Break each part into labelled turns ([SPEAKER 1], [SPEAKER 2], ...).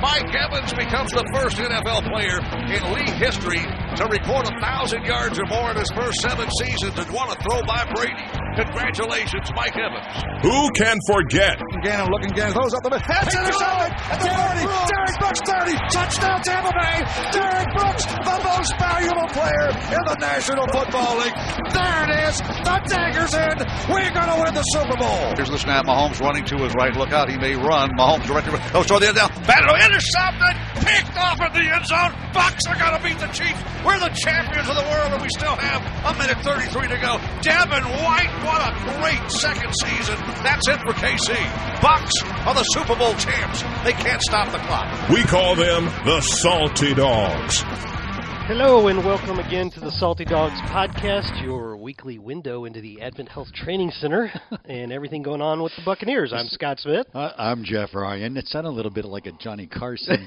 [SPEAKER 1] Mike Evans becomes the first NFL player in league history to record a 1,000 yards or more in his first seven seasons and what a throw by Brady. Congratulations, Mike Evans.
[SPEAKER 2] who can forget?
[SPEAKER 1] Gannon looking, Gannon throws up the middle. That's intercepted at the 40. Derek Brooks 30. Touchdown Tampa Bay. Derek Brooks, the most valuable player in the National Football League. There it is. The dagger's in. We're going to win the Super Bowl. Here's the snap. Mahomes running to his right. Look out. He may run. Mahomes directly. Oh, toward the end down. Battle intercepted. Picked off in the end zone. Bucks are going to beat the Chiefs. We're the champions of the world, and we still have a minute 33 to go. Devin White, what a great second season. That's it for KC. Bucks are the Super Bowl champs. They can't stop the clock.
[SPEAKER 2] We call them the Salty Dogs.
[SPEAKER 3] Hello and welcome again to the Salty Dogs podcast, your weekly window into the Advent Health Training Center and everything going on with the Buccaneers. I'm Scott Smith.
[SPEAKER 4] Uh, I'm Jeff Ryan. It sounded a little bit like a Johnny Carson.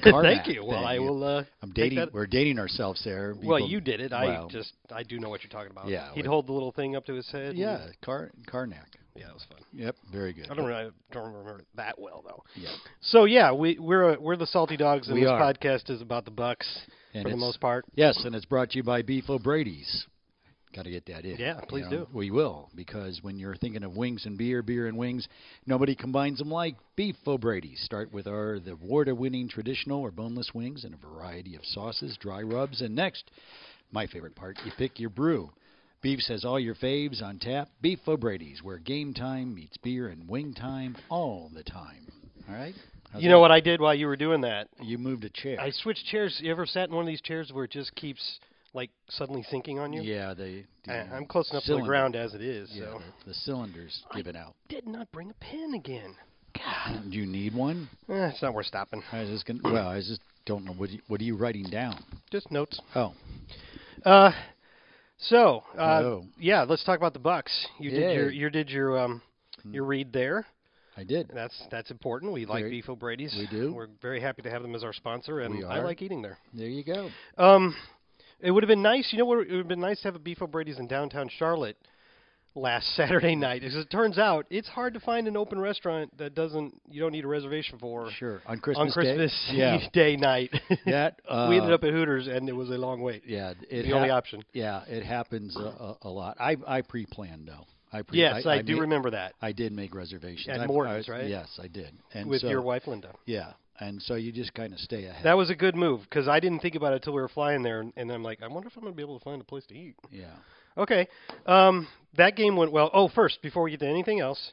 [SPEAKER 3] Thank
[SPEAKER 4] Carmack
[SPEAKER 3] you. Well,
[SPEAKER 4] thing.
[SPEAKER 3] I will. Uh,
[SPEAKER 4] I'm
[SPEAKER 3] take
[SPEAKER 4] dating.
[SPEAKER 3] that-
[SPEAKER 4] We're dating ourselves there.
[SPEAKER 3] Well,
[SPEAKER 4] People-
[SPEAKER 3] you did it. I
[SPEAKER 4] Well,
[SPEAKER 3] just I do know what you're talking about.
[SPEAKER 4] Yeah,
[SPEAKER 3] He'd
[SPEAKER 4] well-
[SPEAKER 3] hold the little thing up to his head. and-
[SPEAKER 4] Yeah, Car Karnak.
[SPEAKER 3] yeah, it was fun.
[SPEAKER 4] Yep, very good.
[SPEAKER 3] I don't really, I don't remember it that well though.
[SPEAKER 4] Yeah.
[SPEAKER 3] So yeah, we we're uh, we're the Salty Dogs, and
[SPEAKER 4] We
[SPEAKER 3] this
[SPEAKER 4] are.
[SPEAKER 3] podcast is about the Bucks
[SPEAKER 4] And
[SPEAKER 3] for the
[SPEAKER 4] it's-
[SPEAKER 3] most part.
[SPEAKER 4] Yes, and it's brought to you by Beef O'Brady's. Got to get that in.
[SPEAKER 3] Yeah, please do.
[SPEAKER 4] We will, because when you're thinking of wings and beer, beer and wings, nobody combines them like Beef O'Brady's. Start with our the award-winning traditional or boneless wings and a variety of sauces, dry rubs, and next, my favorite part, you pick your brew. Beefs has all your faves on tap. Beef O'Brady's, where game time meets beer and wing time all the time. All right. How's
[SPEAKER 3] You know
[SPEAKER 4] that?
[SPEAKER 3] what I did while you were doing that?
[SPEAKER 4] You moved a chair.
[SPEAKER 3] I switched chairs. You ever sat in one of these chairs where it just keeps like suddenly sinking on you?
[SPEAKER 4] yeah, the, the
[SPEAKER 3] I, I'm close enough to
[SPEAKER 4] cylinder.
[SPEAKER 3] the ground as it is.
[SPEAKER 4] Yeah,
[SPEAKER 3] So
[SPEAKER 4] the, the cylinder's given out.
[SPEAKER 3] did not bring a pen again.
[SPEAKER 4] Do you need one?
[SPEAKER 3] Eh, it's not worth stopping.
[SPEAKER 4] I was just gonna. Well, I just don't know. What you, what are you writing down?
[SPEAKER 3] Just notes.
[SPEAKER 4] Oh,
[SPEAKER 3] Uh, so uh,
[SPEAKER 4] Hello.
[SPEAKER 3] yeah, let's talk about the Bucks. You did
[SPEAKER 4] Yay.
[SPEAKER 3] your you did your um
[SPEAKER 4] Hmm.
[SPEAKER 3] your read there.
[SPEAKER 4] I did.
[SPEAKER 3] That's that's important. We like
[SPEAKER 4] Very-
[SPEAKER 3] Beef O'Brady's.
[SPEAKER 4] we do.
[SPEAKER 3] We're very happy to have them as our sponsor, and
[SPEAKER 4] We
[SPEAKER 3] I
[SPEAKER 4] are.
[SPEAKER 3] like eating there.
[SPEAKER 4] There you go.
[SPEAKER 3] Um, it would have been nice. You know what? It would have been nice to have a Beef O'Brady's in downtown Charlotte last Saturday night. As it turns out, it's hard to find an open restaurant that doesn't you don't need a reservation for
[SPEAKER 4] Sure. On Christmas.
[SPEAKER 3] on Christmas
[SPEAKER 4] Day? Yeah.
[SPEAKER 3] Day night.
[SPEAKER 4] That. Uh,
[SPEAKER 3] we ended up at Hooters, and it was a long wait.
[SPEAKER 4] Yeah. It
[SPEAKER 3] the only
[SPEAKER 4] hap-
[SPEAKER 3] option.
[SPEAKER 4] Yeah, it happens a, a, a lot. I I pre-planned though. I pre-
[SPEAKER 3] Yes, I, do
[SPEAKER 4] ma-
[SPEAKER 3] remember that
[SPEAKER 4] I did make reservations
[SPEAKER 3] At
[SPEAKER 4] I- I
[SPEAKER 3] Morton's,
[SPEAKER 4] was-
[SPEAKER 3] right?
[SPEAKER 4] Yes, I did. And
[SPEAKER 3] with
[SPEAKER 4] so-
[SPEAKER 3] your wife Linda.
[SPEAKER 4] Yeah, and so you just kind of stay ahead.
[SPEAKER 3] That was a good move because I didn't think about it till we were flying there, and, and I'm like, I wonder if I'm gonna be able to find a place to eat.
[SPEAKER 4] yeah.
[SPEAKER 3] Okay. Um, that game went well. Oh, first, before we get to anything else,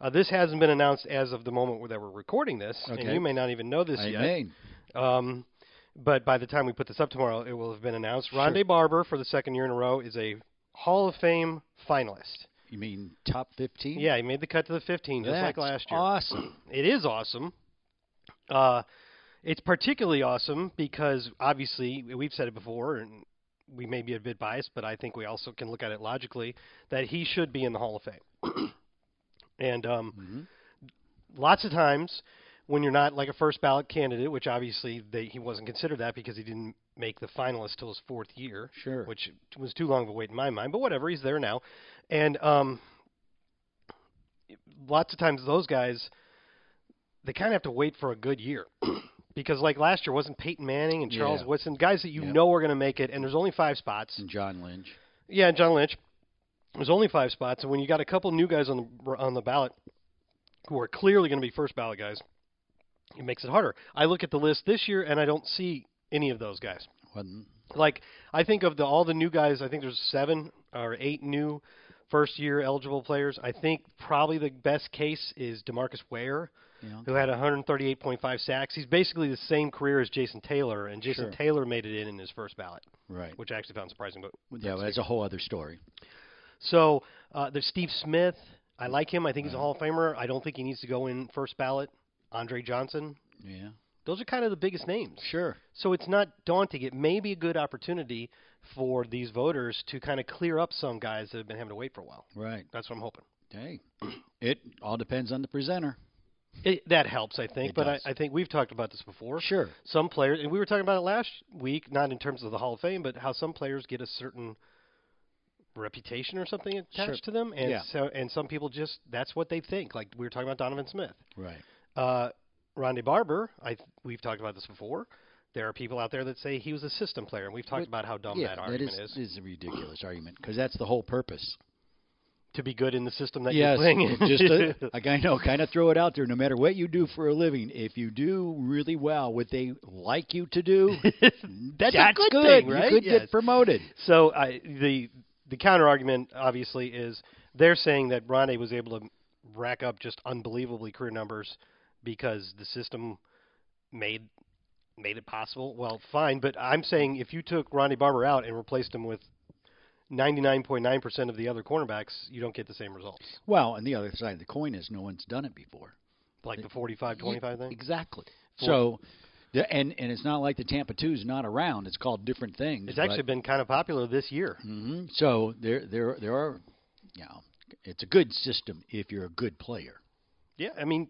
[SPEAKER 3] uh, this hasn't been announced as of the moment that we're recording this, and
[SPEAKER 4] Okay.
[SPEAKER 3] you may not even know this
[SPEAKER 4] I
[SPEAKER 3] yet.
[SPEAKER 4] mean,
[SPEAKER 3] Um, but by the time we put this up tomorrow, it will have been announced. Rondé Barber, for the second year in a row, is a Hall of Fame finalist.
[SPEAKER 4] you mean top fifteen?
[SPEAKER 3] Yeah, he made the cut to the 15, just like
[SPEAKER 4] That's
[SPEAKER 3] last year.
[SPEAKER 4] Awesome.
[SPEAKER 3] It is awesome. Uh, it's particularly awesome because obviously we've said it before, and we may be a bit biased, but I think we also can look at it logically that he should be in the Hall of Fame. and um,
[SPEAKER 4] Mhm.
[SPEAKER 3] lots of times when you're not like a first ballot candidate, which obviously they, he wasn't considered that because he didn't make the finalist till his fourth year,
[SPEAKER 4] Sure.
[SPEAKER 3] which was too long of a wait in my mind. But whatever, he's there now, and um, lots of times those guys they kind of have to wait for a good year because like last year wasn't Peyton Manning and Charles
[SPEAKER 4] Yeah. Mm.
[SPEAKER 3] Woodson guys that you
[SPEAKER 4] Yep.
[SPEAKER 3] know are going to make it, and there's only five spots.
[SPEAKER 4] And John Lynch.
[SPEAKER 3] Yeah, and John Lynch. There's only five spots, and when you got a couple new guys on the on the ballot who are clearly going to be first ballot guys, it makes it harder. I look at the list this year, and I don't see any of those guys.
[SPEAKER 4] Wasn't
[SPEAKER 3] Like I think of the all the new guys. I think there's seven or eight new first year eligible players. I think probably the best case is Demarcus Ware,
[SPEAKER 4] Yeah.
[SPEAKER 3] who had 138.5 sacks. He's basically the same career as Jason Taylor, and Jason
[SPEAKER 4] Sure.
[SPEAKER 3] Taylor made it in in his first ballot,
[SPEAKER 4] right.
[SPEAKER 3] which I actually found surprising. But
[SPEAKER 4] Yeah, well, that's a whole other story.
[SPEAKER 3] So uh, there's Steve Smith. I like him. I think he's a Hall of Famer. I don't think he needs to go in first ballot. Andre Johnson.
[SPEAKER 4] Yeah.
[SPEAKER 3] Those are kind of the biggest names.
[SPEAKER 4] Sure.
[SPEAKER 3] So it's not daunting. It may be a good opportunity for these voters to kind of clear up some guys that have been having to wait for a while.
[SPEAKER 4] Right.
[SPEAKER 3] That's what I'm hoping.
[SPEAKER 4] Hey, it all depends on the presenter.
[SPEAKER 3] It, that helps, I think.
[SPEAKER 4] It
[SPEAKER 3] but
[SPEAKER 4] does.
[SPEAKER 3] I, I think we've talked about this before.
[SPEAKER 4] Sure.
[SPEAKER 3] Some players, and we were talking about it last week, not in terms of the Hall of Fame, but how some players get a certain reputation or something attached to them, and
[SPEAKER 4] Yeah.
[SPEAKER 3] so and some people just that's what they think. Like we were talking about Donovan Smith,
[SPEAKER 4] Right.
[SPEAKER 3] uh, Rondé Barber. I we've talked about this before. There are people out there that say he was a system player, and we've talked
[SPEAKER 4] But-
[SPEAKER 3] about how dumb
[SPEAKER 4] yeah,
[SPEAKER 3] that argument
[SPEAKER 4] is, is a ridiculous argument because that's the whole purpose.
[SPEAKER 3] to be good in the system that
[SPEAKER 4] yes,
[SPEAKER 3] you're playing in.
[SPEAKER 4] it just uh, like I know, kind of throw it out there. No matter what you do for a living, if you do really well what they like you to do, that's,
[SPEAKER 3] That's
[SPEAKER 4] good.
[SPEAKER 3] good, right?
[SPEAKER 4] You could
[SPEAKER 3] Yes.
[SPEAKER 4] get promoted.
[SPEAKER 3] So I, the the counter argument obviously is they're saying that Rondé was able to rack up just unbelievably career numbers because the system made made it possible. Well, fine, but I'm saying if you took Ronnie Barber out and replaced him with 99.9% of the other cornerbacks, you don't get the same results.
[SPEAKER 4] Well, and the other side of the coin is no one's done it before.
[SPEAKER 3] Like the 45-25 thing.
[SPEAKER 4] Exactly. So, the, and and it's not like the Tampa two's not around. It's called different things.
[SPEAKER 3] It's
[SPEAKER 4] but-
[SPEAKER 3] actually been kind of popular this year.
[SPEAKER 4] Mhm. So there there there are, you know, it's a good system if you're a good player.
[SPEAKER 3] Yeah, I mean,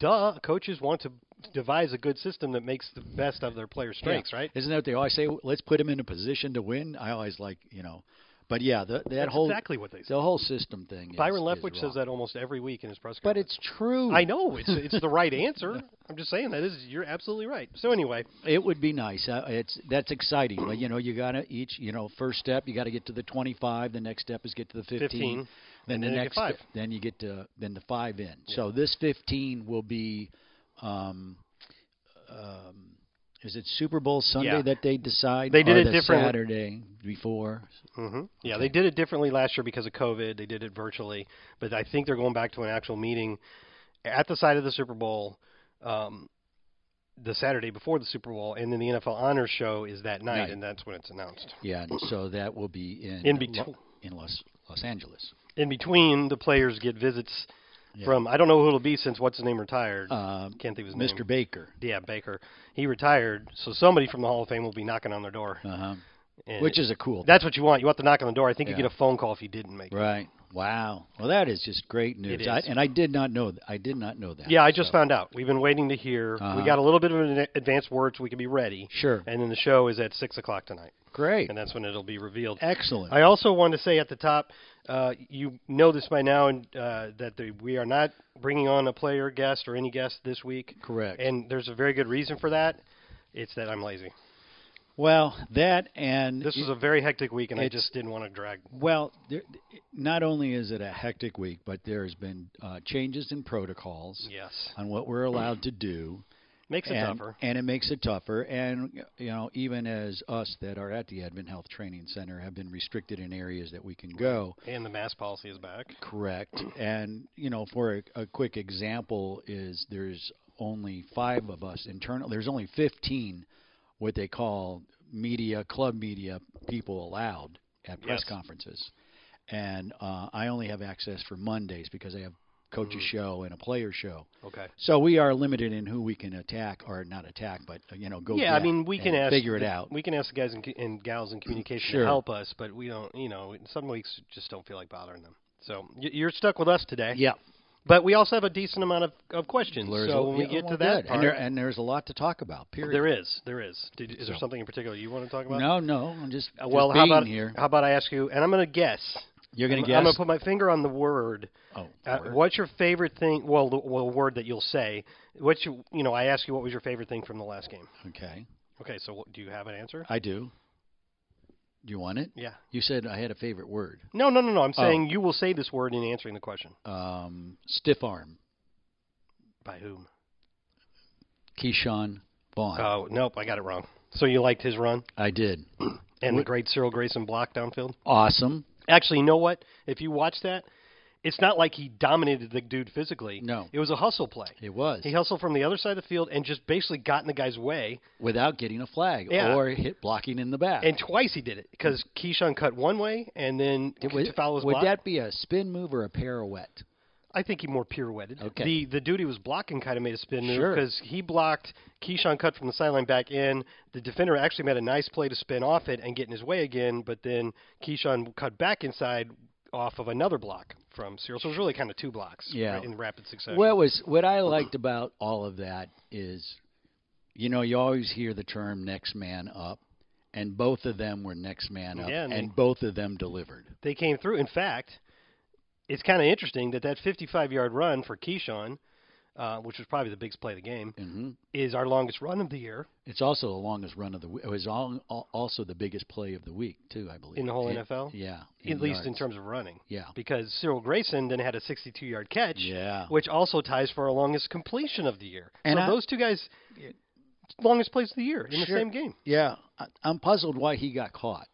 [SPEAKER 3] duh, coaches want to devise a good system that makes the best of their players' strengths,
[SPEAKER 4] Yeah.
[SPEAKER 3] right?
[SPEAKER 4] Isn't that what they always say? Let's put him in a position to win. I always like, you know, but yeah, the, that
[SPEAKER 3] That's
[SPEAKER 4] whole
[SPEAKER 3] exactly what they say.
[SPEAKER 4] the whole system thing.
[SPEAKER 3] Byron
[SPEAKER 4] is,
[SPEAKER 3] Leftwich
[SPEAKER 4] is
[SPEAKER 3] says
[SPEAKER 4] wrong.
[SPEAKER 3] that almost every week in his press
[SPEAKER 4] but
[SPEAKER 3] conference.
[SPEAKER 4] it's true.
[SPEAKER 3] I know it's it's the right answer. I'm just saying that is you're absolutely right. So anyway,
[SPEAKER 4] It would be nice. Uh, it's that's exciting. But you know, you gotta each. You know, first step you got to get to the twenty-five. The next step is get to the fifteen.
[SPEAKER 3] 15,
[SPEAKER 4] Then
[SPEAKER 3] and
[SPEAKER 4] the
[SPEAKER 3] then you get
[SPEAKER 4] next.
[SPEAKER 3] five.
[SPEAKER 4] Then you get to then the five in. So this fifteen will be. Um, um, is it Super Bowl Sunday
[SPEAKER 3] Yeah.
[SPEAKER 4] that they decide?
[SPEAKER 3] They did
[SPEAKER 4] or
[SPEAKER 3] it
[SPEAKER 4] the
[SPEAKER 3] differently.
[SPEAKER 4] Saturday before.
[SPEAKER 3] mhm. yeah, they did it differently last year because of COVID. They did it virtually, but I think they're going back to an actual meeting at the site of the Super Bowl, um, the Saturday before the Super Bowl, and then the NFL Honors Show is that night,
[SPEAKER 4] Night.
[SPEAKER 3] and that's when it's announced.
[SPEAKER 4] Yeah, and so that will be in
[SPEAKER 3] In
[SPEAKER 4] Lo-
[SPEAKER 3] between.
[SPEAKER 4] in Los Los Angeles.
[SPEAKER 3] In between, the players get visits from I don't know who it'll be since what's his name retired.
[SPEAKER 4] Um,
[SPEAKER 3] Can't think of his name.
[SPEAKER 4] Mr. Baker,
[SPEAKER 3] Yeah, Baker. He retired, so somebody from the Hall of Fame will be knocking on their door.
[SPEAKER 4] uh-huh.
[SPEAKER 3] And
[SPEAKER 4] which is a cool.
[SPEAKER 3] that's what you want. You want the knock on the door. I think you
[SPEAKER 4] Yeah.
[SPEAKER 3] get a phone call if you didn't make it.
[SPEAKER 4] Right. Wow. Well, that is just great news. I,
[SPEAKER 3] is.
[SPEAKER 4] and I did not know. th- I did not know that.
[SPEAKER 3] Yeah, I just
[SPEAKER 4] So-
[SPEAKER 3] found out. We've been waiting to hear.
[SPEAKER 4] Uh-huh.
[SPEAKER 3] We got a little bit of an advanced word so we can be ready.
[SPEAKER 4] Sure.
[SPEAKER 3] And then the show is at six o'clock tonight,
[SPEAKER 4] Great.
[SPEAKER 3] and that's when it'll be revealed.
[SPEAKER 4] Excellent.
[SPEAKER 3] I also want to say at the top, uh, you know this by now, and uh, that the, we are not bringing on a player guest or any guest this week.
[SPEAKER 4] Correct.
[SPEAKER 3] And there's a very good reason for that. It's that I'm lazy.
[SPEAKER 4] well, that and
[SPEAKER 3] This was a very hectic week, and I
[SPEAKER 4] It's-
[SPEAKER 3] just didn't want to drag.
[SPEAKER 4] well, there, not only is it a hectic week, but there's been uh, changes in protocols
[SPEAKER 3] Yes,
[SPEAKER 4] on what we're allowed to do.
[SPEAKER 3] makes it
[SPEAKER 4] and,
[SPEAKER 3] tougher.
[SPEAKER 4] and it makes it tougher. And you know, even as us that are at the Advent Health Training Center have been restricted in areas that we can go.
[SPEAKER 3] And the mask policy is back.
[SPEAKER 4] Correct. And, you know, for a, a quick example, is there's only five of us internal. There's only 15 what they call media, club media people allowed at press
[SPEAKER 3] Yes.
[SPEAKER 4] conferences. And uh, I only have access for Mondays because I have coach's
[SPEAKER 3] Mm-hmm.
[SPEAKER 4] show and a player show.
[SPEAKER 3] Okay.
[SPEAKER 4] So we are limited in who we can attack or not attack, but, you know, go
[SPEAKER 3] yeah, I
[SPEAKER 4] get
[SPEAKER 3] mean, we can
[SPEAKER 4] and
[SPEAKER 3] ask
[SPEAKER 4] figure it
[SPEAKER 3] the-
[SPEAKER 4] out.
[SPEAKER 3] We can ask the guys and, and gals in communication
[SPEAKER 4] Sure.
[SPEAKER 3] to help us, but we don't. You know, some weeks just don't feel like bothering them. So y- you're stuck with us today.
[SPEAKER 4] yeah.
[SPEAKER 3] But we also have a decent amount of, of questions.
[SPEAKER 4] There's
[SPEAKER 3] so
[SPEAKER 4] a-
[SPEAKER 3] when we
[SPEAKER 4] yeah,
[SPEAKER 3] get
[SPEAKER 4] well,
[SPEAKER 3] to that
[SPEAKER 4] good.
[SPEAKER 3] part,
[SPEAKER 4] and, there, and there's a lot to talk about, period.
[SPEAKER 3] there is, there is. Did, is there
[SPEAKER 4] So-
[SPEAKER 3] something in particular you want to talk about?
[SPEAKER 4] No, no, I'm just,
[SPEAKER 3] Uh,
[SPEAKER 4] just
[SPEAKER 3] Well, how
[SPEAKER 4] being
[SPEAKER 3] about
[SPEAKER 4] here.
[SPEAKER 3] how about I ask you, and I'm going to guess.
[SPEAKER 4] You're gonna
[SPEAKER 3] I'm,
[SPEAKER 4] guess.
[SPEAKER 3] I'm going to put my finger on the word.
[SPEAKER 4] Oh,
[SPEAKER 3] Uh,
[SPEAKER 4] word.
[SPEAKER 3] what's your favorite thing? Well, the well, word that you'll say. What's your, you know? I asked you what was your favorite thing from the last game.
[SPEAKER 4] Okay,
[SPEAKER 3] Okay, so what, do you have an answer?
[SPEAKER 4] I do. Do you want it?
[SPEAKER 3] Yeah.
[SPEAKER 4] You said I had a favorite word.
[SPEAKER 3] No, no, no, no. I'm
[SPEAKER 4] Oh.
[SPEAKER 3] saying you will say this word in answering the question.
[SPEAKER 4] Um, stiff arm.
[SPEAKER 3] By whom?
[SPEAKER 4] Keyshawn Vaughn.
[SPEAKER 3] Oh, nope, I got it wrong. So you liked his run
[SPEAKER 4] I did.
[SPEAKER 3] and the great Cyril Grayson block downfield?
[SPEAKER 4] Awesome.
[SPEAKER 3] Actually, you know what? If you watch that, it's not like he dominated the dude physically.
[SPEAKER 4] No.
[SPEAKER 3] It was a hustle play.
[SPEAKER 4] It was
[SPEAKER 3] He hustled from the other side of the field and just basically got in the guy's way.
[SPEAKER 4] without getting a flag
[SPEAKER 3] Yeah.
[SPEAKER 4] or hit blocking in the back.
[SPEAKER 3] And twice he did it because Keyshawn cut one way and then
[SPEAKER 4] It was-
[SPEAKER 3] Tafalla was
[SPEAKER 4] would
[SPEAKER 3] blocked.
[SPEAKER 4] that be a spin move or a pirouette?
[SPEAKER 3] I think he more pirouetted.
[SPEAKER 4] Okay.
[SPEAKER 3] The the dude he was blocking kind of made a spin move
[SPEAKER 4] Sure.
[SPEAKER 3] because he blocked Keyshawn cut from the sideline back in. The defender actually made a nice play to spin off it and get in his way again, but then Keyshawn cut back inside off of another block from Cyril. So it was really kind of two blocks
[SPEAKER 4] Yeah.
[SPEAKER 3] right, in rapid succession.
[SPEAKER 4] What was what I liked about all of that is, you know, you always hear the term "next man up," and both of them were next man up,
[SPEAKER 3] Yeah, and
[SPEAKER 4] and,
[SPEAKER 3] they-
[SPEAKER 4] both of them delivered.
[SPEAKER 3] they came through. In fact, it's kind of interesting that that 55-yard run for Keyshawn, uh, which was probably the biggest play of the game,
[SPEAKER 4] hmm
[SPEAKER 3] is our longest run of the year
[SPEAKER 4] It's also the longest run of the. w- It was all, al- also the biggest play of the week too, I believe.
[SPEAKER 3] in the whole
[SPEAKER 4] It-
[SPEAKER 3] NFL.
[SPEAKER 4] Yeah,
[SPEAKER 3] at least in
[SPEAKER 4] yards.
[SPEAKER 3] terms of running.
[SPEAKER 4] Yeah.
[SPEAKER 3] Because Cyril Grayson then had a 62 yard catch,
[SPEAKER 4] Yeah.
[SPEAKER 3] which also ties for our longest completion of the year.
[SPEAKER 4] And
[SPEAKER 3] so
[SPEAKER 4] I-
[SPEAKER 3] those two guys, longest plays of the year in
[SPEAKER 4] Sure.
[SPEAKER 3] the same game.
[SPEAKER 4] Yeah, I, I'm puzzled why he got caught.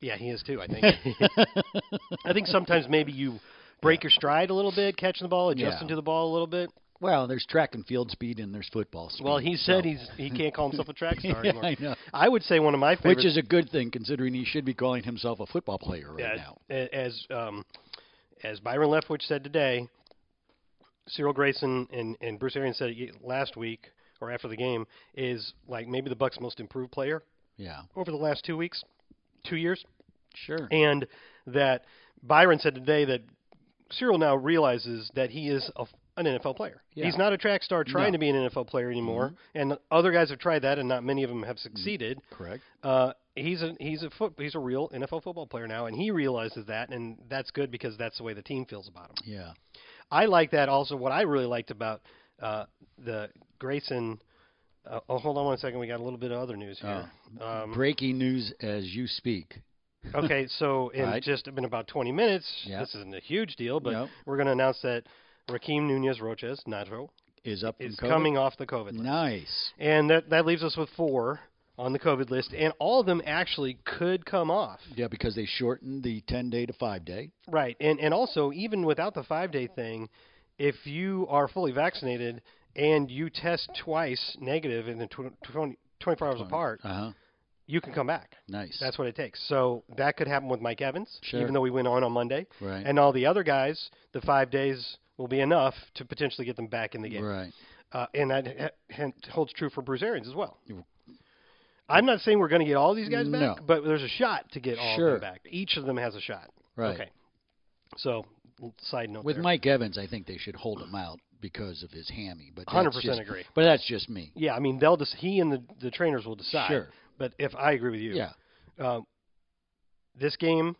[SPEAKER 3] Yeah, he is too, I think. I think sometimes maybe you break your stride a little bit, catching the ball, adjusting
[SPEAKER 4] Yeah.
[SPEAKER 3] to the ball a little bit.
[SPEAKER 4] Well, there's track and field speed and there's football speed.
[SPEAKER 3] Well, he said
[SPEAKER 4] so-
[SPEAKER 3] he's he can't call himself a track star
[SPEAKER 4] Yeah,
[SPEAKER 3] anymore.
[SPEAKER 4] I know.
[SPEAKER 3] I would say one of my favorites
[SPEAKER 4] which is a good thing considering he should be calling himself a football player right
[SPEAKER 3] as,
[SPEAKER 4] now.
[SPEAKER 3] a- as um, as Byron Leftwich said today, Cyril Grayson and, and Bruce Arians said it ye- last week or after the game is like maybe the Bucks' most improved player
[SPEAKER 4] Yeah,
[SPEAKER 3] over the last two weeks, two years,
[SPEAKER 4] sure.
[SPEAKER 3] and that Byron said today that Cyril now realizes that he is a, an NFL player.
[SPEAKER 4] Yeah.
[SPEAKER 3] He's not a track star trying
[SPEAKER 4] No. Mm-hmm.
[SPEAKER 3] to be an NFL player anymore, and other guys have tried that, and not many of them have succeeded.
[SPEAKER 4] Correct.
[SPEAKER 3] Uh, he's a he's a foot, he's a real NFL football player now, and he realizes that, and that's good because that's the way the team feels about him.
[SPEAKER 4] Yeah.
[SPEAKER 3] I like that also. What I really liked about uh, the Grayson. Uh, oh, hold on one second. We got a little bit of other news here.
[SPEAKER 4] Oh.
[SPEAKER 3] Um,
[SPEAKER 4] Breaking news as you speak.
[SPEAKER 3] okay, so in
[SPEAKER 4] Right.
[SPEAKER 3] just in about 20 minutes,
[SPEAKER 4] Yeah.
[SPEAKER 3] this isn't a huge deal, but
[SPEAKER 4] No.
[SPEAKER 3] we're going to announce that Raheem Nunez Roches, Nacho,
[SPEAKER 4] Is up
[SPEAKER 3] is
[SPEAKER 4] from COVID?
[SPEAKER 3] coming off the COVID list.
[SPEAKER 4] Nice.
[SPEAKER 3] And that, that leaves us with four on the COVID list, and all of them actually could come off.
[SPEAKER 4] Yeah, because they shortened the 10 day to 5 day.
[SPEAKER 3] Right, and and also even without the five day thing, if you are fully vaccinated and you test twice negative in the tw- 20, 24 hours apart,
[SPEAKER 4] Uh huh.
[SPEAKER 3] you can come back.
[SPEAKER 4] Nice.
[SPEAKER 3] That's what it takes. So that could happen with Mike Evans,
[SPEAKER 4] Sure.
[SPEAKER 3] even though we went on on Monday,
[SPEAKER 4] Right.
[SPEAKER 3] and all the other guys. The five days will be enough to potentially get them back in the game,
[SPEAKER 4] Right.
[SPEAKER 3] uh, and that ha- hen- holds true for Bruce Arians as well. I'm not saying we're going to get all these guys
[SPEAKER 4] No.
[SPEAKER 3] back, but there's a shot to get all
[SPEAKER 4] Sure.
[SPEAKER 3] of them back. Each of them has a shot.
[SPEAKER 4] Right.
[SPEAKER 3] Okay. So, l- side note
[SPEAKER 4] With
[SPEAKER 3] there.
[SPEAKER 4] Mike Evans, I think they should hold him out because of his hammy. But that's
[SPEAKER 3] 100%
[SPEAKER 4] just-
[SPEAKER 3] agree.
[SPEAKER 4] But that's just me.
[SPEAKER 3] yeah, I mean they'll just he and the the trainers will decide.
[SPEAKER 4] Sure.
[SPEAKER 3] But if I agree with you,
[SPEAKER 4] Yeah.
[SPEAKER 3] Um, this game,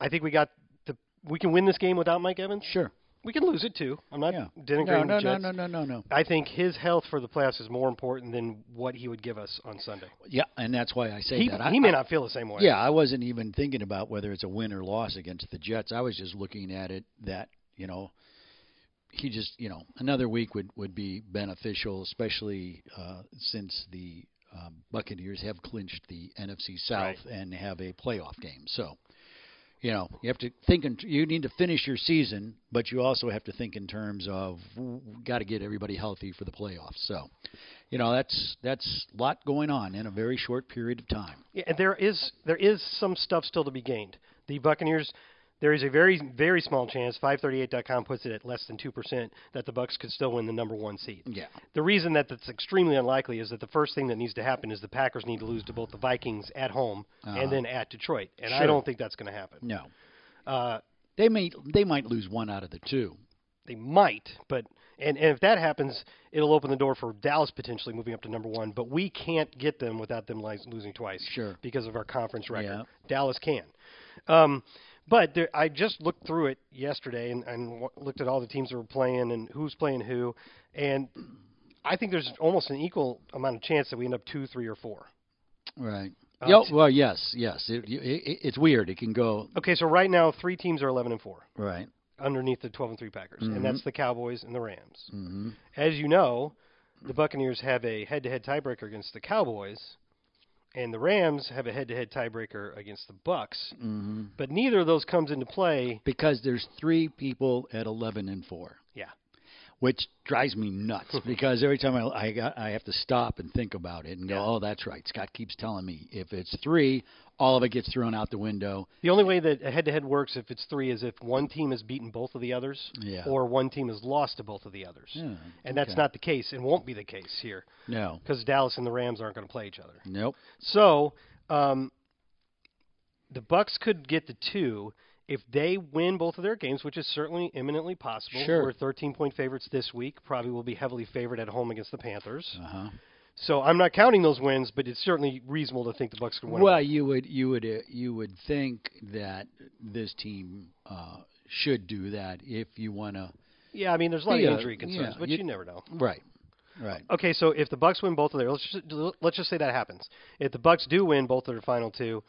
[SPEAKER 3] I think we got the we can win this game without Mike Evans.
[SPEAKER 4] Sure.
[SPEAKER 3] We can lose it too. I'm not
[SPEAKER 4] Yeah.
[SPEAKER 3] denigrating
[SPEAKER 4] No,
[SPEAKER 3] the
[SPEAKER 4] no, no,
[SPEAKER 3] Jets.
[SPEAKER 4] no, no, no, no.
[SPEAKER 3] I think his health for the playoffs is more important than what he would give us on Sunday.
[SPEAKER 4] Yeah, and that's why I say
[SPEAKER 3] He,
[SPEAKER 4] that. I,
[SPEAKER 3] he may not feel the same way.
[SPEAKER 4] Yeah, I wasn't even thinking about whether it's a win or loss against the Jets. I was just looking at it that, you know, he just, you know, another week would, would be beneficial, especially uh, since the um, Buccaneers have clinched the NFC South and have a playoff game. So, you know, you have to think, in, you need to finish your season, but you also have to think in terms of got to get everybody healthy for the playoffs. So, you know, that's that's a lot going on in a very short period of time.
[SPEAKER 3] Yeah, and there is there is some stuff still to be gained. The Buccaneers, there is a very very small chance. 538.com puts it at less than two percent that the Bucks could still win the number one seed.
[SPEAKER 4] Yeah.
[SPEAKER 3] The reason that that's extremely unlikely is that the first thing that needs to happen is the Packers need to lose to both the Vikings at home and then at Detroit, and I
[SPEAKER 4] Uh-huh. Sure.
[SPEAKER 3] don't think that's going to happen.
[SPEAKER 4] No.
[SPEAKER 3] Uh,
[SPEAKER 4] They may they might lose one out of the two.
[SPEAKER 3] they might, but and, and if that happens, it'll open the door for Dallas potentially moving up to number one. But we can't get them without them li- losing twice,
[SPEAKER 4] Sure.
[SPEAKER 3] because of our conference record.
[SPEAKER 4] Yeah.
[SPEAKER 3] Dallas can, um, but there, I just looked through it yesterday and, and w- looked at all the teams that were playing and who's playing who, and I think there's almost an equal amount of chance that we end up two, three, or four.
[SPEAKER 4] Right.
[SPEAKER 3] Uh,
[SPEAKER 4] Yeah, well, yes, yes. It, you- it, it's weird. It can go
[SPEAKER 3] Okay, so right now three teams are 11 and four
[SPEAKER 4] right.
[SPEAKER 3] underneath the 12 and three Packers, and
[SPEAKER 4] Mm-hmm.
[SPEAKER 3] that's the Cowboys and the Rams.
[SPEAKER 4] hmm
[SPEAKER 3] as you know, the Buccaneers have a head-to-head tiebreaker against the Cowboys, and the Rams have a head-to-head tiebreaker against the Bucks.
[SPEAKER 4] hmm
[SPEAKER 3] But neither of those comes into play.
[SPEAKER 4] Because there's three people at eleven and four.
[SPEAKER 3] Yeah.
[SPEAKER 4] which drives me nuts because every time I I, got, I have to stop and think about it and go, oh, that's right. Scott keeps telling me if it's three, all of it gets thrown out the window.
[SPEAKER 3] The only way that a head-to-head works if it's three is if one team has beaten both of the others,
[SPEAKER 4] Yeah.
[SPEAKER 3] or one team has lost to both of the others,
[SPEAKER 4] Yeah,
[SPEAKER 3] and that's
[SPEAKER 4] okay.
[SPEAKER 3] not the case and won't be the case here
[SPEAKER 4] No,
[SPEAKER 3] because Dallas and the Rams aren't going to play each other.
[SPEAKER 4] nope.
[SPEAKER 3] So um, the Bucks could get the two if they win both of their games, which is certainly imminently possible.
[SPEAKER 4] Sure.
[SPEAKER 3] We're 13 point favorites this week. Probably will be heavily favored at home against the Panthers.
[SPEAKER 4] Uh huh.
[SPEAKER 3] So I'm not counting those wins, but it's certainly reasonable to think the Bucks could win.
[SPEAKER 4] Well, you would you would uh, you would think that this team uh, should do that if you want to.
[SPEAKER 3] yeah, I mean, there's a lot
[SPEAKER 4] Yeah,
[SPEAKER 3] of injury concerns,
[SPEAKER 4] yeah,
[SPEAKER 3] but
[SPEAKER 4] you-
[SPEAKER 3] you, never know.
[SPEAKER 4] Right. Right.
[SPEAKER 3] Okay, so if the Bucks win both of their, let's just, let's just say that happens. If the Bucks do win both of their final two,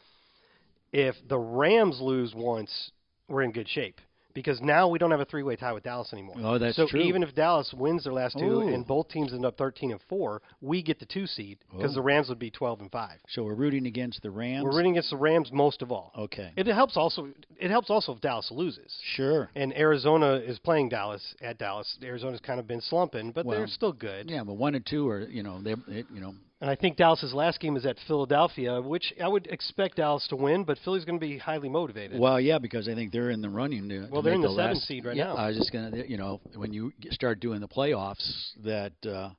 [SPEAKER 3] if the Rams lose once, we're in good shape because now we don't have a three-way tie with Dallas anymore.
[SPEAKER 4] Oh, that's
[SPEAKER 3] so
[SPEAKER 4] true.
[SPEAKER 3] even if Dallas wins their last two
[SPEAKER 4] Ooh.
[SPEAKER 3] and both teams end up 13 and four, we get the two seed because
[SPEAKER 4] Oh.
[SPEAKER 3] the Rams would be 12 and five.
[SPEAKER 4] So we're rooting against the Rams. Oh.
[SPEAKER 3] We're rooting against the Rams most of all.
[SPEAKER 4] Okay.
[SPEAKER 3] It helps also. It helps also if Dallas loses.
[SPEAKER 4] Sure.
[SPEAKER 3] And Arizona is playing Dallas at Dallas. Arizona's kind of been slumping, but
[SPEAKER 4] Well,
[SPEAKER 3] they're still good.
[SPEAKER 4] Yeah, but one or two are you know they it, you know
[SPEAKER 3] And I think Dallas's last game is at Philadelphia, which I would expect Dallas to win, but Philly's going to be highly motivated.
[SPEAKER 4] Well, yeah, because I think they're in the running. To,
[SPEAKER 3] Well,
[SPEAKER 4] to
[SPEAKER 3] they're
[SPEAKER 4] make
[SPEAKER 3] in the seventh
[SPEAKER 4] last,
[SPEAKER 3] seed right
[SPEAKER 4] yeah,
[SPEAKER 3] now.
[SPEAKER 4] I was just gonna, you know, when you g- start doing the playoffs, that uh,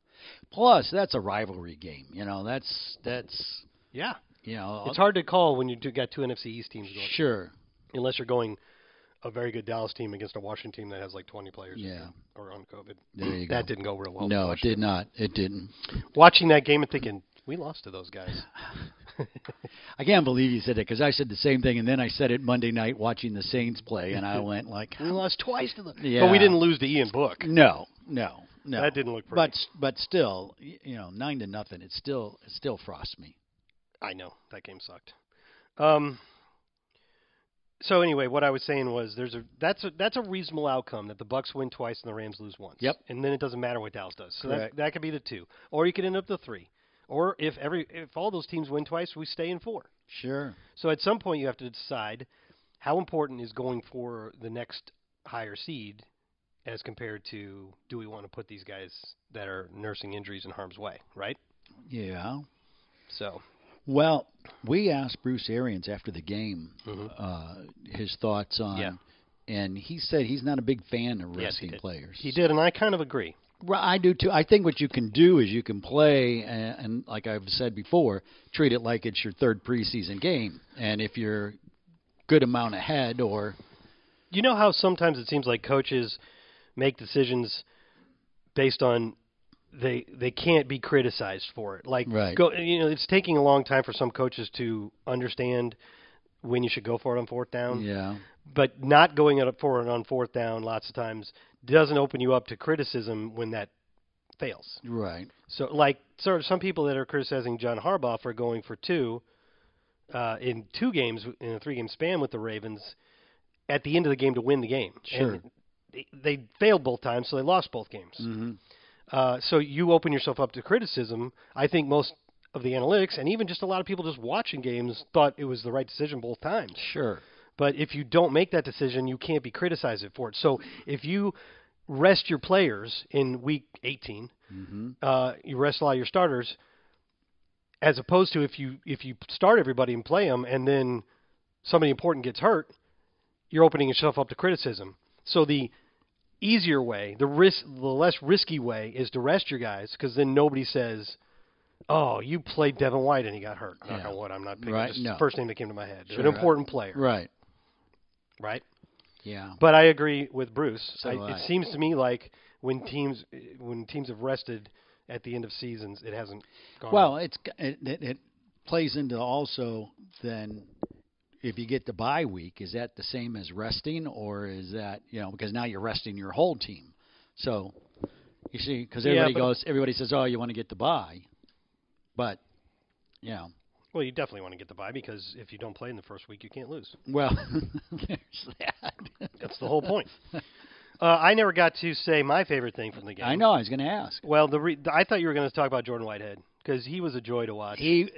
[SPEAKER 4] plus that's a rivalry game. You know, that's that's
[SPEAKER 3] yeah.
[SPEAKER 4] you know,
[SPEAKER 3] It's hard to call when you do got two NFC East teams going,
[SPEAKER 4] sure,
[SPEAKER 3] unless you're going a very good Dallas team against a Washington team that has like 20 players
[SPEAKER 4] Yeah.
[SPEAKER 3] injured or on COVID.
[SPEAKER 4] There you
[SPEAKER 3] that
[SPEAKER 4] go.
[SPEAKER 3] didn't go real well.
[SPEAKER 4] no,
[SPEAKER 3] for
[SPEAKER 4] it did
[SPEAKER 3] Washington.
[SPEAKER 4] not, it didn't.
[SPEAKER 3] Watching that game and thinking, we lost to those guys.
[SPEAKER 4] I can't believe you said it because I said the same thing, and then I said it Monday night watching the Saints play, and I went like,
[SPEAKER 3] we lost twice to them.
[SPEAKER 4] Yeah.
[SPEAKER 3] But we didn't lose to Ian Book.
[SPEAKER 4] no, no, no,
[SPEAKER 3] That didn't look pretty.
[SPEAKER 4] But but still, y- you know, nine to nothing. It still it still frosts me.
[SPEAKER 3] I know that game sucked. Um. So anyway, what I was saying was there's a that's a that's a reasonable outcome that the Bucks win twice and the Rams lose once.
[SPEAKER 4] Yep.
[SPEAKER 3] And then it doesn't matter what Dallas does. So
[SPEAKER 4] Correct.
[SPEAKER 3] that that could be the two, or you could end up the three, or if every if all those teams win twice, we stay in four.
[SPEAKER 4] Sure,
[SPEAKER 3] So at some point you have to decide how important is going for the next higher seed as compared to do we want to put these guys that are nursing injuries in harm's way, right?
[SPEAKER 4] yeah.
[SPEAKER 3] So
[SPEAKER 4] Well, we asked Bruce Arians after the game
[SPEAKER 3] Mhm.
[SPEAKER 4] uh, his thoughts on,
[SPEAKER 3] Yeah.
[SPEAKER 4] and he said he's not a big fan of
[SPEAKER 3] Yes, he
[SPEAKER 4] resting
[SPEAKER 3] did.
[SPEAKER 4] players.
[SPEAKER 3] he did, and I kind of agree.
[SPEAKER 4] Well, I do too. I think what you can do is you can play, and, and like I've said before, treat it like it's your third preseason game. And if you're good amount ahead, or
[SPEAKER 3] You know how sometimes it seems like coaches make decisions based on they they can't be criticized for it. Like
[SPEAKER 4] Right.
[SPEAKER 3] go you know, it's taking a long time for some coaches to understand when you should go for it on fourth down.
[SPEAKER 4] yeah,
[SPEAKER 3] But not going up for it on fourth down lots of times doesn't open you up to criticism when that fails.
[SPEAKER 4] right,
[SPEAKER 3] So like sort of some people that are criticizing John Harbaugh for going for two uh, in two games in a three game span with the Ravens at the end of the game to win the game.
[SPEAKER 4] Sure.
[SPEAKER 3] And they, they failed both times, so they lost both games.
[SPEAKER 4] hmm
[SPEAKER 3] Uh, so you open yourself up to criticism. I think most of the analytics and even just a lot of people just watching games thought it was the right decision both times.
[SPEAKER 4] sure,
[SPEAKER 3] But if you don't make that decision, you can't be criticized for it. So if you rest your players in week 18,
[SPEAKER 4] hmm
[SPEAKER 3] uh, you rest a lot of your starters, as opposed to if you if you start everybody and play them, and then somebody important gets hurt, you're opening yourself up to criticism. So the easier way, the risk, the less risky way, is to rest your guys, because then nobody says, "Oh, you played Devin White and he got hurt." Knock
[SPEAKER 4] Yeah.
[SPEAKER 3] on wood, I'm not picking
[SPEAKER 4] Right,
[SPEAKER 3] just
[SPEAKER 4] no.
[SPEAKER 3] the first name that came to my head.
[SPEAKER 4] Sure.
[SPEAKER 3] An important player,
[SPEAKER 4] right,
[SPEAKER 3] right?
[SPEAKER 4] yeah,
[SPEAKER 3] But I agree with Bruce.
[SPEAKER 4] So
[SPEAKER 3] I,
[SPEAKER 4] do I.
[SPEAKER 3] It seems to me like when teams when teams have rested at the end of seasons, it hasn't gone.
[SPEAKER 4] Well, it's it, it, it plays into also then if you get the bye week, is that the same as resting, or is that you know because now you're resting your whole team? So you see, because
[SPEAKER 3] Yeah,
[SPEAKER 4] everybody
[SPEAKER 3] but-
[SPEAKER 4] goes, everybody says, oh, you want to get the bye, but you know,
[SPEAKER 3] Well, you definitely want to get the bye because if you don't play in the first week, you can't lose.
[SPEAKER 4] well, there's that.
[SPEAKER 3] That's the whole point. uh, I never got to say my favorite thing from the game.
[SPEAKER 4] I know. I was going to ask.
[SPEAKER 3] Well, the re- I thought you were going to talk about Jordan Whitehead because he was a joy to watch.
[SPEAKER 4] He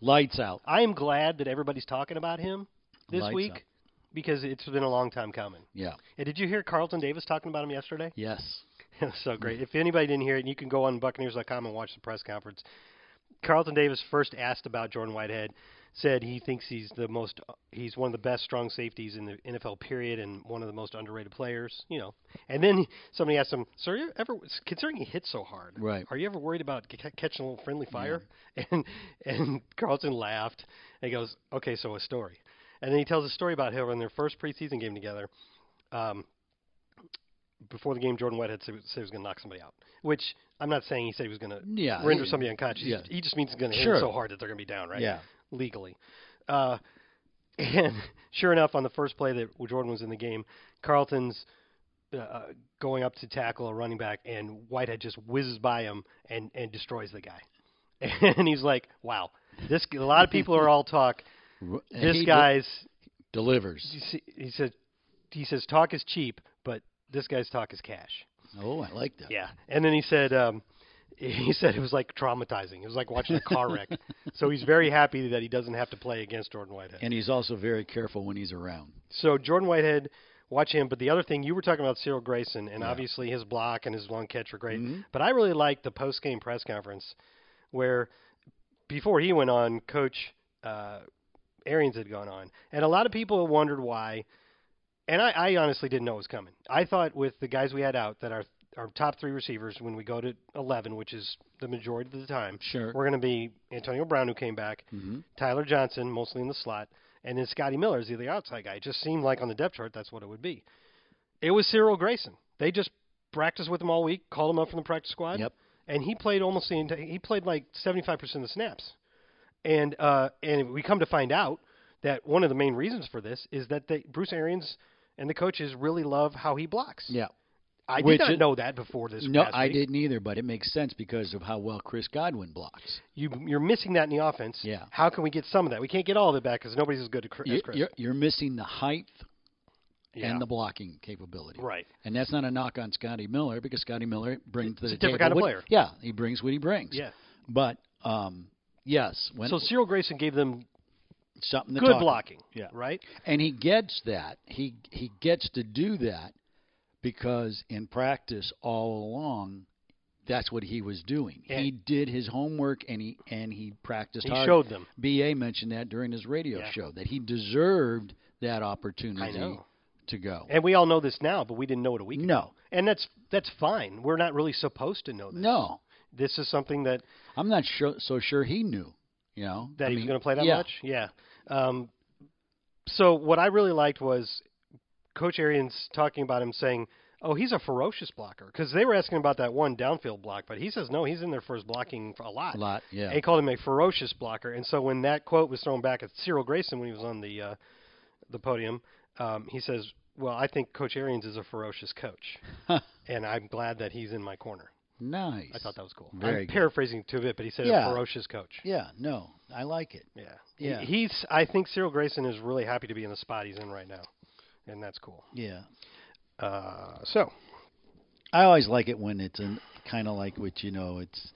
[SPEAKER 4] lights out.
[SPEAKER 3] I am glad that everybody's talking about him this
[SPEAKER 4] Lights
[SPEAKER 3] week
[SPEAKER 4] up.
[SPEAKER 3] because it's been a long time coming.
[SPEAKER 4] Yeah.
[SPEAKER 3] And did you hear Carlton Davis talking about him yesterday?
[SPEAKER 4] Yes.
[SPEAKER 3] It was so great. If anybody didn't hear it, you can go on Buccaneers.com and watch the press conference. Carlton Davis first asked about Jordan Whitehead, said he thinks he's the most, he's one of the best strong safeties in the NFL period and one of the most underrated players. You know, and then somebody asked him, "Sir, you ever considering he hits so hard,
[SPEAKER 4] Right.
[SPEAKER 3] Are you ever worried about c- catching a little friendly fire?" And and Carlton laughed and he goes, "Okay, so a story." And then he tells a story about how in their first preseason game together, um, before the game, Jordan Whitehead said, said he was going to knock somebody out. Which I'm not saying he said he was going to
[SPEAKER 4] Yeah,
[SPEAKER 3] render
[SPEAKER 4] he-
[SPEAKER 3] somebody unconscious.
[SPEAKER 4] yeah.
[SPEAKER 3] He just means he's going to
[SPEAKER 4] Sure.
[SPEAKER 3] hit him so hard that they're going to be down, right?
[SPEAKER 4] Yeah.
[SPEAKER 3] Legally. Uh, and sure enough, on the first play that Jordan was in the game, Carlton's uh, going up to tackle a running back, and Whitehead just whizzes by him and and destroys the guy. And he's like, "Wow, this a lot of people are all talk.
[SPEAKER 4] R-
[SPEAKER 3] This
[SPEAKER 4] he
[SPEAKER 3] guy's
[SPEAKER 4] delivers.
[SPEAKER 3] he s- he said he says talk is cheap, but this guy's talk is cash."
[SPEAKER 4] Oh, I like that.
[SPEAKER 3] Yeah, and then he said um, he said it was like traumatizing. It was like watching a car wreck. so he's very happy that he doesn't have to play against Jordan Whitehead.
[SPEAKER 4] And he's also very careful when he's around.
[SPEAKER 3] So Jordan Whitehead, watch him. But the other thing you were talking about Cyril Grayson, and obviously his block and his long catch were great. But I really liked the post game press conference where before he went on, Coach uh, Arians had gone on, and a lot of people wondered why. And I, I honestly didn't know it was coming. I thought with the guys we had out that our our top three receivers when we go to eleven, which is the majority of the time,
[SPEAKER 4] Sure.
[SPEAKER 3] we're going to be Antonio Brown who came back,
[SPEAKER 4] Mm-hmm.
[SPEAKER 3] Tyler Johnson mostly in the slot, and then Scotty Miller is the other outside guy. It just seemed like on the depth chart that's what it would be. It was Cyril Grayson. They just practiced with him all week, called him up from the practice squad,
[SPEAKER 4] Yep.
[SPEAKER 3] and he played almost the entire, he played like seventy five percent of the snaps and uh, and we come to find out that one of the main reasons for this is that they, Bruce Arians and the coaches really love how he blocks.
[SPEAKER 4] Yeah.
[SPEAKER 3] I did
[SPEAKER 4] Which
[SPEAKER 3] not
[SPEAKER 4] it-
[SPEAKER 3] know that before this.
[SPEAKER 4] No,
[SPEAKER 3] past
[SPEAKER 4] I
[SPEAKER 3] week.
[SPEAKER 4] didn't either, but it makes sense because of how well Chris Godwin blocks.
[SPEAKER 3] You, you're missing that in the offense.
[SPEAKER 4] Yeah. as
[SPEAKER 3] How can we get some of that? We can't get all of it back because nobody's as good as Chris.
[SPEAKER 4] You're, you're, you're missing the height
[SPEAKER 3] yeah.
[SPEAKER 4] and the blocking capability.
[SPEAKER 3] right.
[SPEAKER 4] And that's not a knock on Scotty Miller because Scotty Miller brings to the
[SPEAKER 3] a different
[SPEAKER 4] table
[SPEAKER 3] kind of
[SPEAKER 4] what-
[SPEAKER 3] player.
[SPEAKER 4] Yeah, he brings what he brings.
[SPEAKER 3] Yeah.
[SPEAKER 4] But um, yes, when
[SPEAKER 3] So Cyril Grayson gave them
[SPEAKER 4] something to
[SPEAKER 3] good
[SPEAKER 4] talk about.
[SPEAKER 3] blocking.
[SPEAKER 4] Yeah.
[SPEAKER 3] Right.
[SPEAKER 4] And he gets that. He he gets to do that because in practice all along that's what he was doing. he
[SPEAKER 3] And-
[SPEAKER 4] did his homework and he and he practiced
[SPEAKER 3] He
[SPEAKER 4] hard.
[SPEAKER 3] showed them.
[SPEAKER 4] BA mentioned that during his radio
[SPEAKER 3] Yeah.
[SPEAKER 4] show that he deserved that opportunity
[SPEAKER 3] I know.
[SPEAKER 4] to go.
[SPEAKER 3] And we all know this now, but we didn't know it a week. ago.
[SPEAKER 4] no.
[SPEAKER 3] And that's that's fine. We're not really supposed to know this.
[SPEAKER 4] No.
[SPEAKER 3] This is something that
[SPEAKER 4] I'm not sure so sure he knew, you know.
[SPEAKER 3] that
[SPEAKER 4] I
[SPEAKER 3] he was
[SPEAKER 4] mean,
[SPEAKER 3] going to play that
[SPEAKER 4] yeah.
[SPEAKER 3] much. Yeah. Um, so what I really liked was Coach Arians talking about him saying, "Oh, he's a ferocious blocker," because they were asking about that one downfield block, but he says no, he's in there for his blocking a lot.
[SPEAKER 4] A lot, yeah.
[SPEAKER 3] And he called him a ferocious blocker, and so when that quote was thrown back at Cyril Grayson when he was on the uh, the podium, um, he says, "Well, I think Coach Arians is a ferocious coach, and I'm glad that he's in my corner."
[SPEAKER 4] nice.
[SPEAKER 3] I thought that was cool.
[SPEAKER 4] Very
[SPEAKER 3] I'm
[SPEAKER 4] good.
[SPEAKER 3] paraphrasing to a bit, but he said
[SPEAKER 4] Yeah.
[SPEAKER 3] a ferocious coach.
[SPEAKER 4] Yeah, no. I like it.
[SPEAKER 3] Yeah.
[SPEAKER 4] Yeah.
[SPEAKER 3] He- He's I think Cyril Grayson is really happy to be in the spot he's in right now. And that's cool.
[SPEAKER 4] Yeah.
[SPEAKER 3] Uh, so
[SPEAKER 4] I always like it when it's kind of like what you know. It's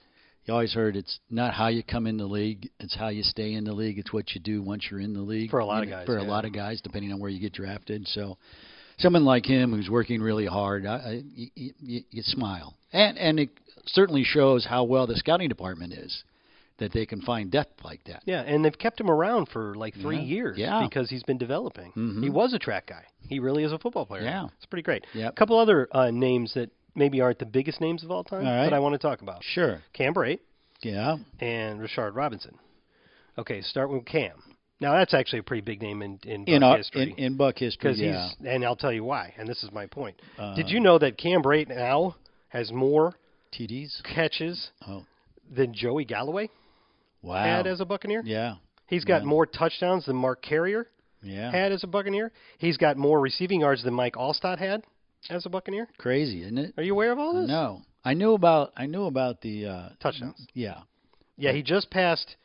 [SPEAKER 4] you always heard it's not how you come in the league, it's how you stay in the league. It's what you do once you're in the league.
[SPEAKER 3] For a lot
[SPEAKER 4] You
[SPEAKER 3] of
[SPEAKER 4] know,
[SPEAKER 3] guys,
[SPEAKER 4] for a
[SPEAKER 3] yeah.
[SPEAKER 4] lot of guys, depending on where you get drafted. So, someone like him who's working really hard, I, I, you, you, you smile, and and it certainly shows how well the scouting department is that they can find depth like that.
[SPEAKER 3] yeah, and they've kept him around for like three
[SPEAKER 4] Yeah.
[SPEAKER 3] years
[SPEAKER 4] Yeah. Mm-hmm.
[SPEAKER 3] because he's been developing. He was a track guy. He really is a football player.
[SPEAKER 4] Yeah.
[SPEAKER 3] It's pretty great.
[SPEAKER 4] Yep.
[SPEAKER 3] A couple other uh, names that maybe aren't the biggest names of all time
[SPEAKER 4] All right.
[SPEAKER 3] that I want to talk about.
[SPEAKER 4] Sure.
[SPEAKER 3] Cam Brate
[SPEAKER 4] Yeah.
[SPEAKER 3] and Richard Robinson. Okay, start with Cam. Now that's actually a pretty big name in in,
[SPEAKER 4] In,
[SPEAKER 3] Buck
[SPEAKER 4] our,
[SPEAKER 3] history.
[SPEAKER 4] in in Buck history,
[SPEAKER 3] because
[SPEAKER 4] yeah. Uh-huh.
[SPEAKER 3] he's and I'll tell you why. And this is my point. Did you know that Cam Brate now has more
[SPEAKER 4] TDs.
[SPEAKER 3] catches
[SPEAKER 4] Oh,
[SPEAKER 3] than Joey Galloway
[SPEAKER 4] wow.
[SPEAKER 3] had as a Buccaneer?
[SPEAKER 4] yeah.
[SPEAKER 3] He's got more touchdowns than Mark Carrier
[SPEAKER 4] Yeah.
[SPEAKER 3] had as a Buccaneer. He's got more receiving yards than Mike Allstott had as a Buccaneer.
[SPEAKER 4] Crazy, isn't it?
[SPEAKER 3] Are you aware of all this?
[SPEAKER 4] No, I knew about I knew about the uh,
[SPEAKER 3] Touchdowns.
[SPEAKER 4] Yeah,
[SPEAKER 3] Yeah, he just passed.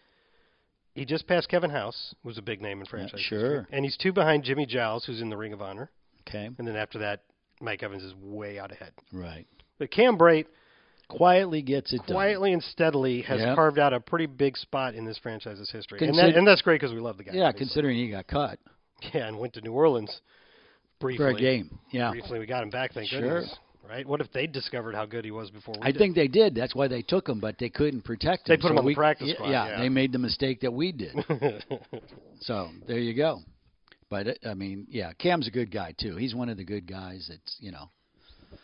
[SPEAKER 3] He just passed Kevin House, who's a big name in franchise. history.
[SPEAKER 4] sure.
[SPEAKER 3] And he's two behind Jimmy Giles, who's in the Ring of Honor.
[SPEAKER 4] okay,
[SPEAKER 3] And then after that, Mike Evans is way out ahead.
[SPEAKER 4] right.
[SPEAKER 3] But Cam Brate
[SPEAKER 4] Quietly gets it
[SPEAKER 3] quietly and steadily has
[SPEAKER 4] Yep.
[SPEAKER 3] carved out a pretty big spot in this franchise's history, and,
[SPEAKER 4] Consid-
[SPEAKER 3] that, and that's great because we love the guy.
[SPEAKER 4] done. Yeah,
[SPEAKER 3] obviously.
[SPEAKER 4] considering he got cut
[SPEAKER 3] yeah, and went to New Orleans briefly.
[SPEAKER 4] for a game. Yeah,
[SPEAKER 3] Briefly, we got him back. Thank
[SPEAKER 4] Sure.
[SPEAKER 3] goodness. right? What if they discovered how good he was before we
[SPEAKER 4] I
[SPEAKER 3] did?
[SPEAKER 4] think they did. That's why they took him, but they couldn't protect
[SPEAKER 3] They
[SPEAKER 4] him.
[SPEAKER 3] put him on the
[SPEAKER 4] we,
[SPEAKER 3] practice
[SPEAKER 4] yeah,
[SPEAKER 3] squad, yeah.
[SPEAKER 4] they made the mistake that we did. so there you go. But uh, I mean, yeah, Cam's a good guy too. He's one of the good guys. That's you know,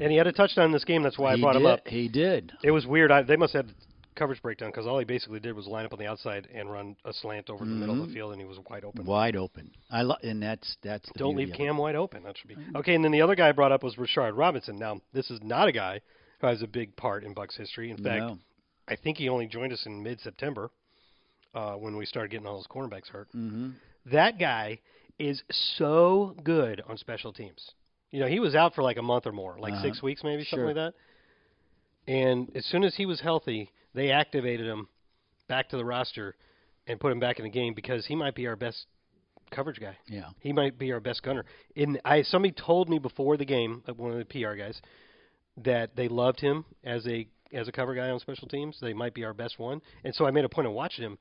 [SPEAKER 3] and he had a touchdown in this game. That's why I
[SPEAKER 4] he
[SPEAKER 3] brought
[SPEAKER 4] did,
[SPEAKER 3] him up.
[SPEAKER 4] He did.
[SPEAKER 3] It was weird. I, they must have had coverage breakdown because all he basically did was line up on the outside and run a slant over the middle
[SPEAKER 4] Mm-hmm.
[SPEAKER 3] of the field, and he was wide open.
[SPEAKER 4] Wide open. I lo- and that's that's. The
[SPEAKER 3] Don't
[SPEAKER 4] beauty
[SPEAKER 3] leave
[SPEAKER 4] of it. Mm-hmm.
[SPEAKER 3] Cam wide open. That should be okay. And then the other guy I brought up was Rashard Robinson. Now this is not a guy who has a big part in Bucks history. In fact,
[SPEAKER 4] No.
[SPEAKER 3] I think he only joined us in mid-September uh, when we started getting all those cornerbacks hurt.
[SPEAKER 4] Mm. Mm-hmm.
[SPEAKER 3] That guy is so good on special teams. You know, he was out for like a month or more, like
[SPEAKER 4] Uh-huh.
[SPEAKER 3] six weeks maybe, something like that. And as soon as he was healthy, they activated him back to the roster and put him back in the game because he might be our best coverage guy.
[SPEAKER 4] Yeah.
[SPEAKER 3] He might be our best gunner. In I somebody told me before the game, uh, one of the PR guys, that they loved him as a as a cover guy on special teams. They might be our best one, and so I made a point of watching him.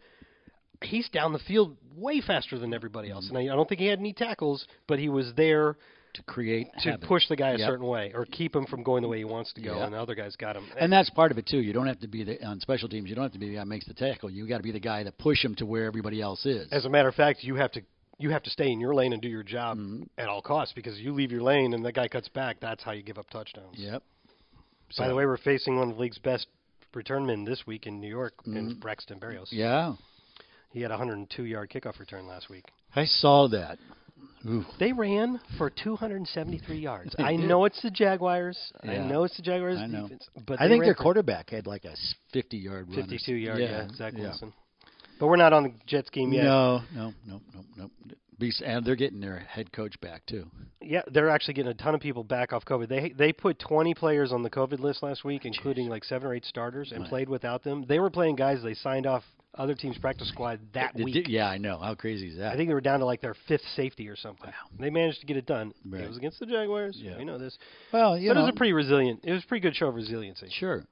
[SPEAKER 3] He's down the field way faster than everybody else,
[SPEAKER 4] Mm-hmm.
[SPEAKER 3] and I, I don't think he had any tackles, but he was there
[SPEAKER 4] to create
[SPEAKER 3] to
[SPEAKER 4] havoc.
[SPEAKER 3] push the guy a
[SPEAKER 4] Yep.
[SPEAKER 3] certain way or keep him from going the way he wants to go,
[SPEAKER 4] Yep.
[SPEAKER 3] and the other guys got him.
[SPEAKER 4] And that's part of it too. You don't have to be the on special teams. You don't have to be the guy that makes the tackle. You got to be the guy that push him to where everybody else is.
[SPEAKER 3] as a matter of fact, you have to you have to stay in your lane and do your job
[SPEAKER 4] Mm-hmm.
[SPEAKER 3] at all costs because you leave your lane and that guy cuts back. That's how you give up touchdowns.
[SPEAKER 4] yep.
[SPEAKER 3] By the way, we're facing one of the league's best return men this week in New York, in Braxton Berrios.
[SPEAKER 4] Mm-hmm. Yeah.
[SPEAKER 3] He had a 102-yard kickoff return last week.
[SPEAKER 4] I saw that. Ooh.
[SPEAKER 3] They ran for 273 yards. I know it's the Jaguars.
[SPEAKER 4] Yeah.
[SPEAKER 3] I know it's the Jaguars
[SPEAKER 4] I know.
[SPEAKER 3] defense, but
[SPEAKER 4] I
[SPEAKER 3] they
[SPEAKER 4] think
[SPEAKER 3] ran
[SPEAKER 4] their
[SPEAKER 3] for
[SPEAKER 4] quarterback had like a 50 yard run. or
[SPEAKER 3] 52 yard,
[SPEAKER 4] something.
[SPEAKER 3] yeah, Zach
[SPEAKER 4] yeah.
[SPEAKER 3] Wilson. But we're not on the Jets game yet.
[SPEAKER 4] No, no, no, no, no. Be- And they're getting their head coach back too.
[SPEAKER 3] Yeah, they're actually getting a ton of people back off COVID. They they put 20 players on the COVID list last week, including like seven or eight starters, and played without them. They were playing guys they signed off other teams' practice squad that
[SPEAKER 4] They
[SPEAKER 3] week.
[SPEAKER 4] did- yeah, I know. How crazy is that?
[SPEAKER 3] I think they were down to like their fifth safety or something. They managed to get it done.
[SPEAKER 4] Right.
[SPEAKER 3] It was against the Jaguars.
[SPEAKER 4] Yeah.
[SPEAKER 3] We know this.
[SPEAKER 4] well, you
[SPEAKER 3] But it
[SPEAKER 4] know,
[SPEAKER 3] was a pretty resilient. It was a pretty good show of resiliency.
[SPEAKER 4] sure.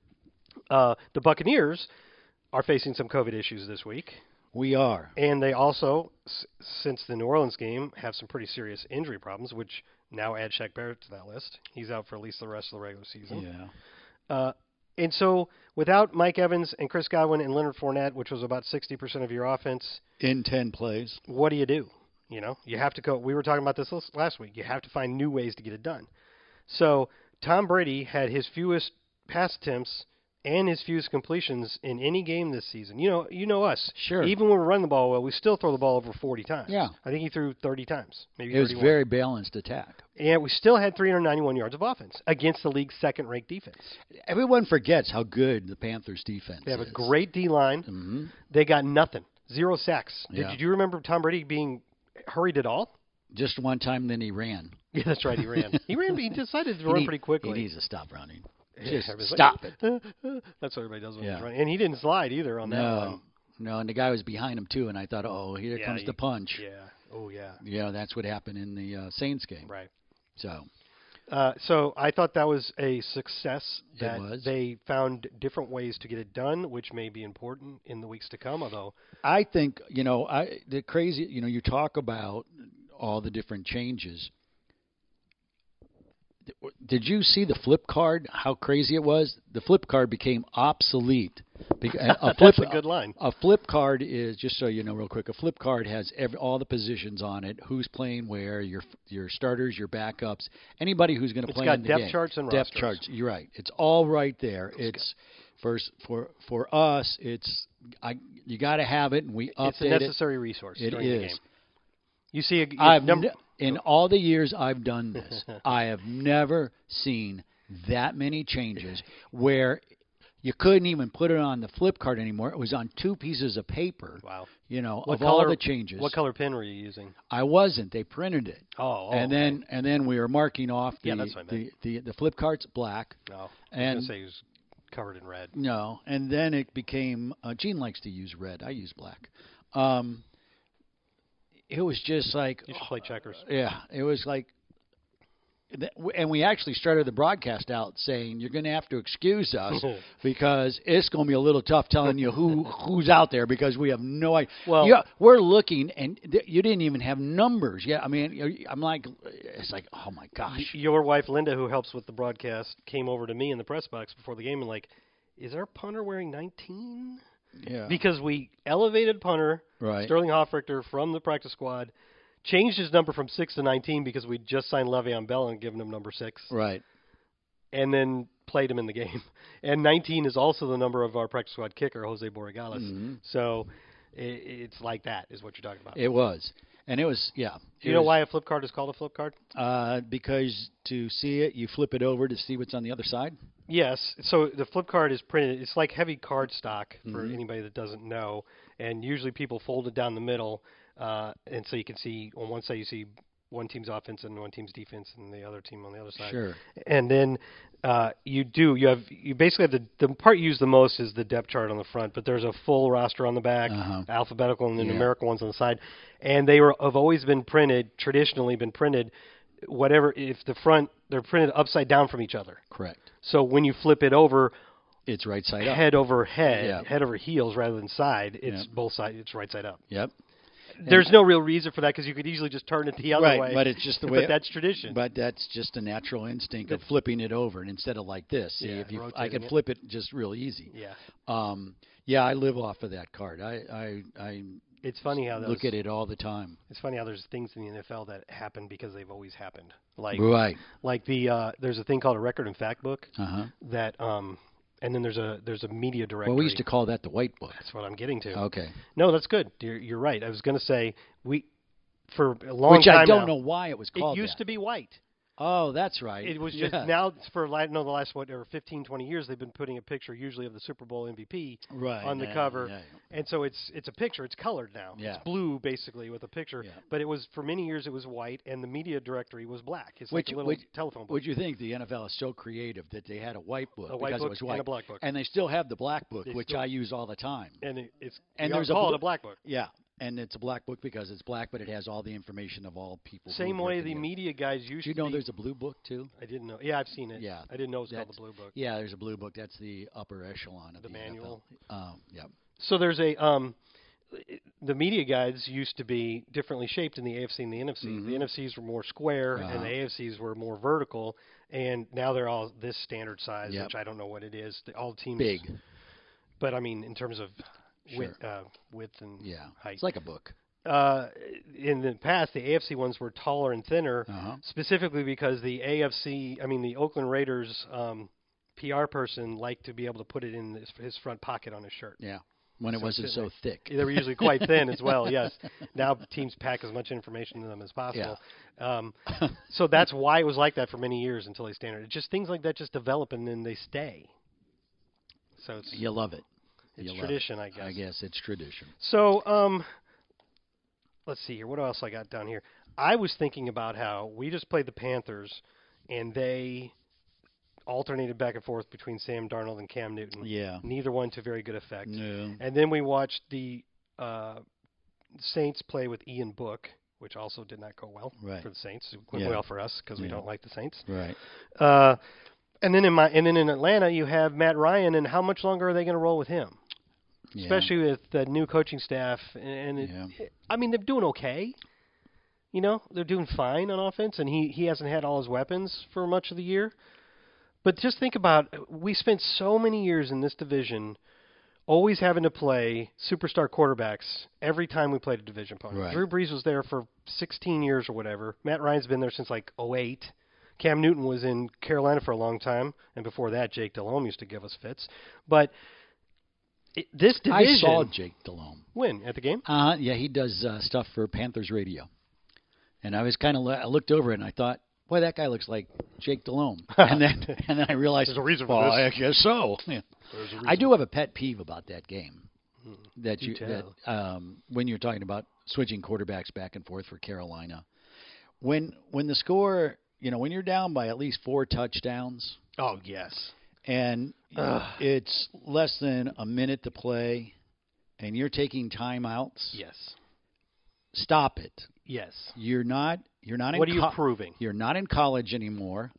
[SPEAKER 3] Uh, the Buccaneers are facing some COVID issues this week,
[SPEAKER 4] We are.
[SPEAKER 3] and they also, s- since the New Orleans game, have some pretty serious injury problems, which now add Shaq Barrett to that list. He's out for at least the rest of the regular season.
[SPEAKER 4] Yeah.
[SPEAKER 3] Uh, and so, without Mike Evans and Chris Godwin and Leonard Fournette, which was about 60% of your offense,
[SPEAKER 4] In 10 plays.
[SPEAKER 3] what do you do? You know, you have to go. We were talking about this last- last week. You have to find new ways to get it done. So Tom Brady had his fewest pass attempts and his fewest completions in any game this season. You know, you know us.
[SPEAKER 4] Sure.
[SPEAKER 3] Even when we run the ball well, we still throw the ball over 40 times.
[SPEAKER 4] Yeah.
[SPEAKER 3] I think he threw 30 times, maybe
[SPEAKER 4] It was
[SPEAKER 3] 31.
[SPEAKER 4] very balanced attack.
[SPEAKER 3] and we still had 391 yards of offense against the league's second-ranked defense.
[SPEAKER 4] Everyone forgets how good the Panthers defense
[SPEAKER 3] They have
[SPEAKER 4] is.
[SPEAKER 3] a great D line.
[SPEAKER 4] Mhm.
[SPEAKER 3] They got nothing. Zero sacks. Did,
[SPEAKER 4] Yeah.
[SPEAKER 3] did you remember Tom Brady being hurried at all?
[SPEAKER 4] Just one time, then he ran.
[SPEAKER 3] Yeah, that's right. He ran. he ran. He decided to run
[SPEAKER 4] He-
[SPEAKER 3] pretty quickly.
[SPEAKER 4] He needs to stop running. Just
[SPEAKER 3] Everybody's like,
[SPEAKER 4] stop it.
[SPEAKER 3] That's what everybody does when
[SPEAKER 4] Yeah.
[SPEAKER 3] he's running. And he didn't slide either on that
[SPEAKER 4] No,
[SPEAKER 3] one.
[SPEAKER 4] no, and the guy was behind him too, and I thought, oh, here
[SPEAKER 3] Yeah,
[SPEAKER 4] comes
[SPEAKER 3] you-
[SPEAKER 4] the punch. Yeah.
[SPEAKER 3] Yeah. Oh yeah.
[SPEAKER 4] that's what happened in the uh, Saints game.
[SPEAKER 3] Right.
[SPEAKER 4] So
[SPEAKER 3] Uh, so I thought that was a success that
[SPEAKER 4] was.
[SPEAKER 3] they found different ways to get it done, which may be important in the weeks to come. Although
[SPEAKER 4] I think you know, I the crazy, you know, you talk about all the different changes. Did you see the flip card? How crazy it was! The flip card became obsolete. Bec- A
[SPEAKER 3] that's a good line.
[SPEAKER 4] A flip card is just so you know, real quick. A flip card has every, all the positions on it: who's playing where, your your starters, your backups, anybody who's going to play
[SPEAKER 3] got
[SPEAKER 4] in the
[SPEAKER 3] depth
[SPEAKER 4] game.
[SPEAKER 3] charts and
[SPEAKER 4] depth
[SPEAKER 3] rosters.
[SPEAKER 4] charts. You're right. It's all right there. it's first for for us. It's I you got to have it, and we update
[SPEAKER 3] It's a necessary resource
[SPEAKER 4] it. It
[SPEAKER 3] during the
[SPEAKER 4] is.
[SPEAKER 3] game. You see, a,
[SPEAKER 4] I've
[SPEAKER 3] number,
[SPEAKER 4] ne- in all the years I've done this, I have never seen that many changes where you couldn't even put it on the flip card anymore. It was on two pieces of paper.
[SPEAKER 3] Wow.
[SPEAKER 4] You know,
[SPEAKER 3] what
[SPEAKER 4] of
[SPEAKER 3] color
[SPEAKER 4] all the changes.
[SPEAKER 3] What color pin were you using?
[SPEAKER 4] I wasn't. They printed it.
[SPEAKER 3] Oh, oh,
[SPEAKER 4] and then and then we were marking off the
[SPEAKER 3] Yeah, that's what I
[SPEAKER 4] the, the the flip cards black.
[SPEAKER 3] No, Oh, I
[SPEAKER 4] And
[SPEAKER 3] was gonna say he was covered in red.
[SPEAKER 4] no, and then it became uh, Gene likes to use red. I use black. Um, it was just like Oh,
[SPEAKER 3] You should play checkers.
[SPEAKER 4] yeah, it was like th- and we actually started the broadcast out saying you're going to have to excuse us because it's going to be a little tough telling you who who's out there because we have no idea.
[SPEAKER 3] Well-
[SPEAKER 4] yeah, we're looking and th- you didn't even have numbers. Yeah, I mean, you- I'm like, it's like, oh my gosh.
[SPEAKER 3] Your wife Linda, who helps with the broadcast, came over to me in the press box before the game and like, is our punter wearing 19?
[SPEAKER 4] Yeah.
[SPEAKER 3] Because we elevated punter
[SPEAKER 4] Right.
[SPEAKER 3] Sterling Hoffrichter from the practice squad, changed his number from six to 19 because we just signed Le'Veon Bell and given him number six,
[SPEAKER 4] Right.
[SPEAKER 3] and then played him in the game. And 19 is also the number of our practice squad kicker Jose Borregales. So i it's like that is what you're talking about.
[SPEAKER 4] Mm-hmm. It was. And it was, yeah.
[SPEAKER 3] Do you
[SPEAKER 4] It
[SPEAKER 3] know
[SPEAKER 4] was-
[SPEAKER 3] why a flip card is called a flip card?
[SPEAKER 4] Uh, because to see it, you flip it over to see what's on the other side.
[SPEAKER 3] Yes. So the flip card is printed. It's like heavy card stock for anybody that doesn't know. And usually people fold it down the middle, uh, and so you can see on one side you see one team's offense and one team's defense, and the other team on the other side.
[SPEAKER 4] Sure.
[SPEAKER 3] And then uh, you do you have you basically have the the part you use the most is the depth chart on the front, but there's a full roster on the back, alphabetical and the numerical ones on the side, and they were have always been printed traditionally been printed whatever if the front they're printed upside down from each other.
[SPEAKER 4] Correct.
[SPEAKER 3] So when you flip it over
[SPEAKER 4] It's right side up.
[SPEAKER 3] head over head,
[SPEAKER 4] Yeah.
[SPEAKER 3] head over heels rather than side, it's both side, it's right side up.
[SPEAKER 4] Yep.
[SPEAKER 3] There's no real reason for that because you could easily just turn it the other
[SPEAKER 4] Right,
[SPEAKER 3] way.
[SPEAKER 4] but it's just the way.
[SPEAKER 3] But that's tradition.
[SPEAKER 4] But that's just a natural instinct of flipping it over, and instead of like this, see,
[SPEAKER 3] Yeah,
[SPEAKER 4] if you, I
[SPEAKER 3] rotating
[SPEAKER 4] could
[SPEAKER 3] it.
[SPEAKER 4] flip it just real easy.
[SPEAKER 3] yeah,
[SPEAKER 4] Um, yeah, I live off of that card. I, I, I
[SPEAKER 3] it's funny how those,
[SPEAKER 4] look at it all the time.
[SPEAKER 3] It's funny how there's things in the NFL that happen because they've always happened. Like
[SPEAKER 4] Right.
[SPEAKER 3] like the uh, there's a thing called a record and fact book
[SPEAKER 4] Uh huh.
[SPEAKER 3] that um and then there's a there's a media directory.
[SPEAKER 4] Well, we used to call that the white book.
[SPEAKER 3] that's what I'm getting to.
[SPEAKER 4] Okay.
[SPEAKER 3] No, that's good. You're, you're right. I was going to say we for a long
[SPEAKER 4] Which
[SPEAKER 3] time
[SPEAKER 4] I don't
[SPEAKER 3] now,
[SPEAKER 4] know why it was called.
[SPEAKER 3] It used
[SPEAKER 4] that.
[SPEAKER 3] to be white.
[SPEAKER 4] Oh, that's right.
[SPEAKER 3] It was just
[SPEAKER 4] Yeah.
[SPEAKER 3] now it's for like no the last whatever 15 20 years they've been putting a picture usually of the Super Bowl MVP
[SPEAKER 4] Right,
[SPEAKER 3] on the
[SPEAKER 4] yeah,
[SPEAKER 3] cover.
[SPEAKER 4] yeah,
[SPEAKER 3] And so it's it's a picture, it's colored now.
[SPEAKER 4] Yeah.
[SPEAKER 3] It's blue basically with a picture,
[SPEAKER 4] Yeah.
[SPEAKER 3] but it was for many years it was white and the media directory was black. It's
[SPEAKER 4] Which-
[SPEAKER 3] like a little
[SPEAKER 4] which-
[SPEAKER 3] telephone book.
[SPEAKER 4] Would you think the NFL is so creative that they had a white book
[SPEAKER 3] A white
[SPEAKER 4] because
[SPEAKER 3] book
[SPEAKER 4] it was
[SPEAKER 3] and
[SPEAKER 4] white
[SPEAKER 3] a black book.
[SPEAKER 4] and they still have the black book,
[SPEAKER 3] They
[SPEAKER 4] which
[SPEAKER 3] still-
[SPEAKER 4] I use all the time.
[SPEAKER 3] and it, it's
[SPEAKER 4] and
[SPEAKER 3] we all
[SPEAKER 4] there's a
[SPEAKER 3] call it
[SPEAKER 4] bl-
[SPEAKER 3] a black book.
[SPEAKER 4] Yeah, and it's a black book because it's black, but it has all the information of all people. who
[SPEAKER 3] Same
[SPEAKER 4] work
[SPEAKER 3] way
[SPEAKER 4] in
[SPEAKER 3] the
[SPEAKER 4] there.
[SPEAKER 3] media guys used
[SPEAKER 4] Do you
[SPEAKER 3] to
[SPEAKER 4] know
[SPEAKER 3] be,
[SPEAKER 4] there's a blue book too?
[SPEAKER 3] I didn't know. Yeah, I've seen it.
[SPEAKER 4] Yeah,
[SPEAKER 3] I didn't know it was called the
[SPEAKER 4] that's-
[SPEAKER 3] blue book.
[SPEAKER 4] Yeah, there's a blue book. That's the upper echelon of the, NFL.
[SPEAKER 3] manual.
[SPEAKER 4] Um, yeah.
[SPEAKER 3] So there's a um, the media guides used to be differently shaped in the AFC and the NFC.
[SPEAKER 4] Mm-hmm.
[SPEAKER 3] The NFCs were more square
[SPEAKER 4] Uh-huh.
[SPEAKER 3] and the AFCs were more vertical, and now they're all this standard size,
[SPEAKER 4] Yep.
[SPEAKER 3] which I don't know what it is. The- All teams
[SPEAKER 4] Big.
[SPEAKER 3] but I mean in terms of width,
[SPEAKER 4] Sure.
[SPEAKER 3] uh, width and
[SPEAKER 4] Yeah.
[SPEAKER 3] height.
[SPEAKER 4] It's like a book.
[SPEAKER 3] uh, in the past, the AFC ones were taller and thinner,
[SPEAKER 4] Uh-huh.
[SPEAKER 3] specifically because the AFC, I mean the Oakland Raiders. Um, PR person liked to be able to put it in his, his front pocket on his shirt.
[SPEAKER 4] Yeah. When it wasn't so thick.
[SPEAKER 3] They were usually quite thin as well. Yes. Now teams pack as much information in them as possible. Um, so that's why it was like that for many years until they standard. It's just things like that just develop and then they stay. So it's
[SPEAKER 4] You love it.
[SPEAKER 3] it's
[SPEAKER 4] you love it.
[SPEAKER 3] tradition, I guess.
[SPEAKER 4] I guess it's tradition.
[SPEAKER 3] So um, let's see here. What else I got down here? I was thinking about how we just played the Panthers, and they alternated back and forth between Sam Darnold and Cam Newton.
[SPEAKER 4] Yeah.
[SPEAKER 3] Neither one Hmm. to very good effect.
[SPEAKER 4] No.
[SPEAKER 3] And then we watched the uh, Saints play with Ian Book, which also did not go well
[SPEAKER 4] Right.
[SPEAKER 3] for the Saints. It went
[SPEAKER 4] Yeah.
[SPEAKER 3] well for us because we don't like the Saints.
[SPEAKER 4] Right.
[SPEAKER 3] Uh, and then in my and then in Atlanta, you have Matt Ryan, and how much longer are they going to roll with him?
[SPEAKER 4] Yeah.
[SPEAKER 3] Especially with the new coaching staff, and it,
[SPEAKER 4] Yeah.
[SPEAKER 3] I mean they're doing okay. You know they're doing fine on offense, and he he hasn't had all his weapons for much of the year. But just think about we spent so many years in this division always having to play superstar quarterbacks every time we played a division opponent.
[SPEAKER 4] Right.
[SPEAKER 3] Drew Brees was there for 16 years or whatever. Matt Ryan's been there since like 08. Cam Newton was in Carolina for a long time, and before that, Jake Delhomme used to give us fits. But it, this
[SPEAKER 4] I
[SPEAKER 3] division
[SPEAKER 4] saw Jake Delhomme.
[SPEAKER 3] win at the game.
[SPEAKER 4] Uh yeah, he does uh, stuff for Panthers radio. And I was kind of lo- I looked over it and I thought, boy, that guy looks like Jake Delhomme. and then and then I realized
[SPEAKER 3] There's a reason for
[SPEAKER 4] well,
[SPEAKER 3] this.
[SPEAKER 4] I guess so. Yeah. I do have a pet peeve about that game. That
[SPEAKER 3] Hmm. Do
[SPEAKER 4] you
[SPEAKER 3] tell.
[SPEAKER 4] that um, when you're talking about switching quarterbacks back and forth for Carolina, when when the score, you know, when you're down by at least four touchdowns
[SPEAKER 3] Oh yes,
[SPEAKER 4] and it's less than a minute to play, and you're taking timeouts
[SPEAKER 3] yes.
[SPEAKER 4] stop it.
[SPEAKER 3] Yes.
[SPEAKER 4] You're not. You're not.
[SPEAKER 3] What are
[SPEAKER 4] in
[SPEAKER 3] you
[SPEAKER 4] co-
[SPEAKER 3] proving?
[SPEAKER 4] You're not in college anymore.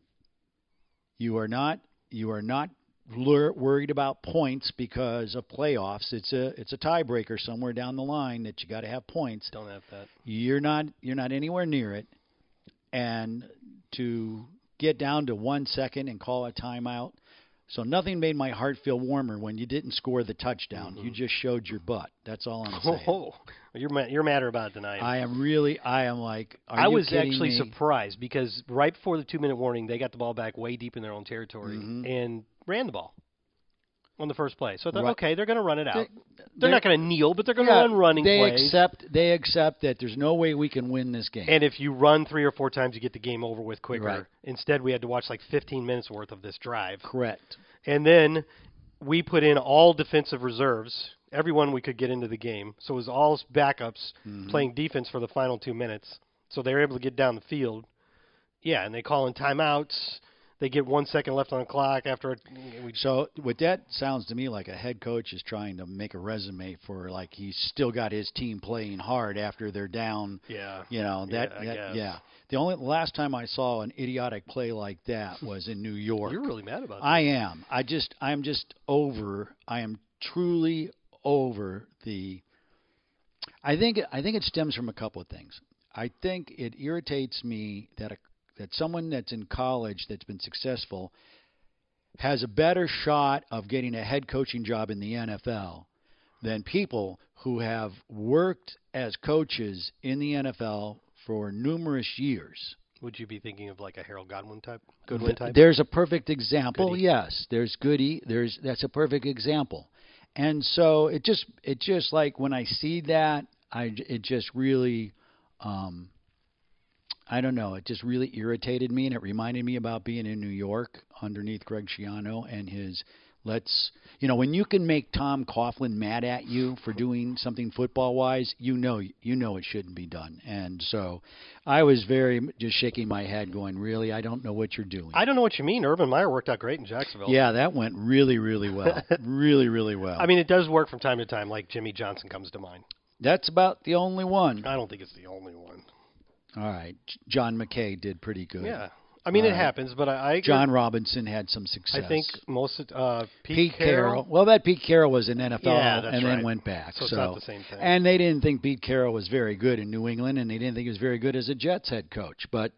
[SPEAKER 4] You are not. You are not lure, worried about points because of playoffs. It's a. It's a tiebreaker somewhere down the line that you got to have points.
[SPEAKER 3] Don't have that.
[SPEAKER 4] You're not. You're not anywhere near it. And to get down to one second and call a timeout. So nothing made my heart feel warmer when you didn't score the touchdown.
[SPEAKER 3] Mm-hmm.
[SPEAKER 4] You just showed your butt. That's all I'm saying.
[SPEAKER 3] Oh, you're ma- you're madder about it than I am.
[SPEAKER 4] I am really, I am like, are
[SPEAKER 3] I
[SPEAKER 4] you
[SPEAKER 3] was
[SPEAKER 4] kidding
[SPEAKER 3] actually
[SPEAKER 4] me?
[SPEAKER 3] surprised because right before the two minute warning, they got the ball back way deep in their own territory
[SPEAKER 4] Mm-hmm.
[SPEAKER 3] and ran the ball on the first play. So I thought,
[SPEAKER 4] Right.
[SPEAKER 3] okay, they're going to run it out. They're,
[SPEAKER 4] they're-
[SPEAKER 3] not going to kneel, but they're going to
[SPEAKER 4] Yeah,
[SPEAKER 3] run running
[SPEAKER 4] they
[SPEAKER 3] plays.
[SPEAKER 4] accept they accept that there's no way we can win this game.
[SPEAKER 3] and if you run three or four times, you get the game over with quicker.
[SPEAKER 4] Right.
[SPEAKER 3] Instead, we had to watch like 15 minutes worth of this drive.
[SPEAKER 4] Correct.
[SPEAKER 3] And then we put in all defensive reserves, everyone we could get into the game. So it was all backups playing defense for the final two minutes. So they were able to get down the field. Yeah, and they call in timeouts. They get one second left on the clock after it. We,
[SPEAKER 4] So what that sounds to me like a head coach is trying to make a resume for like he's still got his team playing hard after they're down.
[SPEAKER 3] yeah.
[SPEAKER 4] You know that
[SPEAKER 3] Yeah, I
[SPEAKER 4] that-
[SPEAKER 3] guess.
[SPEAKER 4] yeah. The only last time I saw an idiotic play like that was in New York.
[SPEAKER 3] You're really mad about that.
[SPEAKER 4] I am. I just I'm just over. I am truly over the I think I think it stems from a couple of things. I think it irritates me that a, that someone that's in college that's been successful has a better shot of getting a head coaching job in the NFL than people who have worked as coaches in the NFL for numerous years.
[SPEAKER 3] Would you be thinking of like a Harold Godwin type? Goodwin
[SPEAKER 4] Th-
[SPEAKER 3] type?
[SPEAKER 4] There's a perfect example.
[SPEAKER 3] Goody.
[SPEAKER 4] Yes, there's goody. There's that's a perfect example. And so it just it just like when I see that, I j- it just really, um, I don't know. It just really irritated me, and it reminded me about being in New York underneath Greg Schiano and his. Let's you know when you can make Tom Coughlin mad at you for doing something football wise, you know you know it shouldn't be done. And so, I was very just shaking my head, going, "Really, I don't know what you're doing."
[SPEAKER 3] I don't know what you mean. Urban Meyer worked out great in Jacksonville.
[SPEAKER 4] Yeah, that went really, really well. really, really well.
[SPEAKER 3] I mean, it does work from time to time. Like Jimmy Johnson comes to mind.
[SPEAKER 4] that's about the only one.
[SPEAKER 3] I don't think it's the only one.
[SPEAKER 4] All right, J- John McKay did pretty good.
[SPEAKER 3] Yeah. I mean, it
[SPEAKER 4] Alright.
[SPEAKER 3] happens, but I, I
[SPEAKER 4] John Robinson had some success.
[SPEAKER 3] I think most of uh,
[SPEAKER 4] Pete Carroll. Well, that Pete Carroll was in NFL
[SPEAKER 3] Yeah, that's
[SPEAKER 4] and then
[SPEAKER 3] right.
[SPEAKER 4] went back.
[SPEAKER 3] So it's not the same thing.
[SPEAKER 4] And they didn't think Pete Carroll was very good in New England, and they didn't think he was very good as a Jets head coach. But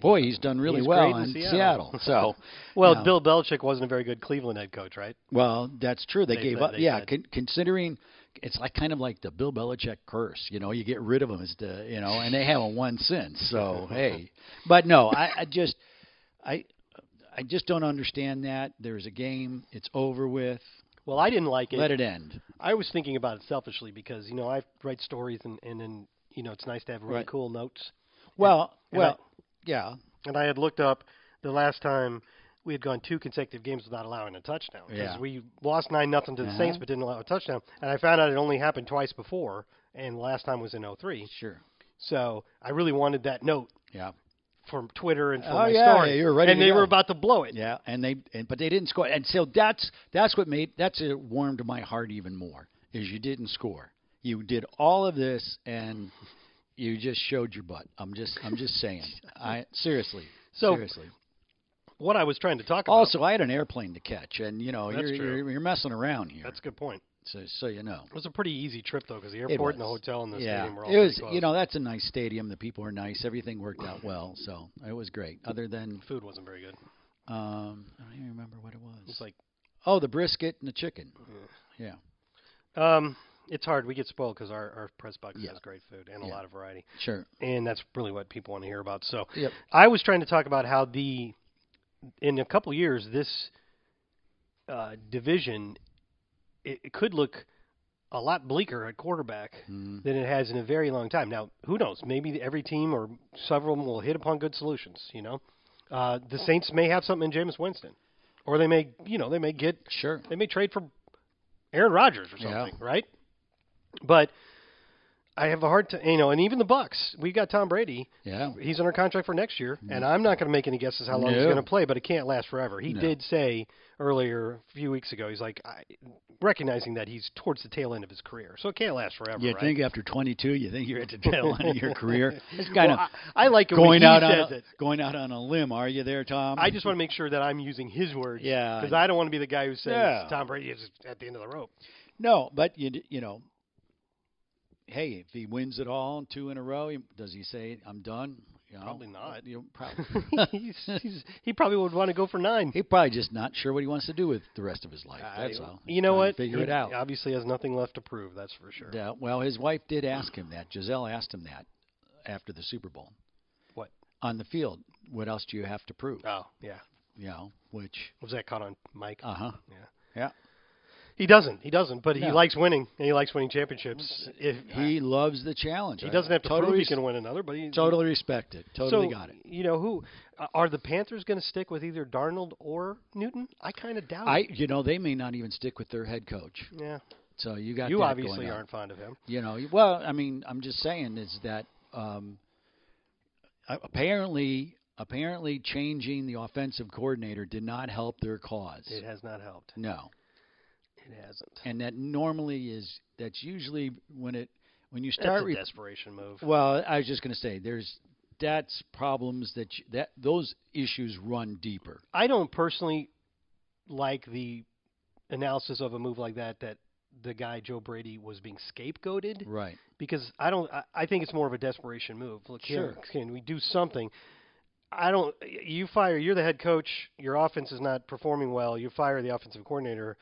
[SPEAKER 4] boy, he's done really
[SPEAKER 3] He's
[SPEAKER 4] well
[SPEAKER 3] great in
[SPEAKER 4] Seattle.
[SPEAKER 3] Seattle.
[SPEAKER 4] So,
[SPEAKER 3] Well,
[SPEAKER 4] No.
[SPEAKER 3] Bill Belichick wasn't a very good Cleveland head coach, right?
[SPEAKER 4] well, that's true. They,
[SPEAKER 3] They
[SPEAKER 4] gave
[SPEAKER 3] said-
[SPEAKER 4] up.
[SPEAKER 3] they
[SPEAKER 4] Yeah,
[SPEAKER 3] said-
[SPEAKER 4] con- considering it's like kind of like the Bill Belichick curse. You know, you get rid of him as the you know, and they haven't won since. So hey, but no, I, I just I I just don't understand that. There's a game. It's over with.
[SPEAKER 3] Well, I didn't like it.
[SPEAKER 4] Let it end.
[SPEAKER 3] I was thinking about it selfishly because you know I write stories and and then you know it's nice to have really
[SPEAKER 4] Right.
[SPEAKER 3] cool notes.
[SPEAKER 4] Well,
[SPEAKER 3] and
[SPEAKER 4] well, yeah,
[SPEAKER 3] And I had looked up the last time we had gone two consecutive games without allowing a touchdown because
[SPEAKER 4] Yeah. Uh-huh.
[SPEAKER 3] we lost nine nothing to the Saints but didn't allow a touchdown. And I found out it only happened twice before, and last time was in 03.
[SPEAKER 4] sure,
[SPEAKER 3] So I really wanted that note
[SPEAKER 4] yeah,
[SPEAKER 3] from Twitter and from
[SPEAKER 4] Oh,
[SPEAKER 3] my
[SPEAKER 4] yeah,
[SPEAKER 3] story.
[SPEAKER 4] yeah, you were ready
[SPEAKER 3] and
[SPEAKER 4] to
[SPEAKER 3] they
[SPEAKER 4] go.
[SPEAKER 3] were about to blow it.
[SPEAKER 4] yeah. And they, and, but they didn't score. And so that's that's what made that's it warmed my heart even more is you didn't score. You did all of this and you just showed your butt. I'm just I'm just saying. I seriously.
[SPEAKER 3] So-
[SPEAKER 4] seriously.
[SPEAKER 3] What I was trying to talk about.
[SPEAKER 4] Also, I had an airplane to catch, and you know
[SPEAKER 3] That's
[SPEAKER 4] you're,
[SPEAKER 3] true.
[SPEAKER 4] you're you're messing around here.
[SPEAKER 3] that's a good point.
[SPEAKER 4] so so you know.
[SPEAKER 3] It was a pretty easy trip though, because the
[SPEAKER 4] It
[SPEAKER 3] airport and the
[SPEAKER 4] was.
[SPEAKER 3] hotel and the
[SPEAKER 4] yeah,
[SPEAKER 3] stadium were all
[SPEAKER 4] it was.
[SPEAKER 3] pretty close.
[SPEAKER 4] You know, that's a nice stadium. The people are nice. Everything worked out well, so it was great. Other than,
[SPEAKER 3] food wasn't very good.
[SPEAKER 4] um, I don't even remember what it was.
[SPEAKER 3] It's like,
[SPEAKER 4] Oh, the brisket and the chicken. Yeah.
[SPEAKER 3] um, it's hard. We get spoiled because our our press box
[SPEAKER 4] Yeah.
[SPEAKER 3] has great food and a
[SPEAKER 4] Yeah.
[SPEAKER 3] lot of variety,
[SPEAKER 4] Sure.
[SPEAKER 3] and that's really what people want to hear about. So
[SPEAKER 4] Yep.
[SPEAKER 3] I was trying to talk about how the in a couple years this uh, division it, it could look a lot bleaker at quarterback
[SPEAKER 4] Mm-hmm.
[SPEAKER 3] than it has in a very long time. Now, who knows? Maybe every team or several of them will hit upon good solutions. You know, uh, the Saints may have something in Jameis Winston, or they may, you know, they may get
[SPEAKER 4] Sure.
[SPEAKER 3] they may trade for Aaron Rodgers or
[SPEAKER 4] Yeah.
[SPEAKER 3] something, right? But I have a hard time, you know, and even the Bucks. We've got Tom Brady.
[SPEAKER 4] Yeah.
[SPEAKER 3] He's under contract for next year, and I'm not going to make any guesses how long he's
[SPEAKER 4] No.
[SPEAKER 3] going to play, but it can't last forever. He did say earlier, a few weeks ago, he's like, I, recognizing that he's towards the tail end of his career, so it can't last forever.
[SPEAKER 4] You
[SPEAKER 3] right?
[SPEAKER 4] think after 22, you think you're at the tail end of your career. It's kind
[SPEAKER 3] Well,
[SPEAKER 4] of
[SPEAKER 3] I, I like it when
[SPEAKER 4] going
[SPEAKER 3] he
[SPEAKER 4] out
[SPEAKER 3] says
[SPEAKER 4] on a,
[SPEAKER 3] it.
[SPEAKER 4] going out on a limb. Are you there, Tom?
[SPEAKER 3] I just want to make sure that I'm using his words.
[SPEAKER 4] Yeah, I
[SPEAKER 3] Because
[SPEAKER 4] know.
[SPEAKER 3] I don't want to be the guy who says
[SPEAKER 4] Yeah.
[SPEAKER 3] Tom Brady is at the end of the rope.
[SPEAKER 4] no, but you d- you know, hey, if he wins it all two in a row, he- does he say I'm done? You know,
[SPEAKER 3] Probably not.
[SPEAKER 4] You know, probably.
[SPEAKER 3] he's, he's, he probably would want to go for nine.
[SPEAKER 4] He's probably just not sure what he wants to do with the rest of his life. That's
[SPEAKER 3] I-
[SPEAKER 4] all.
[SPEAKER 3] You know
[SPEAKER 4] Trying to
[SPEAKER 3] what?
[SPEAKER 4] Figure
[SPEAKER 3] He
[SPEAKER 4] it out.
[SPEAKER 3] Obviously, has nothing left to prove. That's for sure.
[SPEAKER 4] Yeah, well, his wife did ask him that. Giselle asked him that after the Super Bowl
[SPEAKER 3] What?
[SPEAKER 4] on the field. What else do you have to prove?
[SPEAKER 3] Oh, yeah.
[SPEAKER 4] You know, which
[SPEAKER 3] Was that caught on Mike?
[SPEAKER 4] uh huh.
[SPEAKER 3] Yeah.
[SPEAKER 4] Yeah.
[SPEAKER 3] He doesn't. He doesn't. But he
[SPEAKER 4] No.
[SPEAKER 3] likes winning, and he likes winning championships. If
[SPEAKER 4] He loves the challenge.
[SPEAKER 3] he doesn't have to
[SPEAKER 4] totally
[SPEAKER 3] prove he
[SPEAKER 4] res-
[SPEAKER 3] can win another, but he
[SPEAKER 4] Totally respect it. Totally
[SPEAKER 3] so,
[SPEAKER 4] got it.
[SPEAKER 3] You know who? Uh, are the Panthers going to stick with either Darnold or Newton? I kind of doubt.
[SPEAKER 4] I,
[SPEAKER 3] it.
[SPEAKER 4] you know, they may not even stick with their head coach.
[SPEAKER 3] Yeah.
[SPEAKER 4] So you got
[SPEAKER 3] You
[SPEAKER 4] that
[SPEAKER 3] obviously
[SPEAKER 4] going on.
[SPEAKER 3] aren't fond of him.
[SPEAKER 4] You know, well, I mean, I'm just saying is that um, a- apparently, apparently, changing the offensive coordinator did not help their cause.
[SPEAKER 3] It has not helped.
[SPEAKER 4] No,
[SPEAKER 3] It hasn't.
[SPEAKER 4] and that normally is that's usually when it when you
[SPEAKER 3] That's
[SPEAKER 4] start.
[SPEAKER 3] a
[SPEAKER 4] re-
[SPEAKER 3] desperation move.
[SPEAKER 4] well, I was just going to say there's that's problems that you, that those issues run deeper.
[SPEAKER 3] I don't personally like the analysis of a move like that that the guy Joe Brady was being scapegoated
[SPEAKER 4] Right.
[SPEAKER 3] because I don't I, I think it's more of a desperation move. Look,
[SPEAKER 4] Sure.
[SPEAKER 3] here, can we do something? I don't you fire you're the head coach, your offense is not performing well, you fire the offensive coordinator.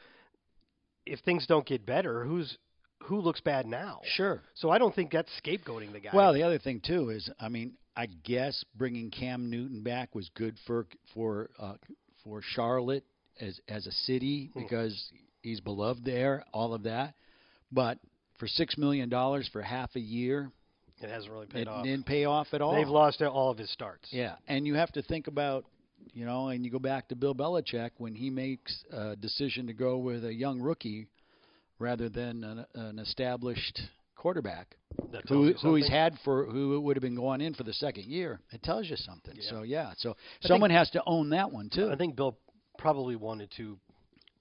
[SPEAKER 3] If things don't get better, who's who looks bad now?
[SPEAKER 4] Sure.
[SPEAKER 3] So I don't think that's scapegoating the guy.
[SPEAKER 4] Well, the other thing too is, I mean, I guess bringing Cam Newton back was good for for uh, for Charlotte as as a city
[SPEAKER 3] Hmm.
[SPEAKER 4] because he's beloved there, all of that. But for six million dollars for half a year,
[SPEAKER 3] it hasn't really paid
[SPEAKER 4] it
[SPEAKER 3] off.
[SPEAKER 4] didn't pay off at all.
[SPEAKER 3] They've lost all of his starts.
[SPEAKER 4] Yeah, and you have to think about, you know, and you go back to Bill Belichick when he makes a decision to go with a young rookie rather than an, an established quarterback
[SPEAKER 3] That tells
[SPEAKER 4] who
[SPEAKER 3] you
[SPEAKER 4] who he's
[SPEAKER 3] something.
[SPEAKER 4] had for who it would have been going in for the second year. It tells you something.
[SPEAKER 3] Yeah.
[SPEAKER 4] So yeah, so someone has to own that one too.
[SPEAKER 3] I think Bill probably wanted to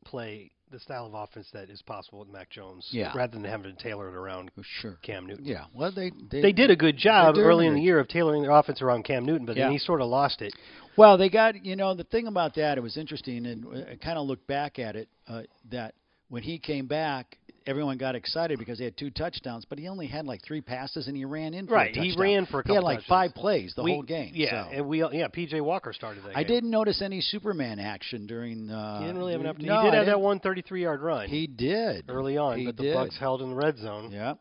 [SPEAKER 3] play the style of offense that is possible with Mac Jones,
[SPEAKER 4] Yeah.
[SPEAKER 3] rather than having to tailor it around
[SPEAKER 4] sure.
[SPEAKER 3] Cam Newton.
[SPEAKER 4] Yeah. Well, they they,
[SPEAKER 3] They did a good job
[SPEAKER 4] They're doing
[SPEAKER 3] early
[SPEAKER 4] a
[SPEAKER 3] in the
[SPEAKER 4] good-
[SPEAKER 3] year of tailoring their offense around Cam Newton, but
[SPEAKER 4] Yeah.
[SPEAKER 3] then he sort of lost it.
[SPEAKER 4] Well, they got you know the thing about that it was interesting, and I kind of looked back at it uh, that when he came back, everyone got excited because he had two touchdowns, but he only had like three passes, and he ran in for
[SPEAKER 3] Right,
[SPEAKER 4] A
[SPEAKER 3] he
[SPEAKER 4] touchdown.
[SPEAKER 3] ran for a
[SPEAKER 4] he had
[SPEAKER 3] couple
[SPEAKER 4] like
[SPEAKER 3] touchdowns.
[SPEAKER 4] five plays the
[SPEAKER 3] We-
[SPEAKER 4] whole game.
[SPEAKER 3] Yeah,
[SPEAKER 4] so.
[SPEAKER 3] and we yeah PJ Walker started that.
[SPEAKER 4] I
[SPEAKER 3] game.
[SPEAKER 4] didn't notice any Superman action during. Uh,
[SPEAKER 3] He didn't really have an opportunity.
[SPEAKER 4] No,
[SPEAKER 3] he did
[SPEAKER 4] I
[SPEAKER 3] have that
[SPEAKER 4] didn't.
[SPEAKER 3] one 33 yard run
[SPEAKER 4] He did
[SPEAKER 3] early on,
[SPEAKER 4] He
[SPEAKER 3] but the
[SPEAKER 4] did.
[SPEAKER 3] Bucks held in the red zone.
[SPEAKER 4] Yeah,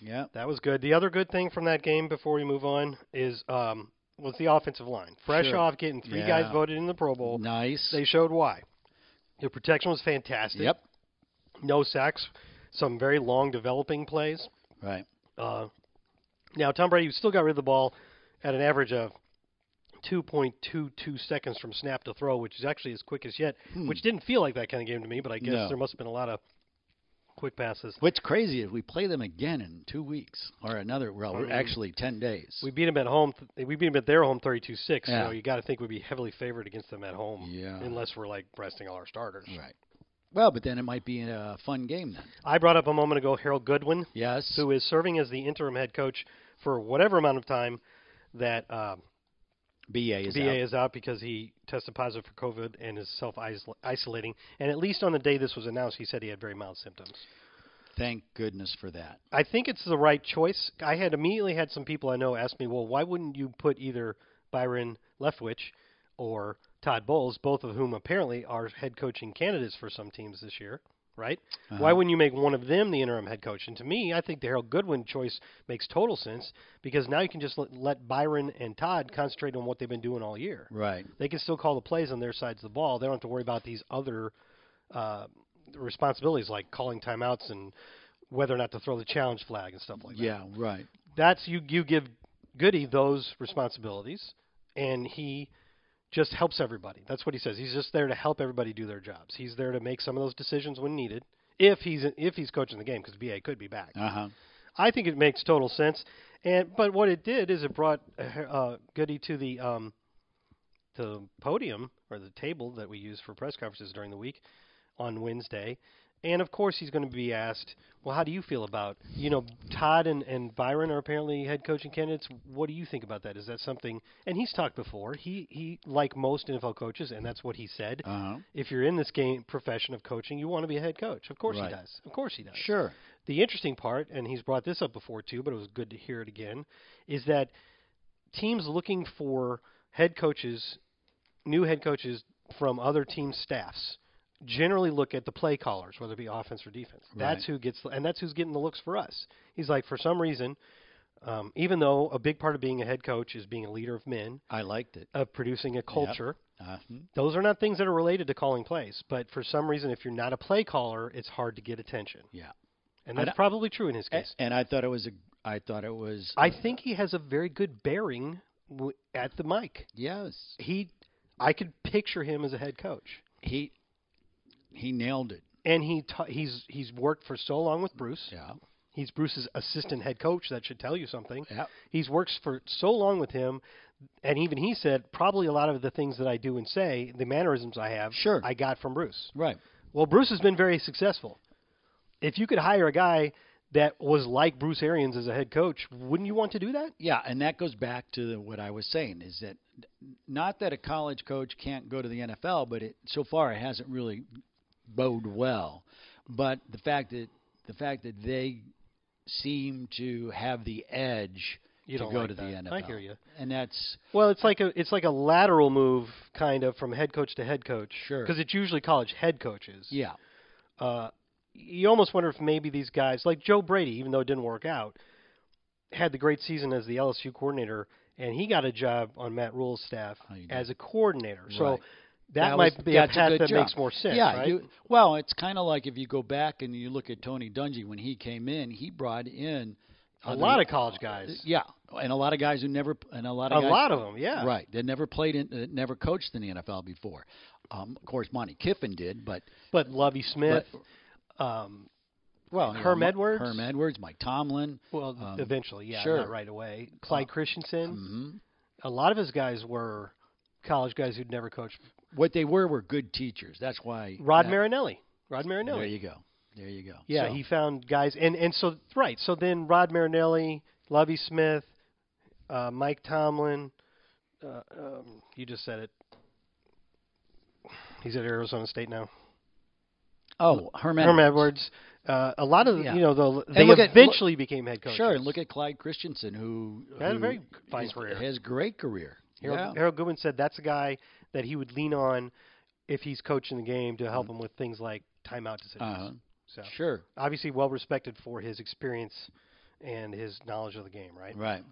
[SPEAKER 4] yeah.
[SPEAKER 3] That was good. The other good thing from that game before we move on is um, was the offensive line. Fresh
[SPEAKER 4] Sure.
[SPEAKER 3] off getting three
[SPEAKER 4] Yeah.
[SPEAKER 3] guys voted in the Pro Bowl.
[SPEAKER 4] Nice.
[SPEAKER 3] They showed why. Their protection was fantastic.
[SPEAKER 4] yep.
[SPEAKER 3] No sacks. Some very long developing plays.
[SPEAKER 4] Right.
[SPEAKER 3] Uh, now Tom Brady still got rid of the ball at an average of 2.22 seconds from snap to throw, which is actually as quick as yet, which didn't feel like that kind of game to me. But I guess
[SPEAKER 4] Hmm. No.
[SPEAKER 3] there must have been a lot of quick passes.
[SPEAKER 4] What's crazy is we play them again in two weeks or another. Well, we're
[SPEAKER 3] mean,
[SPEAKER 4] actually ten days.
[SPEAKER 3] We beat them at home. Th- we beat them at their home 32-6.
[SPEAKER 4] Yeah.
[SPEAKER 3] So you got to think we'd be heavily favored against them at home,
[SPEAKER 4] Yeah.
[SPEAKER 3] unless we're like resting all our starters.
[SPEAKER 4] Right. Well, but then it might be a fun game then.
[SPEAKER 3] I brought up a moment ago Harold Goodwin.
[SPEAKER 4] Yes.
[SPEAKER 3] who is serving as the interim head coach for whatever amount of time that uh,
[SPEAKER 4] BA is
[SPEAKER 3] BA
[SPEAKER 4] out.
[SPEAKER 3] is out because he tested positive for COVID and is self isolating. And at least on the day this was announced, he said he had very mild symptoms.
[SPEAKER 4] Thank goodness for that.
[SPEAKER 3] I think it's the right choice. I had immediately had some people I know ask me, well, why wouldn't you put either Byron Leftwich or Todd Bowles, both of whom apparently are head coaching candidates for some teams this year, right? Why wouldn't you make one of them the interim head coach? And to me, I think the Harold Goodwin choice makes total sense because now you can just let, let Byron and Todd concentrate on what they've been doing all year.
[SPEAKER 4] Right.
[SPEAKER 3] They can still call the plays on their sides of the ball. They don't have to worry about these other uh, responsibilities like calling timeouts and whether or not to throw the challenge flag and stuff like that.
[SPEAKER 4] Yeah. Right.
[SPEAKER 3] That's you you give Goody those responsibilities and he just helps everybody. That's what he says. He's just there to help everybody do their jobs. He's there to make some of those decisions when needed. If he's if he's coaching the game, because BA could be back.
[SPEAKER 4] Uh huh.
[SPEAKER 3] I think it makes total sense. And but what it did is it brought uh, uh, Goody to the um, the podium or the table that we use for press conferences during the week on Wednesday. And of course, he's going to be asked, "Well, how do you feel about you know Todd and, and Byron are apparently head coaching candidates? What do you think about that? Is that something?" And he's talked before. He he like most NFL coaches, and that's what he said.
[SPEAKER 4] Uh-huh.
[SPEAKER 3] If you're in this game profession of coaching, you want to be a head coach. Of course
[SPEAKER 4] Right.
[SPEAKER 3] he does. Of course he does.
[SPEAKER 4] Sure.
[SPEAKER 3] The interesting part, and he's brought this up before too, but it was good to hear it again, is that teams looking for head coaches, new head coaches from other team staffs, generally look at the play callers, whether it be offense or defense. That's who gets, and that's who's getting the looks for us. He's like, for some reason, um, even though a big part of being a head coach is being a leader of men,
[SPEAKER 4] I liked it.
[SPEAKER 3] of producing a culture
[SPEAKER 4] Uh, hmm.
[SPEAKER 3] those are not things that are related to calling plays, but for some reason, if you're not a play caller, it's hard to get attention.
[SPEAKER 4] Yeah.
[SPEAKER 3] And
[SPEAKER 4] I
[SPEAKER 3] that's
[SPEAKER 4] don't- Eh,
[SPEAKER 3] probably true in his
[SPEAKER 4] A-
[SPEAKER 3] case.
[SPEAKER 4] and I thought it was a. I thought it was.
[SPEAKER 3] I think he has a very good bearing w- at the mic.
[SPEAKER 4] yes.
[SPEAKER 3] He, I could picture him as a head coach,
[SPEAKER 4] He he nailed it.
[SPEAKER 3] and he ta- he's he's worked for so long with Bruce.
[SPEAKER 4] Yeah.
[SPEAKER 3] He's Bruce's assistant head coach. That should tell you something.
[SPEAKER 4] Yep.
[SPEAKER 3] He's works for so long with him, and even he said probably a lot of the things that I do and say, the mannerisms I have,
[SPEAKER 4] Sure.
[SPEAKER 3] I got from Bruce.
[SPEAKER 4] Right.
[SPEAKER 3] Well, Bruce has been very successful. If you could hire a guy that was like Bruce Arians as a head coach, wouldn't you want to do that?
[SPEAKER 4] Yeah, and that goes back to the, what I was saying is that not that a college coach can't go to the NFL, but it, so far it hasn't really bode well. But the fact that the fact that they seem to have the edge
[SPEAKER 3] You
[SPEAKER 4] to
[SPEAKER 3] don't
[SPEAKER 4] go
[SPEAKER 3] like
[SPEAKER 4] to
[SPEAKER 3] that.
[SPEAKER 4] the NFL.
[SPEAKER 3] I hear you.
[SPEAKER 4] And that's
[SPEAKER 3] Well, it's like a it's like a lateral move kind of from head coach to head coach.
[SPEAKER 4] Sure.
[SPEAKER 3] Because it's usually college head coaches.
[SPEAKER 4] yeah.
[SPEAKER 3] Uh, you almost wonder if maybe these guys like Joe Brady, even though it didn't work out, had the great season as the LSU coordinator, and he got a job on Matt Rule's staff
[SPEAKER 4] Oh, he did.
[SPEAKER 3] as a coordinator. So
[SPEAKER 4] Right.
[SPEAKER 3] that,
[SPEAKER 4] That
[SPEAKER 3] might
[SPEAKER 4] was-
[SPEAKER 3] be a
[SPEAKER 4] that's
[SPEAKER 3] path
[SPEAKER 4] good
[SPEAKER 3] that
[SPEAKER 4] job.
[SPEAKER 3] makes more sense.
[SPEAKER 4] Yeah.
[SPEAKER 3] right?
[SPEAKER 4] You, well, it's kind of like if you go back and you look at Tony Dungy when he came in, he brought in
[SPEAKER 3] a
[SPEAKER 4] other-
[SPEAKER 3] lot of college guys.
[SPEAKER 4] yeah, and a lot of guys who never and a lot
[SPEAKER 3] A
[SPEAKER 4] of guys,
[SPEAKER 3] lot of them, yeah.
[SPEAKER 4] right that never played in that never coached in the NFL before. Um, of course, Monty Kiffin did, but
[SPEAKER 3] But Lovey Smith, um,
[SPEAKER 4] well, you know,
[SPEAKER 3] Herm
[SPEAKER 4] Mo-
[SPEAKER 3] Edwards?
[SPEAKER 4] Herm Edwards, Mike Tomlin,
[SPEAKER 3] well,
[SPEAKER 4] Um,
[SPEAKER 3] eventually, yeah,
[SPEAKER 4] sure. Uh,
[SPEAKER 3] not right away. Clyde Christensen,
[SPEAKER 4] Mhm.
[SPEAKER 3] a lot of his guys were college guys who'd never coached.
[SPEAKER 4] what they were were good teachers. That's why
[SPEAKER 3] Rod
[SPEAKER 4] that-
[SPEAKER 3] Marinelli, Rod Marinelli.
[SPEAKER 4] There you go. There you go.
[SPEAKER 3] yeah,
[SPEAKER 4] So-
[SPEAKER 3] he found guys, and and so right, so then Rod Marinelli, Lovey Smith, uh, Mike Tomlin, uh, um, you just said it. He's at Arizona State now.
[SPEAKER 4] oh Herm Edwards.
[SPEAKER 3] Herm Edwards, uh, a lot of the
[SPEAKER 4] Yeah.
[SPEAKER 3] you know the, they
[SPEAKER 4] look at-
[SPEAKER 3] eventually became head coaches.
[SPEAKER 4] Sure, and look at Clyde Christensen, who
[SPEAKER 3] Had a
[SPEAKER 4] who
[SPEAKER 3] very fine
[SPEAKER 4] is-
[SPEAKER 3] career.
[SPEAKER 4] Has great career.
[SPEAKER 3] Harold,
[SPEAKER 4] yeah.
[SPEAKER 3] Harold Goodwin said that's a guy that he would lean on if he's coaching the game to help him with things like timeout decisions.
[SPEAKER 4] Mm-hmm. Uh-huh.
[SPEAKER 3] So
[SPEAKER 4] Sure.
[SPEAKER 3] obviously well respected for his experience and his knowledge of the game, right?
[SPEAKER 4] Right.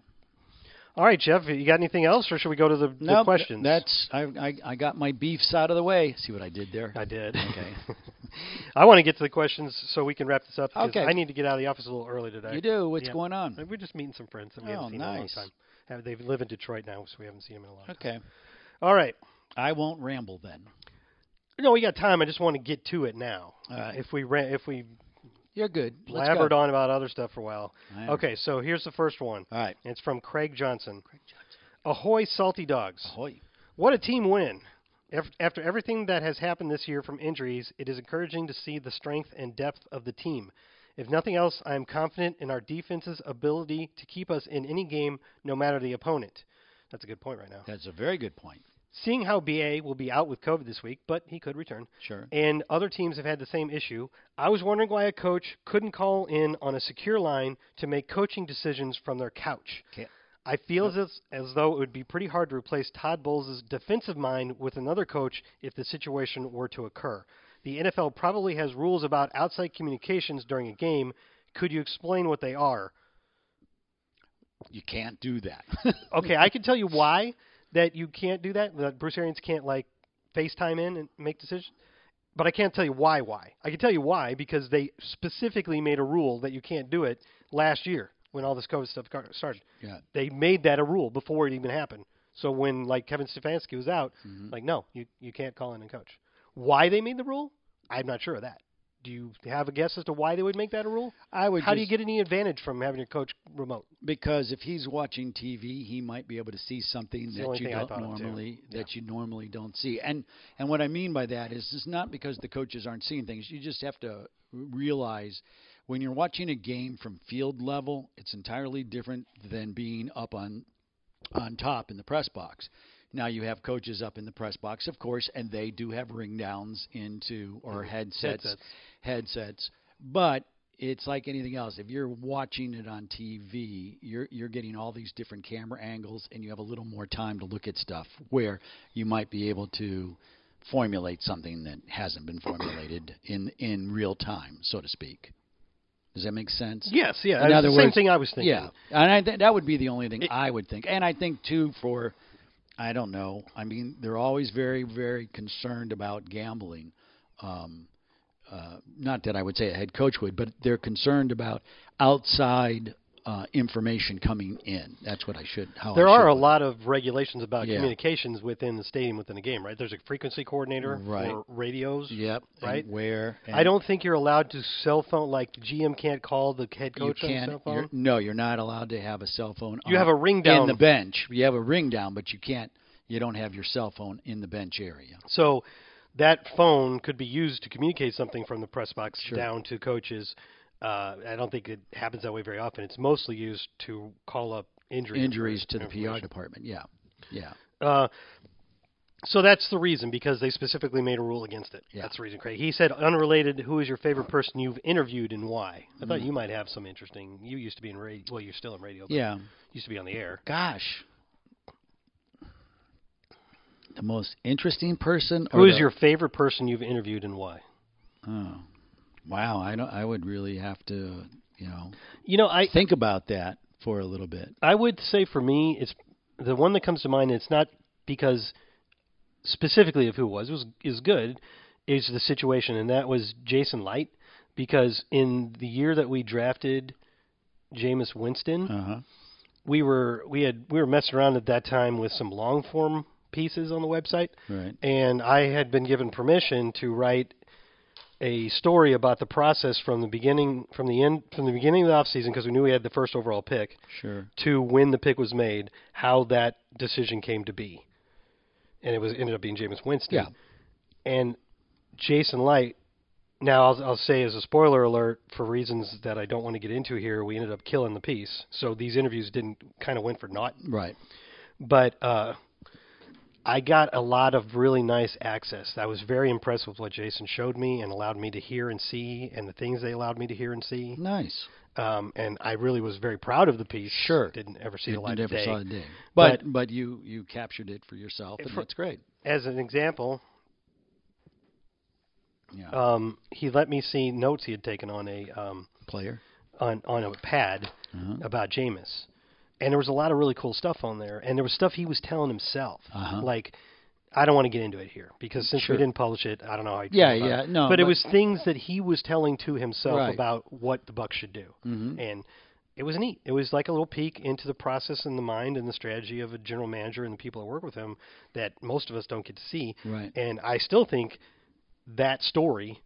[SPEAKER 3] All right, Jeff, you got anything else, or should we go to the, the
[SPEAKER 4] Nope,
[SPEAKER 3] questions?
[SPEAKER 4] That's I, I I got my beefs out of the way. See what I did there?
[SPEAKER 3] I did.
[SPEAKER 4] Okay.
[SPEAKER 3] I want to get to the questions so we can wrap this up. because
[SPEAKER 4] Okay.
[SPEAKER 3] I need to get out of the office a little early today.
[SPEAKER 4] You do. What's
[SPEAKER 3] Yeah.
[SPEAKER 4] going on?
[SPEAKER 3] We're just meeting some friends that we
[SPEAKER 4] Oh,
[SPEAKER 3] haven't seen in a long
[SPEAKER 4] nice.
[SPEAKER 3] time. Have- They live in Detroit now, so we haven't seen them in a long time.
[SPEAKER 4] Okay.
[SPEAKER 3] All right.
[SPEAKER 4] I won't ramble then.
[SPEAKER 3] No, we got time. I just want to get to it now.
[SPEAKER 4] All right.
[SPEAKER 3] If we ran, if we
[SPEAKER 4] You're good. Let's
[SPEAKER 3] blabbered
[SPEAKER 4] go.
[SPEAKER 3] on about other stuff for a while.
[SPEAKER 4] I know.
[SPEAKER 3] Okay, so here's the first one.
[SPEAKER 4] All right.
[SPEAKER 3] It's from Craig Johnson. Ahoy, salty dogs!
[SPEAKER 4] Ahoy.
[SPEAKER 3] What a team win! Af- After everything that has happened this year from injuries, it is encouraging to see the strength and depth of the team. If nothing else, I am confident in our defense's ability to keep us in any game, no matter the opponent. That's a good point right now.
[SPEAKER 4] That's a very good point.
[SPEAKER 3] Seeing how BA will be out with COVID this week, but he could return,
[SPEAKER 4] Sure.
[SPEAKER 3] and other teams have had the same issue, I was wondering why a coach couldn't call in on a secure line to make coaching decisions from their couch.
[SPEAKER 4] Okay.
[SPEAKER 3] I feel as, if- as though it would be pretty hard to replace Todd Bowles' defensive mind with another coach if the situation were to occur. The NFL probably has rules about outside communications during a game. Could you explain what they are?
[SPEAKER 4] You can't do that.
[SPEAKER 3] Okay, I can tell you why that you can't do that. That Bruce Arians can't like FaceTime in and make decisions. But I can't tell you why. Why? I can tell you why because they specifically made a rule that you can't do it last year when all this COVID stuff gar- started.
[SPEAKER 4] yeah.
[SPEAKER 3] They made that a rule before it even happened. So when like Kevin Stefanski Mm-hmm. was out, like no, you you can't call in and coach. Why they made the rule? I'm not sure of that. do you have a guess as to why they would make that a rule?
[SPEAKER 4] I would.
[SPEAKER 3] How do you
[SPEAKER 4] just-
[SPEAKER 3] get any advantage from having your coach remote?
[SPEAKER 4] Because if he's watching TV, he might be able to see something
[SPEAKER 3] the
[SPEAKER 4] that
[SPEAKER 3] only
[SPEAKER 4] you
[SPEAKER 3] thing I
[SPEAKER 4] don't
[SPEAKER 3] thought of, too.
[SPEAKER 4] normally that you normally don't see. And and what I mean by that is it's not because the coaches aren't seeing things. You just have to realize when you're watching a game from field level, it's entirely different than being up on on top in the press box. Now you have coaches up in the press box, of course, and they do have ring downs into or headsets,
[SPEAKER 3] Headsets.
[SPEAKER 4] headsets, But it's like anything else. If you're watching it on TV, you're you're getting all these different camera angles, and you have a little more time to look at stuff where you might be able to formulate something that hasn't been formulated in in real time, so to speak. Does that make sense?
[SPEAKER 3] Yes, yeah.
[SPEAKER 4] In
[SPEAKER 3] it's
[SPEAKER 4] other
[SPEAKER 3] the same
[SPEAKER 4] words-
[SPEAKER 3] thing I was thinking.
[SPEAKER 4] Yeah, and I th- that would be the only thing I would think. And I think too for, I don't know. I mean, they're always very, very concerned about gambling. Um, uh, not that I would say a head coach would, but they're concerned about outside uh, information coming in. That's what I should. How I
[SPEAKER 3] There are
[SPEAKER 4] should
[SPEAKER 3] a
[SPEAKER 4] look.
[SPEAKER 3] lot of regulations about
[SPEAKER 4] Oh, Yeah.
[SPEAKER 3] communications within the stadium within the game, right? There's a frequency coordinator
[SPEAKER 4] Right.
[SPEAKER 3] for radios.
[SPEAKER 4] Yep. and
[SPEAKER 3] right?
[SPEAKER 4] where?
[SPEAKER 3] I don't think you're allowed to cell phone like the GM can't call the head coach
[SPEAKER 4] you
[SPEAKER 3] on
[SPEAKER 4] can't,
[SPEAKER 3] the cell
[SPEAKER 4] you're-
[SPEAKER 3] phone.
[SPEAKER 4] no, you're not allowed to have a cell phone.
[SPEAKER 3] You
[SPEAKER 4] on-
[SPEAKER 3] have a ring
[SPEAKER 4] in
[SPEAKER 3] down.
[SPEAKER 4] the bench. You have a ring down, but you can't. You don't have your cell phone in the bench area.
[SPEAKER 3] So that phone could be used to communicate something from the press box down to coaches. Uh, I don't think it happens that way very often. It's mostly used to call up injury
[SPEAKER 4] Injuries to the PR
[SPEAKER 3] information.
[SPEAKER 4] department. Yeah, yeah.
[SPEAKER 3] Uh, so that's the reason because they specifically made a rule against it.
[SPEAKER 4] Yeah.
[SPEAKER 3] That's the reason, Craig. He said, unrelated. Who is your favorite person you've interviewed and why? I
[SPEAKER 4] Mm-hmm.
[SPEAKER 3] thought you might have some interesting. You used to be in radio. Well, you're still in radio. But
[SPEAKER 4] Yeah.
[SPEAKER 3] Used to be on the air.
[SPEAKER 4] Gosh. The most interesting person. or
[SPEAKER 3] Who is
[SPEAKER 4] the-
[SPEAKER 3] your favorite person you've interviewed and why?
[SPEAKER 4] Oh, wow, I don't. I would really have to, you know,
[SPEAKER 3] You know, I
[SPEAKER 4] think about that for a little bit.
[SPEAKER 3] I would say for me, it's the one that comes to mind. It's not because specifically of who it was it was is good is the situation, and that was Jason Light because in the year that we drafted Jameis Winston,
[SPEAKER 4] Uh huh.
[SPEAKER 3] we were we had we were messing around at that time with some long form pieces on the website,
[SPEAKER 4] Right.
[SPEAKER 3] and I had been given permission to write a story about the process from the beginning from the end from the beginning of the offseason because we knew we had the first overall pick
[SPEAKER 4] Sure.
[SPEAKER 3] to when the pick was made, how that decision came to be, and it was ended up being Jameis Winston.
[SPEAKER 4] Yeah.
[SPEAKER 3] And Jason Light. Now I'll, I'll say as a spoiler alert for reasons that I don't want to get into here, we ended up killing the piece. So these interviews didn't kind of went for naught.
[SPEAKER 4] Right.
[SPEAKER 3] But uh, I got a lot of really nice access. I was very impressed with what Jason showed me and allowed me to hear and see, and the things they allowed me to hear and see.
[SPEAKER 4] Nice.
[SPEAKER 3] Um, and I really was very proud of the piece.
[SPEAKER 4] Sure.
[SPEAKER 3] didn't ever see the
[SPEAKER 4] You
[SPEAKER 3] light of
[SPEAKER 4] never
[SPEAKER 3] day.
[SPEAKER 4] saw a day. But
[SPEAKER 3] But-
[SPEAKER 4] but, you you captured it for yourself, and
[SPEAKER 3] For-
[SPEAKER 4] that's great.
[SPEAKER 3] as an example,
[SPEAKER 4] Yeah.
[SPEAKER 3] um, he let me see notes he had taken on a um,
[SPEAKER 4] Player.
[SPEAKER 3] on on a pad
[SPEAKER 4] Uh-huh.
[SPEAKER 3] about Jameis, and there was a lot of really cool stuff on there, and there was stuff he was telling himself,
[SPEAKER 4] Uh-huh.
[SPEAKER 3] like. I don't want to get into it here because since
[SPEAKER 4] Sure.
[SPEAKER 3] we didn't publish it, I don't know how. I feel
[SPEAKER 4] Yeah,
[SPEAKER 3] about
[SPEAKER 4] yeah,
[SPEAKER 3] it.
[SPEAKER 4] no,
[SPEAKER 3] But, it
[SPEAKER 4] but-
[SPEAKER 3] was things that he was telling to himself
[SPEAKER 4] Right.
[SPEAKER 3] about what the Bucks should do, mm-hmm. and it was neat. It was like a little peek into the process and the mind and the strategy of a general manager and the people that work with him that most of us don't get to see.
[SPEAKER 4] Right.
[SPEAKER 3] And I still think that story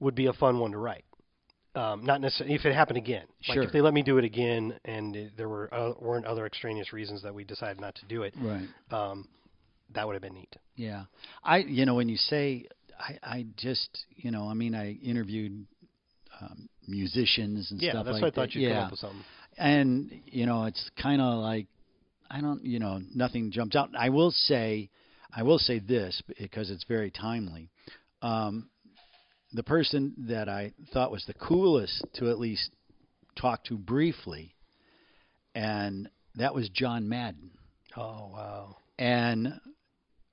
[SPEAKER 3] would be a fun one to write. Um, not necessarily if it happened again.
[SPEAKER 4] Sure.
[SPEAKER 3] Like if they let me do it again, and it- there were uh, weren't other extraneous reasons that we decided not to do it.
[SPEAKER 4] Right.
[SPEAKER 3] Um, that would have been neat.
[SPEAKER 4] Yeah. I you know when you say I I just you know I mean I interviewed um, musicians and
[SPEAKER 3] Yeah,
[SPEAKER 4] stuff
[SPEAKER 3] that's
[SPEAKER 4] like
[SPEAKER 3] why I
[SPEAKER 4] that.
[SPEAKER 3] thought you'd
[SPEAKER 4] yeah.
[SPEAKER 3] come up with something.
[SPEAKER 4] and you know it's kind of like I don't you know nothing jumps out. I will say I will say this because it's very timely. Um, the person that I thought was the coolest to at least talk to briefly, and that was John Madden.
[SPEAKER 3] Oh wow.
[SPEAKER 4] And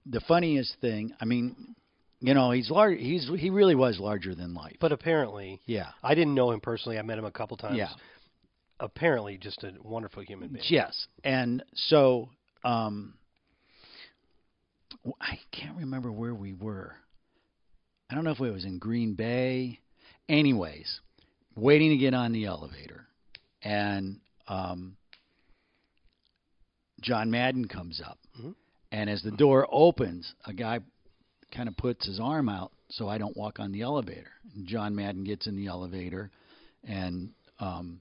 [SPEAKER 4] the funniest thing, I mean, you know, he's large. He's he really was larger than life.
[SPEAKER 3] But apparently,
[SPEAKER 4] yeah,
[SPEAKER 3] I didn't know him personally. I met him a couple times.
[SPEAKER 4] Yeah.
[SPEAKER 3] Apparently, just a wonderful human being.
[SPEAKER 4] yes. And so, um, w- I can't remember where we were. I don't know if it was in Green Bay. Anyways, waiting to get on the elevator, and um, John Madden
[SPEAKER 3] Mm-hmm.
[SPEAKER 4] comes up, and as the door opens, a guy kind of puts his arm out so I don't walk on the elevator. And John Madden gets in the elevator, and um,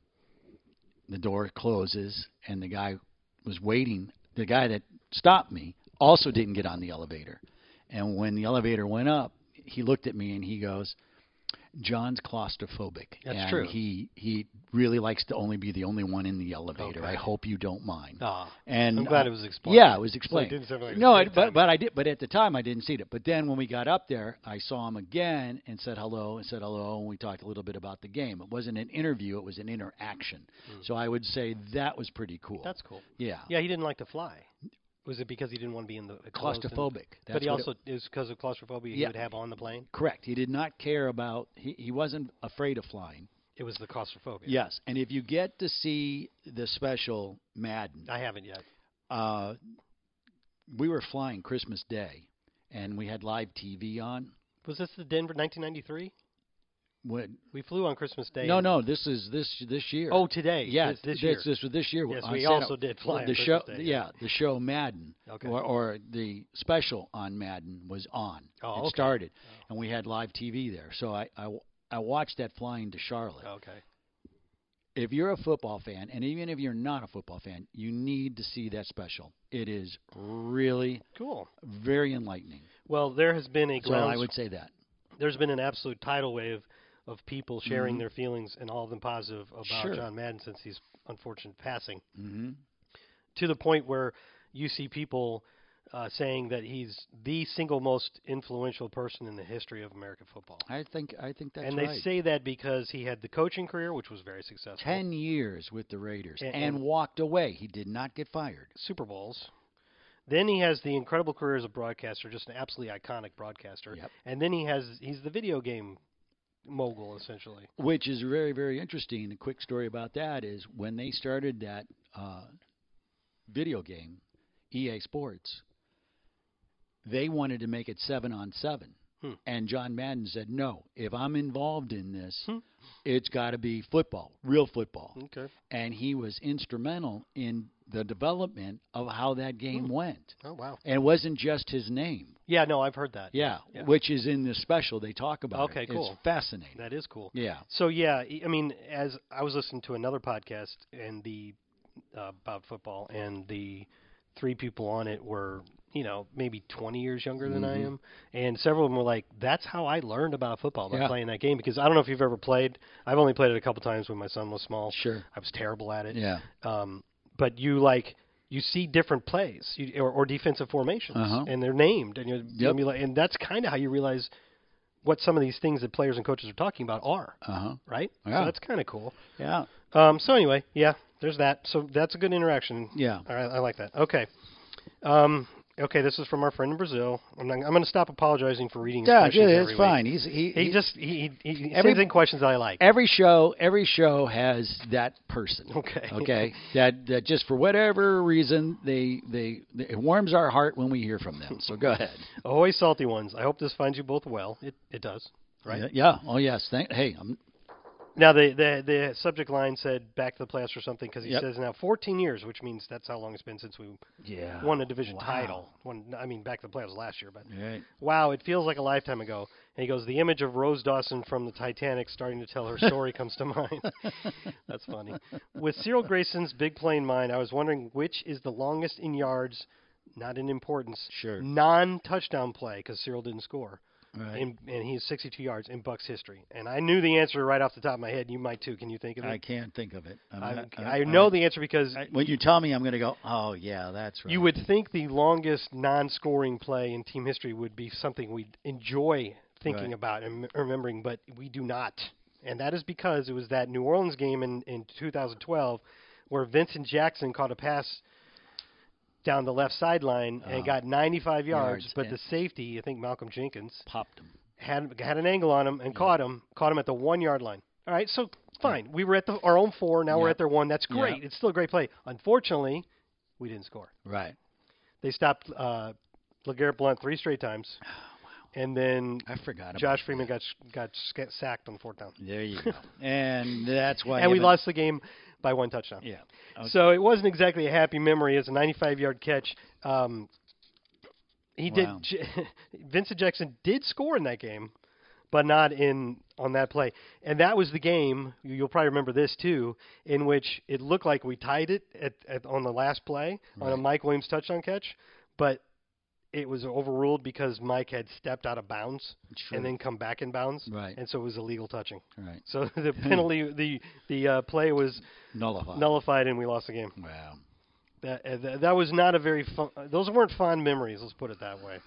[SPEAKER 4] the door closes, and the guy was waiting. The guy that stopped me also didn't get on the elevator. And when the elevator went up, he looked at me and he goes, John's claustrophobic.
[SPEAKER 3] That's
[SPEAKER 4] and
[SPEAKER 3] true.
[SPEAKER 4] He he really likes to only be the only one in the elevator. I hope you don't mind.
[SPEAKER 3] Ah,
[SPEAKER 4] and
[SPEAKER 3] I'm glad
[SPEAKER 4] uh,
[SPEAKER 3] it was explained.
[SPEAKER 4] Yeah, it was explained.
[SPEAKER 5] didn't sound like it
[SPEAKER 4] no,
[SPEAKER 5] was
[SPEAKER 4] I, but but I did. But at the time, I didn't see it. But then when we got up there, I saw him again and said hello and said hello, and we talked a little bit about the game. It wasn't an interview; it was an interaction. So I would say that was pretty cool.
[SPEAKER 3] Hmm. That's cool.
[SPEAKER 4] yeah.
[SPEAKER 3] Yeah, he didn't like to fly. Was it because he didn't want to be in the enclosed en-
[SPEAKER 4] Claustrophobic. That's
[SPEAKER 3] but he
[SPEAKER 4] what it-
[SPEAKER 3] also it was because of claustrophobia he
[SPEAKER 4] Yeah.
[SPEAKER 3] would have on the plane.
[SPEAKER 4] Correct. He did not care about. He, he wasn't afraid of flying.
[SPEAKER 3] It was the claustrophobia.
[SPEAKER 4] Yes, and if you get to see the special Madden,
[SPEAKER 3] I haven't yet.
[SPEAKER 4] uh, we were flying Christmas Day, and we had live TV on.
[SPEAKER 3] Was this the Denver 1993?
[SPEAKER 4] When,
[SPEAKER 3] We flew on Christmas Day.
[SPEAKER 4] no,
[SPEAKER 3] and-
[SPEAKER 4] no, this is this this year.
[SPEAKER 3] Oh, today.
[SPEAKER 4] yeah,
[SPEAKER 3] This, this
[SPEAKER 4] this
[SPEAKER 3] year.
[SPEAKER 4] This, was this year.
[SPEAKER 3] Yes,
[SPEAKER 4] on
[SPEAKER 3] we
[SPEAKER 4] Santa-
[SPEAKER 3] also did fly on
[SPEAKER 4] the
[SPEAKER 3] Christmas
[SPEAKER 4] show.
[SPEAKER 3] Day,
[SPEAKER 4] yeah, the show Madden,
[SPEAKER 3] Okay.
[SPEAKER 4] or, or the special on Madden was on.
[SPEAKER 3] Oh,
[SPEAKER 4] it
[SPEAKER 3] okay.
[SPEAKER 4] started, and we had live TV there. So I, I I watched that flying to Charlotte.
[SPEAKER 3] Okay.
[SPEAKER 4] if you're a football fan, and even if you're not a football fan, you need to see that special. It is really
[SPEAKER 3] Cool.
[SPEAKER 4] very enlightening.
[SPEAKER 3] Well, there has been a
[SPEAKER 4] So I
[SPEAKER 3] grounds,
[SPEAKER 4] would say that.
[SPEAKER 3] there's been an absolute tidal wave of people sharing their feelings and all of them positive about
[SPEAKER 4] Mm-hmm. Sure.
[SPEAKER 3] John Madden since his unfortunate passing.
[SPEAKER 4] hmm
[SPEAKER 3] to the point where you see people uh, saying that he's the single most influential person in the history of American football.
[SPEAKER 4] I think I think that's
[SPEAKER 3] and they
[SPEAKER 4] right.
[SPEAKER 3] say that because he had the coaching career, which was very successful,
[SPEAKER 4] ten years with the Raiders
[SPEAKER 3] And-
[SPEAKER 4] and,
[SPEAKER 3] and-
[SPEAKER 4] walked away. He did not get fired.
[SPEAKER 3] Super Bowls. Then he has the incredible career as a broadcaster, just an absolutely iconic broadcaster.
[SPEAKER 4] Yep.
[SPEAKER 3] And then he has he's the video game mogul essentially.
[SPEAKER 4] Which is very very interesting. A quick story about that is when they started that uh, video game, EA Sports. They wanted to make it seven on seven.
[SPEAKER 3] Hmm.
[SPEAKER 4] And John Madden said, No, if I'm involved in this,
[SPEAKER 3] Hmm.
[SPEAKER 4] it's got to be football, real football.
[SPEAKER 3] Okay.
[SPEAKER 4] And he was instrumental in the development of how that game went.
[SPEAKER 3] Oh wow.
[SPEAKER 4] And it wasn't just his name.
[SPEAKER 3] Yeah, no, I've heard that.
[SPEAKER 4] Yeah,
[SPEAKER 3] Yeah.
[SPEAKER 4] which is in the special they talk about. it.
[SPEAKER 3] Okay,
[SPEAKER 4] It's
[SPEAKER 3] cool.
[SPEAKER 4] fascinating.
[SPEAKER 3] That is cool.
[SPEAKER 4] yeah.
[SPEAKER 3] So yeah, e, I I mean, as I was listening to another podcast and the uh, about football, and the three people on it were, you know, maybe 20 years younger than
[SPEAKER 4] Mm-hmm.
[SPEAKER 3] I am, and several of them were like, "That's how I learned about football by
[SPEAKER 4] Yeah.
[SPEAKER 3] playing that game." Because I don't know if you've ever played. I've only played it a couple times when my son was small.
[SPEAKER 4] Sure.
[SPEAKER 3] I was terrible at it.
[SPEAKER 4] Yeah.
[SPEAKER 3] Um, but you like you see different plays you, or, or defensive formations,
[SPEAKER 4] Uh-huh.
[SPEAKER 3] and they're named, and you're,
[SPEAKER 4] Yep.
[SPEAKER 3] you're like, and that's kind of how you realize what some of these things that players and coaches are talking about are
[SPEAKER 4] Uh huh.
[SPEAKER 3] right?
[SPEAKER 4] Yeah.
[SPEAKER 3] So that's kind of cool.
[SPEAKER 4] Yeah.
[SPEAKER 3] Um, so anyway, yeah, there's that. So that's a good interaction.
[SPEAKER 4] Yeah.
[SPEAKER 3] All right, I like that. Okay. Um, okay, this is from our friend in Brazil. I'm, not, I'm going to stop apologizing for reading. his
[SPEAKER 4] Yeah,
[SPEAKER 3] questions
[SPEAKER 4] it's
[SPEAKER 3] every week.
[SPEAKER 4] fine. He's he,
[SPEAKER 3] He just he he, he
[SPEAKER 4] Every-
[SPEAKER 3] sends in questions that I like.
[SPEAKER 4] every show every show has that person
[SPEAKER 3] Okay.
[SPEAKER 4] okay that that just for whatever reason they they it warms our heart when we hear from them so go ahead
[SPEAKER 3] Always salty ones. I hope this finds you both well. It it does. Right.
[SPEAKER 4] yeah oh yes thank hey i'm
[SPEAKER 3] Now the the the subject line said back to the playoffs or something because he
[SPEAKER 4] Yep.
[SPEAKER 3] says now 14 years, which means that's how long it's been since we
[SPEAKER 4] yeah
[SPEAKER 3] won a division
[SPEAKER 4] Oh, Wow.
[SPEAKER 3] title. One I mean back to the playoffs last year, but
[SPEAKER 4] right
[SPEAKER 3] Wow, it feels like a lifetime ago. And he goes, The image of Rose Dawson from the Titanic starting to tell her story comes to mind. That's funny. With Cyril Grayson's big play in mind, I was wondering which is the longest in yards, not in importance,
[SPEAKER 4] Sure.
[SPEAKER 3] non touchdown play, because Cyril didn't score.
[SPEAKER 4] right
[SPEAKER 3] In, and he's 62 yards in Bucks history. And I knew the answer right off the top of my head. You might too. Can you think of
[SPEAKER 4] i
[SPEAKER 3] it?
[SPEAKER 4] can't think of it I'm
[SPEAKER 3] I,
[SPEAKER 4] not-
[SPEAKER 3] I know the answer because
[SPEAKER 4] I- when you tell me i'm going to go oh yeah that's right
[SPEAKER 3] You would think the longest non-scoring play in team history would be something we'd enjoy thinking
[SPEAKER 4] Right.
[SPEAKER 3] about and m- remembering, but we do not. And that is because it was that New Orleans game in, in 2012 where Vincent Jackson caught a pass down the left sideline and
[SPEAKER 4] Uh,
[SPEAKER 3] got 95 yards,
[SPEAKER 4] yards,
[SPEAKER 3] but
[SPEAKER 4] yeah.
[SPEAKER 3] the safety, I think Malcolm Jenkins,
[SPEAKER 4] popped him
[SPEAKER 3] had had an angle on him and caught him, caught him at the one yard line. All right, so fine. We were at the, our own four. Now we're
[SPEAKER 4] Yeah.
[SPEAKER 3] at their one. That's
[SPEAKER 4] Yeah.
[SPEAKER 3] great. It's still a great play. Unfortunately, we didn't score.
[SPEAKER 4] right
[SPEAKER 3] They stopped uh, Legarrette Blunt three straight times. And then
[SPEAKER 4] i forgot about
[SPEAKER 3] Josh Freeman got got sca- sacked on fourth down,
[SPEAKER 4] there you go and that's why
[SPEAKER 3] and we
[SPEAKER 4] Evan-
[SPEAKER 3] lost the game by one touchdown.
[SPEAKER 4] yeah okay.
[SPEAKER 3] So it wasn't exactly a happy memory. It's a 95-yard catch. Um, he
[SPEAKER 4] Wow.
[SPEAKER 3] did. Vincent Jackson did score in that game, but not in on that play. And that was the game. you- You'll probably remember this too, in which it looked like we tied it at, at on the last play on a Mike Williams touchdown catch, but it was overruled because Mike had stepped out of bounds
[SPEAKER 4] Sure.
[SPEAKER 3] and then come back in bounds,
[SPEAKER 4] Right.
[SPEAKER 3] and so it was illegal touching.
[SPEAKER 4] Right.
[SPEAKER 3] So the penalty, the the uh, play was
[SPEAKER 4] Nullified.
[SPEAKER 3] nullified, and we lost the game.
[SPEAKER 4] Wow.
[SPEAKER 3] That uh, th- that was not a very fun. uh, Those weren't fond memories. Let's put it that way.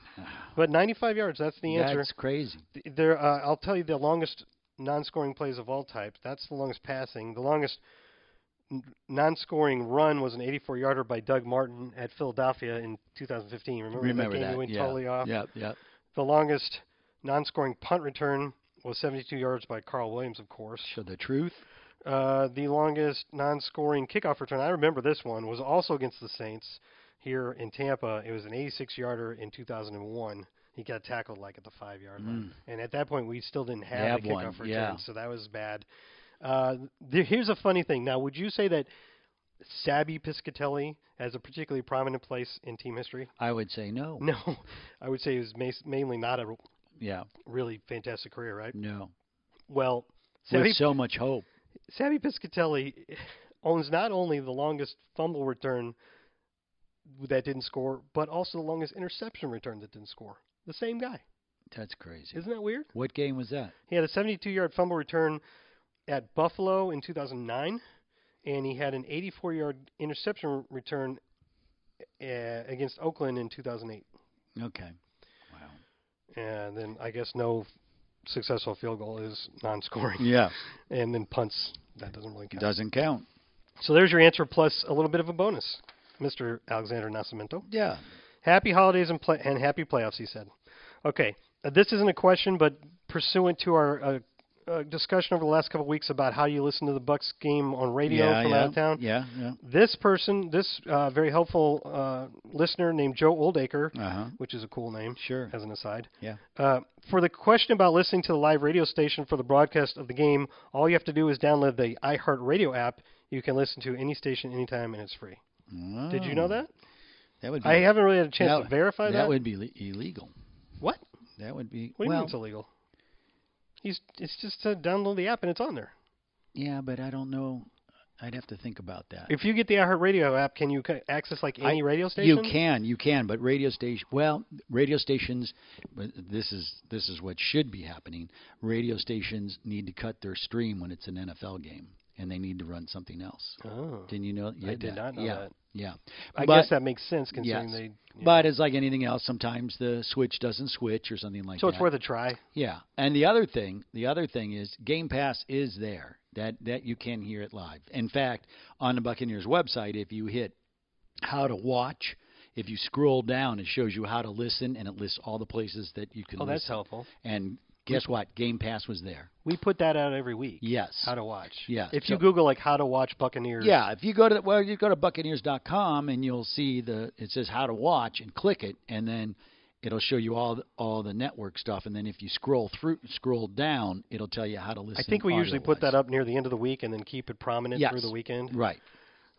[SPEAKER 3] But 95 yards. That's the answer.
[SPEAKER 4] That's crazy.
[SPEAKER 3] Th- There, uh, I'll tell you the longest non-scoring plays of all types. That's the longest passing. The longest n- non-scoring run was an 84-yarder by Doug Martin at Philadelphia in 2015. Remember,
[SPEAKER 4] Remember
[SPEAKER 3] that game?
[SPEAKER 4] that?
[SPEAKER 3] He went
[SPEAKER 4] yeah.
[SPEAKER 3] totally off.
[SPEAKER 4] Yep. Yep.
[SPEAKER 3] The longest non-scoring punt return was 72 yards by Carl Williams, of course.
[SPEAKER 4] So the truth.
[SPEAKER 3] Uh, the longest non-scoring kickoff return. I remember this one was also against the Saints here in Tampa. It was an 86-yarder in 2001. He got tackled like at the five-yard line, and at that point we still didn't have
[SPEAKER 4] Mm. Have
[SPEAKER 3] a kickoff
[SPEAKER 4] one,
[SPEAKER 3] return,
[SPEAKER 4] yeah.
[SPEAKER 3] so that was bad. Uh, th- here's a funny thing. Now, would you say that Sabby Piscatelli has a particularly prominent place in team history?
[SPEAKER 4] I would say no.
[SPEAKER 3] No, I would say it was mas- mainly not a
[SPEAKER 4] Yeah.
[SPEAKER 3] really fantastic career, right?
[SPEAKER 4] No.
[SPEAKER 3] Well,
[SPEAKER 4] With
[SPEAKER 3] Sabby
[SPEAKER 4] so much hope.
[SPEAKER 3] Sammy Piscatelli owns not only the longest fumble return that didn't score, but also the longest interception return that didn't score. The same guy.
[SPEAKER 4] That's crazy.
[SPEAKER 3] Isn't that weird?
[SPEAKER 4] What game was that?
[SPEAKER 3] He had a 72 yard fumble return at Buffalo in 2009, and he had an 84 yard interception return uh, against Oakland in 2008.
[SPEAKER 4] Okay. Wow.
[SPEAKER 3] And then I guess no successful field goal is non scoring.
[SPEAKER 4] Yeah.
[SPEAKER 3] And then punts, that doesn't really count.
[SPEAKER 4] Doesn't count.
[SPEAKER 3] So there's your answer plus a little bit of a bonus, Mr. Alexander Nascimento.
[SPEAKER 4] Yeah.
[SPEAKER 3] Happy holidays and, play- and happy playoffs, he said. Okay, uh, this isn't a question, but pursuant to our uh, uh, discussion over the last couple of weeks about how you listen to the Bucks game on radio
[SPEAKER 4] yeah,
[SPEAKER 3] from
[SPEAKER 4] yeah.
[SPEAKER 3] out of town,
[SPEAKER 4] Yeah. Yeah.
[SPEAKER 3] this person, this uh, very helpful uh, listener named Joe Oldacre,
[SPEAKER 4] Uh huh.
[SPEAKER 3] which is a cool name,
[SPEAKER 4] Sure.
[SPEAKER 3] as an aside,
[SPEAKER 4] Yeah.
[SPEAKER 3] uh, for the question about listening to the live radio station for the broadcast of the game, all you have to do is download the iHeartRadio app. You can listen to any station anytime, and it's free. Did you know
[SPEAKER 4] Oh,
[SPEAKER 3] that?
[SPEAKER 4] That would. Be,
[SPEAKER 3] I haven't really had a chance
[SPEAKER 4] that-
[SPEAKER 3] to verify that.
[SPEAKER 4] That would be le- illegal.
[SPEAKER 3] what?
[SPEAKER 4] That would be.
[SPEAKER 3] What do you
[SPEAKER 4] well,
[SPEAKER 3] mean it's illegal? He's, it's just to download the app and it's on there.
[SPEAKER 4] yeah, but I don't know. I'd have to think about that.
[SPEAKER 3] If you get the iHeartRadio app, can you ca- access like any
[SPEAKER 4] I-
[SPEAKER 3] radio station?
[SPEAKER 4] You can, you can, but radio station. Well, radio stations. But this is this is what should be happening. Radio stations need to cut their stream when it's an NFL game, and they need to run something else.
[SPEAKER 3] Oh,
[SPEAKER 4] Didn't you know? Yeah,
[SPEAKER 3] did not know
[SPEAKER 4] yeah,
[SPEAKER 3] that.
[SPEAKER 4] Yeah,
[SPEAKER 3] I
[SPEAKER 4] But-
[SPEAKER 3] guess that makes sense considering
[SPEAKER 4] yes.
[SPEAKER 3] they. yeah.
[SPEAKER 4] But it's like anything else. Sometimes the switch doesn't switch or something like
[SPEAKER 3] so
[SPEAKER 4] that.
[SPEAKER 3] it's worth a try.
[SPEAKER 4] Yeah, and the other thing, the other thing is Game Pass is there that that you can hear it live. In fact, on the Buccaneers website, if you hit how to watch, if you scroll down, it shows you how to listen, and it lists all the places that you can.
[SPEAKER 3] Oh, that's
[SPEAKER 4] listen.
[SPEAKER 3] helpful.
[SPEAKER 4] And guess what? Game Pass was there.
[SPEAKER 3] We put that out every week.
[SPEAKER 4] Yes.
[SPEAKER 3] How to watch.
[SPEAKER 4] Yes.
[SPEAKER 3] If you
[SPEAKER 4] So-
[SPEAKER 3] Google like how to watch Buccaneers.
[SPEAKER 4] Yeah, if you go to well, you go to Buccaneers.com and you'll see the it says how to watch and click it, and then it'll show you all the, all the network stuff, and then if you scroll through scroll down, it'll tell you how to listen.
[SPEAKER 3] I think we usually put
[SPEAKER 4] audio-wise.
[SPEAKER 3] that up near the end of the week and then keep it prominent
[SPEAKER 4] Yes.
[SPEAKER 3] through the weekend.
[SPEAKER 4] Right.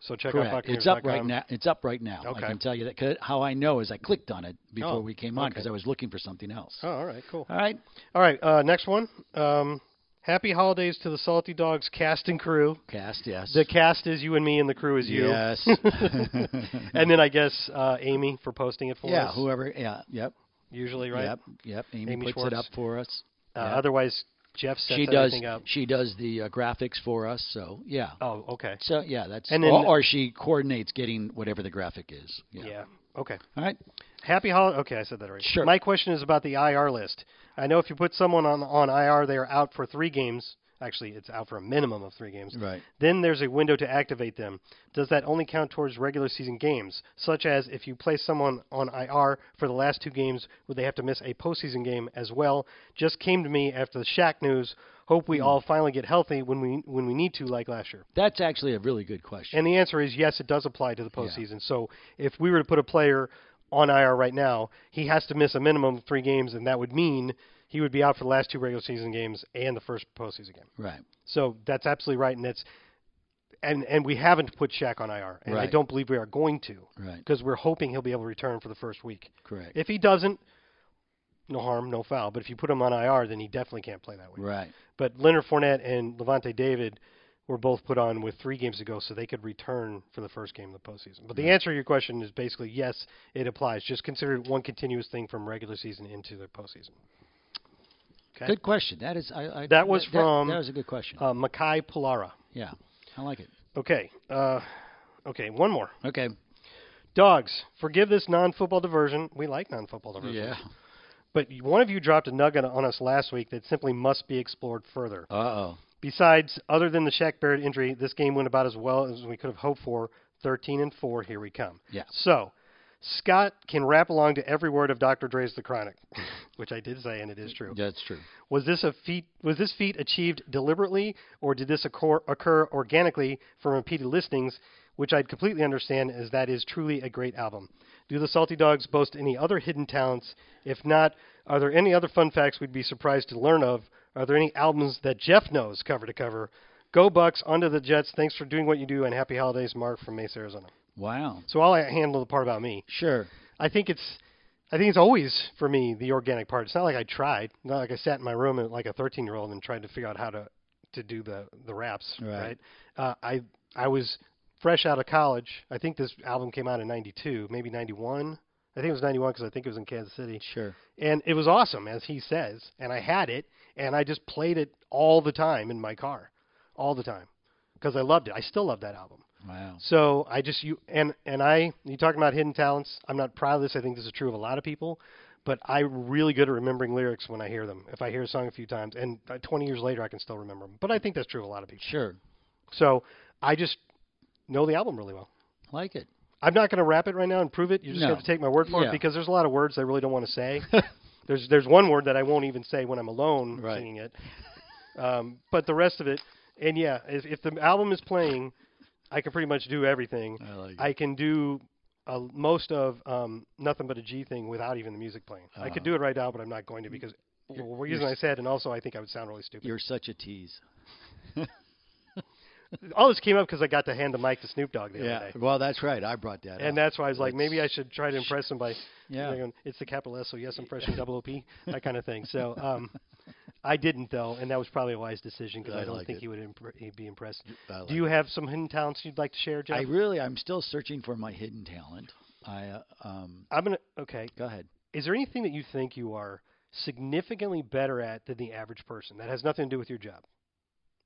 [SPEAKER 3] So check out
[SPEAKER 4] Correct.
[SPEAKER 3] Buccaneers.
[SPEAKER 4] It's up right now. It's up right now.
[SPEAKER 3] um, Okay.
[SPEAKER 4] I can tell you that. 'cause How I know is I clicked on it before
[SPEAKER 3] Oh,
[SPEAKER 4] we came on
[SPEAKER 3] okay.
[SPEAKER 4] because I was looking for something else.
[SPEAKER 3] Oh, all right, cool.
[SPEAKER 4] All right.
[SPEAKER 3] All right, uh, next one. Um, happy holidays to the Salty Dogs cast and crew.
[SPEAKER 4] Cast. Yes.
[SPEAKER 3] The cast is you and me, and the crew is you.
[SPEAKER 4] Yes.
[SPEAKER 3] and then I guess uh, Amy for posting it for
[SPEAKER 4] yeah.
[SPEAKER 3] us.
[SPEAKER 4] Whoever. Yeah. Yep.
[SPEAKER 3] usually, right?
[SPEAKER 4] Yep. Yep. Amy,
[SPEAKER 3] Amy
[SPEAKER 4] puts
[SPEAKER 3] Schwartz.
[SPEAKER 4] it up for us.
[SPEAKER 3] Uh,
[SPEAKER 4] Yeah.
[SPEAKER 3] Otherwise, Jeff sets
[SPEAKER 4] she does.
[SPEAKER 3] everything up.
[SPEAKER 4] She does the uh, graphics for us. So yeah.
[SPEAKER 3] Oh, okay.
[SPEAKER 4] So yeah, that's
[SPEAKER 3] And then-
[SPEAKER 4] or, or she coordinates getting whatever the graphic is. Yeah.
[SPEAKER 3] Yeah. Okay.
[SPEAKER 4] All right.
[SPEAKER 3] Happy holiday. Okay, I said that right.
[SPEAKER 4] Sure.
[SPEAKER 3] My question is about the IR list. I know if you put someone on on IR, they are out for three games. Actually, it's out for a minimum of three games.
[SPEAKER 4] Right.
[SPEAKER 3] Then there's a window to activate them. Does that only count towards regular season games? Such as if you place someone on IR for the last two games, would they have to miss a postseason game as well? Just came to me after the Shaq news. Hope
[SPEAKER 4] Hmm.
[SPEAKER 3] we all finally get healthy when we when we need to, like last year.
[SPEAKER 4] That's actually a really good question.
[SPEAKER 3] And the answer is yes, it does apply to the postseason. So if we were to put a player on IR right now, he has to miss a minimum of three games, and that would mean he would be out for the last two regular season games and the first postseason game.
[SPEAKER 4] right.
[SPEAKER 3] So that's absolutely right, and that's and and we haven't put Shaq on IR, and I
[SPEAKER 4] Right.
[SPEAKER 3] don't believe we are going to
[SPEAKER 4] Right.
[SPEAKER 3] because we're hoping he'll be able to return for the first week.
[SPEAKER 4] Correct.
[SPEAKER 3] If he doesn't, no harm, no foul. But if you put him on IR, then he definitely can't play that week.
[SPEAKER 4] Right.
[SPEAKER 3] But Leonard Fournette and Levante David were both put on with three games to go, so they could return for the first game of the postseason. But the answer to your question is basically yes, it applies. Just consider it one continuous thing from regular season into the postseason. Okay.
[SPEAKER 4] Good question. That is. I, I
[SPEAKER 3] That was from-
[SPEAKER 4] That, was a good question.
[SPEAKER 3] Uh, Makai Pilara.
[SPEAKER 4] yeah, I like it.
[SPEAKER 3] Okay. Uh, okay. One more.
[SPEAKER 4] Okay.
[SPEAKER 3] Dogs, forgive this non-football diversion. We like non-football diversion.
[SPEAKER 4] Yeah.
[SPEAKER 3] But one of you dropped a nugget on us last week that simply must be explored further.
[SPEAKER 4] Uh oh.
[SPEAKER 3] Besides, other than the Shaq Barrett injury, this game went about as well as we could have hoped for. 13 and 4, here we come.
[SPEAKER 4] Yeah.
[SPEAKER 3] So, Scott can rap along to every word of Dr. Dre's The Chronic, which I did say and it is true.
[SPEAKER 4] That's true.
[SPEAKER 3] Was this a feat was this feat achieved deliberately or did this occur, occur organically from repeated listenings, which I'd completely understand as that is truly a great album. Do the Salty Dogs boast any other hidden talents? If not, are there any other fun facts we'd be surprised to learn of? Are there any albums that Jeff knows cover to cover? Go Bucks, onto the Jets. Thanks for doing what you do and happy holidays, Mark from Mesa, Arizona.
[SPEAKER 4] Wow.
[SPEAKER 3] So I'll handle the part about me.
[SPEAKER 4] Sure.
[SPEAKER 3] I think it's I think it's always for me the organic part. It's not like I tried. Not like I sat in my room and, like a 13 year old and tried to figure out how to to do the the raps.
[SPEAKER 4] Right.
[SPEAKER 3] Right. Uh, I I was fresh out of college. I think this album came out in '92, maybe '91. I think it was '91 because I think it was in Kansas City.
[SPEAKER 4] Sure.
[SPEAKER 3] And it was awesome, as he says. And I had it, and I just played it all the time in my car, all the time, because I loved it. I still love that album.
[SPEAKER 4] Wow.
[SPEAKER 3] So I just you and and I you talking about hidden talents. I'm not proud of this. I think this is true of a lot of people, but I'm really good at remembering lyrics when I hear them. If I hear a song a few times, and uh, 20 years later I can still remember them. But I think that's true of a lot of people.
[SPEAKER 4] Sure.
[SPEAKER 3] So I just know the album really well.
[SPEAKER 4] Like it.
[SPEAKER 3] I'm not going to wrap it right now and prove it. You're just
[SPEAKER 4] No.
[SPEAKER 3] going to take my word for
[SPEAKER 4] Yeah.
[SPEAKER 3] it because there's a lot of words I really don't want to say. there's there's one word that I won't even say when I'm alone
[SPEAKER 4] Right.
[SPEAKER 3] singing it. Um, but the rest of it, and yeah, if, if the album is playing, I can pretty much do everything.
[SPEAKER 4] I like it.
[SPEAKER 3] I can do uh, most of um, nothing but a G thing without even the music playing. I
[SPEAKER 4] Uh-huh.
[SPEAKER 3] could do it right now, but I'm not going to because the reason I said, and also I think I would sound really stupid.
[SPEAKER 4] You're such a tease.
[SPEAKER 3] All this came up because I got to hand the mic to Snoop Dogg the other day.
[SPEAKER 4] Well, that's right. I brought that
[SPEAKER 3] And
[SPEAKER 4] up.
[SPEAKER 3] that's why I was like, maybe I should try to impress him by,
[SPEAKER 4] Yeah.
[SPEAKER 3] saying, it's the capital S, so yes, I'm fresh and double OP, that kind of thing. So um, I didn't though, and that was probably a wise decision because
[SPEAKER 4] I
[SPEAKER 3] I, don't
[SPEAKER 4] like
[SPEAKER 3] think
[SPEAKER 4] it.
[SPEAKER 3] he would impr- he'd be impressed.
[SPEAKER 4] I like
[SPEAKER 3] Do you have some hidden talents you'd like to share, Jeff?
[SPEAKER 4] I really, I'm still searching for my hidden talent. I uh, um,
[SPEAKER 3] I'm gonna. Okay,
[SPEAKER 4] go ahead.
[SPEAKER 3] is there anything that you think you are significantly better at than the average person that has nothing to do with your job?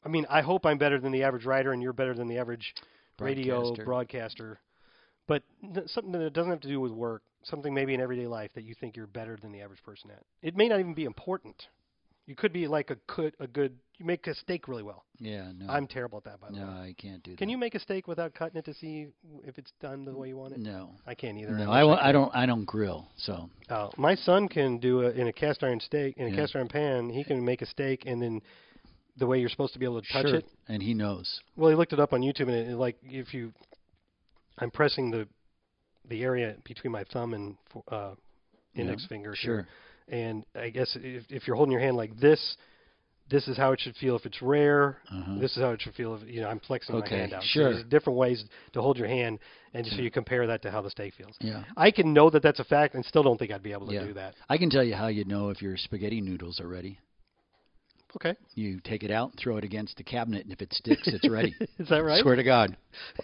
[SPEAKER 3] I mean, I hope I'm better than the average writer, and you're better than the average radio
[SPEAKER 4] Broadcaster.
[SPEAKER 3] broadcaster. But n- something that doesn't have to do with work, something maybe in everyday life that you think you're better than the average person at. It may not even be important. You could be like a could a good. You make a steak really well.
[SPEAKER 4] Yeah, no,
[SPEAKER 3] I'm terrible at that, by the
[SPEAKER 4] no,
[SPEAKER 3] way.
[SPEAKER 4] I can't do that.
[SPEAKER 3] Can you make a steak without cutting it to see if it's done the way you want it?
[SPEAKER 4] No,
[SPEAKER 3] I can't either.
[SPEAKER 4] no,
[SPEAKER 3] wish
[SPEAKER 4] I,
[SPEAKER 3] could.
[SPEAKER 4] wa- I don't, I don't grill. So
[SPEAKER 3] Oh, my son can do a, in a cast iron steak in a
[SPEAKER 4] Yeah.
[SPEAKER 3] cast iron pan. He can make a steak and then the way you're supposed to be able to touch
[SPEAKER 4] sure,
[SPEAKER 3] it.
[SPEAKER 4] and he knows.
[SPEAKER 3] Well, he looked it up on YouTube and it, it, like if you, I'm pressing the, the area between my thumb and fo- uh, index finger.
[SPEAKER 4] Sure,
[SPEAKER 3] here. And I guess if, if you're holding your hand like this, this is how it should feel if it's rare.
[SPEAKER 4] Uh-huh.
[SPEAKER 3] This is how it should feel if you know I'm flexing
[SPEAKER 4] Okay,
[SPEAKER 3] my hand out. So
[SPEAKER 4] sure.
[SPEAKER 3] there's different ways to hold your hand, and just so you compare that to how the steak feels.
[SPEAKER 4] yeah.
[SPEAKER 3] I can know that that's a fact, and still don't think I'd be able to
[SPEAKER 4] Yeah.
[SPEAKER 3] do that.
[SPEAKER 4] I can tell you how you know if your spaghetti noodles are ready.
[SPEAKER 3] Okay.
[SPEAKER 4] You take it out, throw it against the cabinet, and if it sticks, it's ready.
[SPEAKER 3] Is that right?
[SPEAKER 4] Swear to God.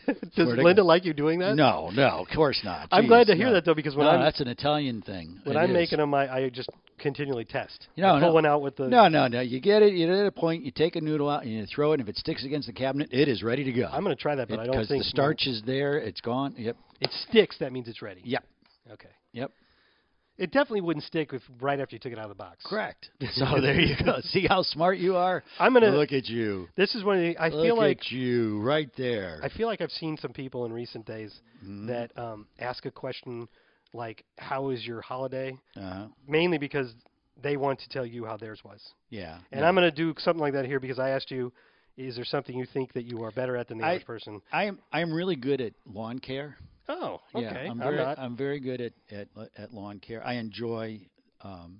[SPEAKER 3] Does
[SPEAKER 4] swear to
[SPEAKER 3] Linda
[SPEAKER 4] God.
[SPEAKER 3] like you doing that?
[SPEAKER 4] No, no, of course not.
[SPEAKER 3] I'm glad
[SPEAKER 4] Jeez,
[SPEAKER 3] to hear
[SPEAKER 4] no.
[SPEAKER 3] that though, because when
[SPEAKER 4] no,
[SPEAKER 3] I'm
[SPEAKER 4] that's an Italian thing.
[SPEAKER 3] when
[SPEAKER 4] It
[SPEAKER 3] I'm
[SPEAKER 4] is.
[SPEAKER 3] making them, I, I just continually test.
[SPEAKER 4] No,
[SPEAKER 3] I pull
[SPEAKER 4] no.
[SPEAKER 3] one out with the
[SPEAKER 4] No, no, no. You get it. You're at a point. You take a noodle out and you throw it. And if it sticks against the cabinet, it is ready to go.
[SPEAKER 3] I'm going to try that, but I don't
[SPEAKER 4] because
[SPEAKER 3] think
[SPEAKER 4] the starch is there. It's gone. Yep.
[SPEAKER 3] it sticks. That means it's ready.
[SPEAKER 4] Yep.
[SPEAKER 3] Okay.
[SPEAKER 4] Yep.
[SPEAKER 3] It definitely wouldn't stick if right after you took it out of the box.
[SPEAKER 4] Correct. So there you go. See how smart you are.
[SPEAKER 3] I'm gonna-
[SPEAKER 4] look at you.
[SPEAKER 3] This is one of the. I
[SPEAKER 4] look
[SPEAKER 3] feel like
[SPEAKER 4] at you right there.
[SPEAKER 3] I feel like I've seen some people in recent days
[SPEAKER 4] Mm-hmm.
[SPEAKER 3] that um, ask a question like, "How is your holiday?"
[SPEAKER 4] uh-huh.
[SPEAKER 3] Mainly because they want to tell you how theirs was.
[SPEAKER 4] Yeah.
[SPEAKER 3] And I'm going to do something like that here because I asked you, is there something you think that you are better at than the
[SPEAKER 4] I-
[SPEAKER 3] average person?
[SPEAKER 4] I'm I'm really good at lawn care.
[SPEAKER 3] Oh,
[SPEAKER 4] Yeah,
[SPEAKER 3] okay.
[SPEAKER 4] I'm
[SPEAKER 3] I'm,
[SPEAKER 4] very
[SPEAKER 3] not.
[SPEAKER 4] I'm very good at at at lawn care. I enjoy. Um,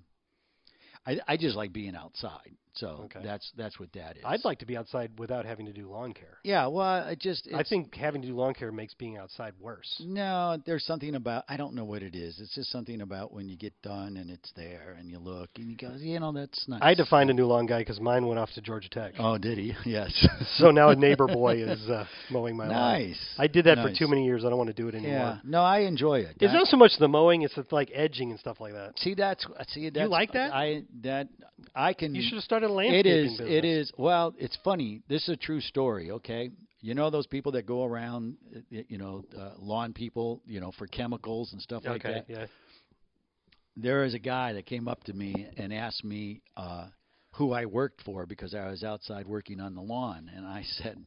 [SPEAKER 4] I I just like being outside. So
[SPEAKER 3] Okay.
[SPEAKER 4] that's that's what that is.
[SPEAKER 3] I'd like to be outside without having to do lawn care.
[SPEAKER 4] Yeah, well, I just
[SPEAKER 3] I
[SPEAKER 4] it's- Mm.
[SPEAKER 3] think having to do lawn care makes being outside worse.
[SPEAKER 4] No, there's something about I don't know what it is. It's just something about when you get done and it's there and you look and you go, you know, that's nice.
[SPEAKER 3] I had to find a new lawn guy because mine went off to Georgia Tech.
[SPEAKER 4] Oh, did he? Yes.
[SPEAKER 3] So now a neighbor boy is uh, mowing my lawn.
[SPEAKER 4] nice.
[SPEAKER 3] I did that
[SPEAKER 4] Nice.
[SPEAKER 3] for too many years. I don't want to do it anymore.
[SPEAKER 4] Yeah. No, I enjoy it.
[SPEAKER 3] It's
[SPEAKER 4] I-
[SPEAKER 3] not so much the mowing; it's the, like edging and stuff like that.
[SPEAKER 4] see that's see that's
[SPEAKER 3] like that?
[SPEAKER 4] I that I can.
[SPEAKER 3] You should have started a
[SPEAKER 4] Mm. It
[SPEAKER 3] landscaping
[SPEAKER 4] is.
[SPEAKER 3] business.
[SPEAKER 4] It is. Well, it's funny. This is a true story. Okay. You know those people that go around, uh, you know, uh, lawn people, you know, for chemicals and stuff like
[SPEAKER 3] Okay.
[SPEAKER 4] that.
[SPEAKER 3] Yeah.
[SPEAKER 4] there is a guy that came up to me and asked me uh, who I worked for because I was outside working on the lawn, and I said,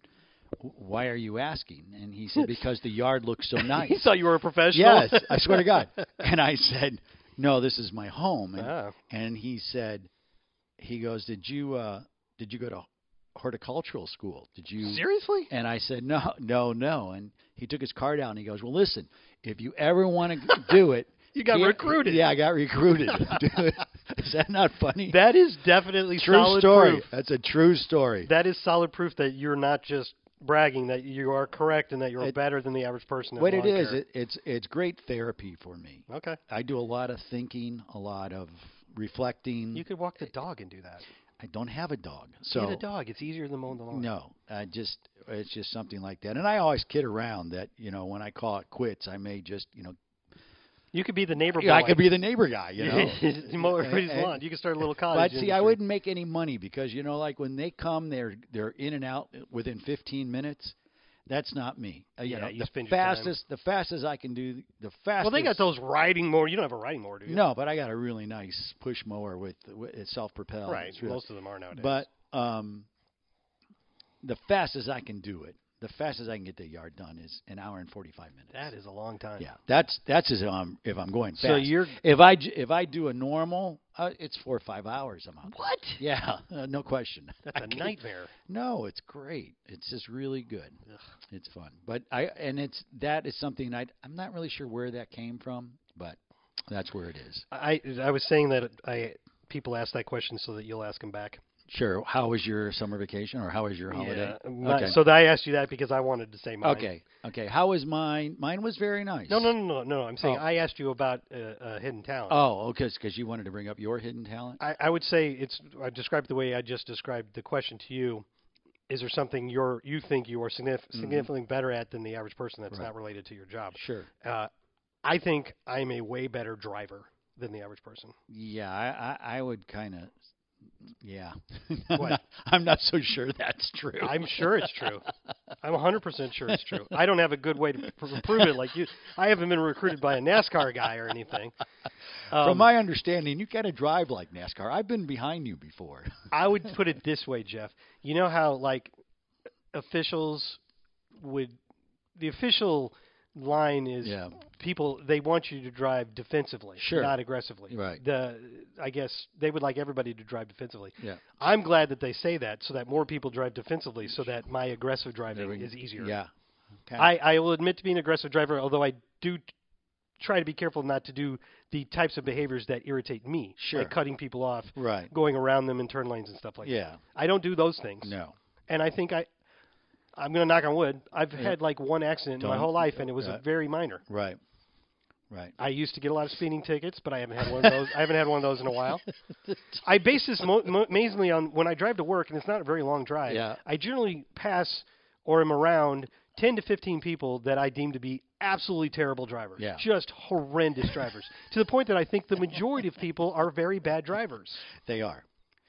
[SPEAKER 4] "Why are you asking?" And he said, "Because the yard looks so nice."
[SPEAKER 3] He thought you were a professional.
[SPEAKER 4] yes, I swear to God. And I said, "No, this is my home." And,
[SPEAKER 3] Ah.
[SPEAKER 4] and he said, "He goes, did you uh, did you go to horticultural school? Did you
[SPEAKER 3] Seriously?
[SPEAKER 4] and I said, no, no, no. And he took his card out and he goes, well, listen, if you ever want to do it,
[SPEAKER 3] You got
[SPEAKER 4] here-
[SPEAKER 3] recruited.
[SPEAKER 4] Yeah, I got recruited. Is that not funny?
[SPEAKER 3] That is definitely
[SPEAKER 4] true
[SPEAKER 3] solid
[SPEAKER 4] story.
[SPEAKER 3] proof.
[SPEAKER 4] That's a true story.
[SPEAKER 3] That is solid proof that you're not just bragging; that you are correct and that you're
[SPEAKER 4] It-
[SPEAKER 3] better than the average person. at
[SPEAKER 4] what it
[SPEAKER 3] lawn
[SPEAKER 4] is,
[SPEAKER 3] care.
[SPEAKER 4] it, it's it's great therapy for me.
[SPEAKER 3] okay.
[SPEAKER 4] I do a lot of thinking, a lot of reflecting.
[SPEAKER 3] You could walk the dog and do that.
[SPEAKER 4] I don't have a dog, so
[SPEAKER 3] Get a dog; it's easier than mowing the lawn.
[SPEAKER 4] No, I just it's just something like that. And I always kid around that you know when I call it quits, I may just you know
[SPEAKER 3] You could be the neighbor
[SPEAKER 4] Yeah, I
[SPEAKER 3] boy.
[SPEAKER 4] could be the neighbor guy, you know.
[SPEAKER 3] You mow everybody's
[SPEAKER 4] And-
[SPEAKER 3] lawn. You could start a little
[SPEAKER 4] But
[SPEAKER 3] cottage.
[SPEAKER 4] see, I
[SPEAKER 3] industry.
[SPEAKER 4] wouldn't make any money because you know, like when they come, they're they're in and out within 15 minutes. That's not me. Uh, you
[SPEAKER 3] Yeah,
[SPEAKER 4] know,
[SPEAKER 3] you
[SPEAKER 4] the
[SPEAKER 3] spend your time.
[SPEAKER 4] fastest, the fastest I can do, the fastest.
[SPEAKER 3] Well, they got those riding mower. You don't have a riding mower, do you?
[SPEAKER 4] No, but I got a really nice push mower with, with it's self-propelled.
[SPEAKER 3] Right.
[SPEAKER 4] It's really-
[SPEAKER 3] Most of them are nowadays.
[SPEAKER 4] but um, the fastest I can do it, the fastest I can get the yard done is an hour and 45 minutes.
[SPEAKER 3] that is a long time.
[SPEAKER 4] Yeah, that's that's as um, if I'm going fast.
[SPEAKER 3] So you're-
[SPEAKER 4] if I j- if I do a normal, uh, it's four or five hours. I'm out.
[SPEAKER 3] What?
[SPEAKER 4] Yeah, uh, no question.
[SPEAKER 3] That's
[SPEAKER 4] I
[SPEAKER 3] a
[SPEAKER 4] can't-
[SPEAKER 3] nightmare.
[SPEAKER 4] No, it's great. It's just really good. It's fun, but I and it's that is something I I'm not really sure where that came from, but that's where it is.
[SPEAKER 3] I I was saying that I people ask that question so that you'll ask them back.
[SPEAKER 4] Sure. How was your summer vacation, or how was your holiday?
[SPEAKER 3] Yeah. My-
[SPEAKER 4] okay.
[SPEAKER 3] So I asked you that because I wanted to say mine.
[SPEAKER 4] okay. Okay. How was mine? Mine was very nice.
[SPEAKER 3] No, no, no, no, no. I'm saying
[SPEAKER 4] Oh.
[SPEAKER 3] I asked you about uh, uh, hidden talent.
[SPEAKER 4] Oh, okay. Because you wanted to bring up your hidden talent.
[SPEAKER 3] I, I would say it's I described the way I just described the question to you. Is there something you're you think you are signif- significantly better at than the average person that's
[SPEAKER 4] Mm-hmm. Right.
[SPEAKER 3] not related to your job?
[SPEAKER 4] Sure.
[SPEAKER 3] Uh, I think I'm a way better driver than the average person.
[SPEAKER 4] Yeah, I, I, I would kind of. Yeah, I'm,
[SPEAKER 3] What?
[SPEAKER 4] not, I'm not so sure that's true.
[SPEAKER 3] I'm sure it's true. I'm 100% sure it's true. I don't have a good way to pr- prove it like you. I haven't been recruited by a NASCAR guy or anything.
[SPEAKER 4] From
[SPEAKER 3] Um,
[SPEAKER 4] my understanding, you kind of drive like NASCAR. I've been behind you before.
[SPEAKER 3] I would put it this way, Jeff. You know how like officials would the official line is
[SPEAKER 4] Yeah.
[SPEAKER 3] people they want you to drive defensively,
[SPEAKER 4] Sure.
[SPEAKER 3] not aggressively.
[SPEAKER 4] Right.
[SPEAKER 3] The I guess they would like everybody to drive defensively.
[SPEAKER 4] Yeah.
[SPEAKER 3] I'm glad that they say that so that more people drive defensively so that my aggressive driving
[SPEAKER 4] we-
[SPEAKER 3] is easier.
[SPEAKER 4] Yeah. Okay.
[SPEAKER 3] I, I will admit to being an aggressive driver, although I do t- try to be careful not to do the types of behaviors that irritate me,
[SPEAKER 4] Sure.
[SPEAKER 3] like cutting people off,
[SPEAKER 4] Right.
[SPEAKER 3] going around them in turn lanes and stuff like that.
[SPEAKER 4] Yeah.
[SPEAKER 3] I don't do those things.
[SPEAKER 4] No.
[SPEAKER 3] And I think I, I'm going to knock on wood. I've had like one accident in my
[SPEAKER 4] Don't-
[SPEAKER 3] whole life, and it was
[SPEAKER 4] uh,
[SPEAKER 3] a very minor.
[SPEAKER 4] Right. Right.
[SPEAKER 3] I used to get a lot of speeding tickets, but I haven't had one of those. I haven't had one of those in a while. I base this mo- mo- amazingly on when I drive to work, and it's not a very long drive.
[SPEAKER 4] Yeah.
[SPEAKER 3] I generally pass or am around 10 to 15 people that I deem to be absolutely terrible drivers.
[SPEAKER 4] Yeah.
[SPEAKER 3] Just horrendous drivers. to the point that I think the majority of people are very bad drivers.
[SPEAKER 4] They are.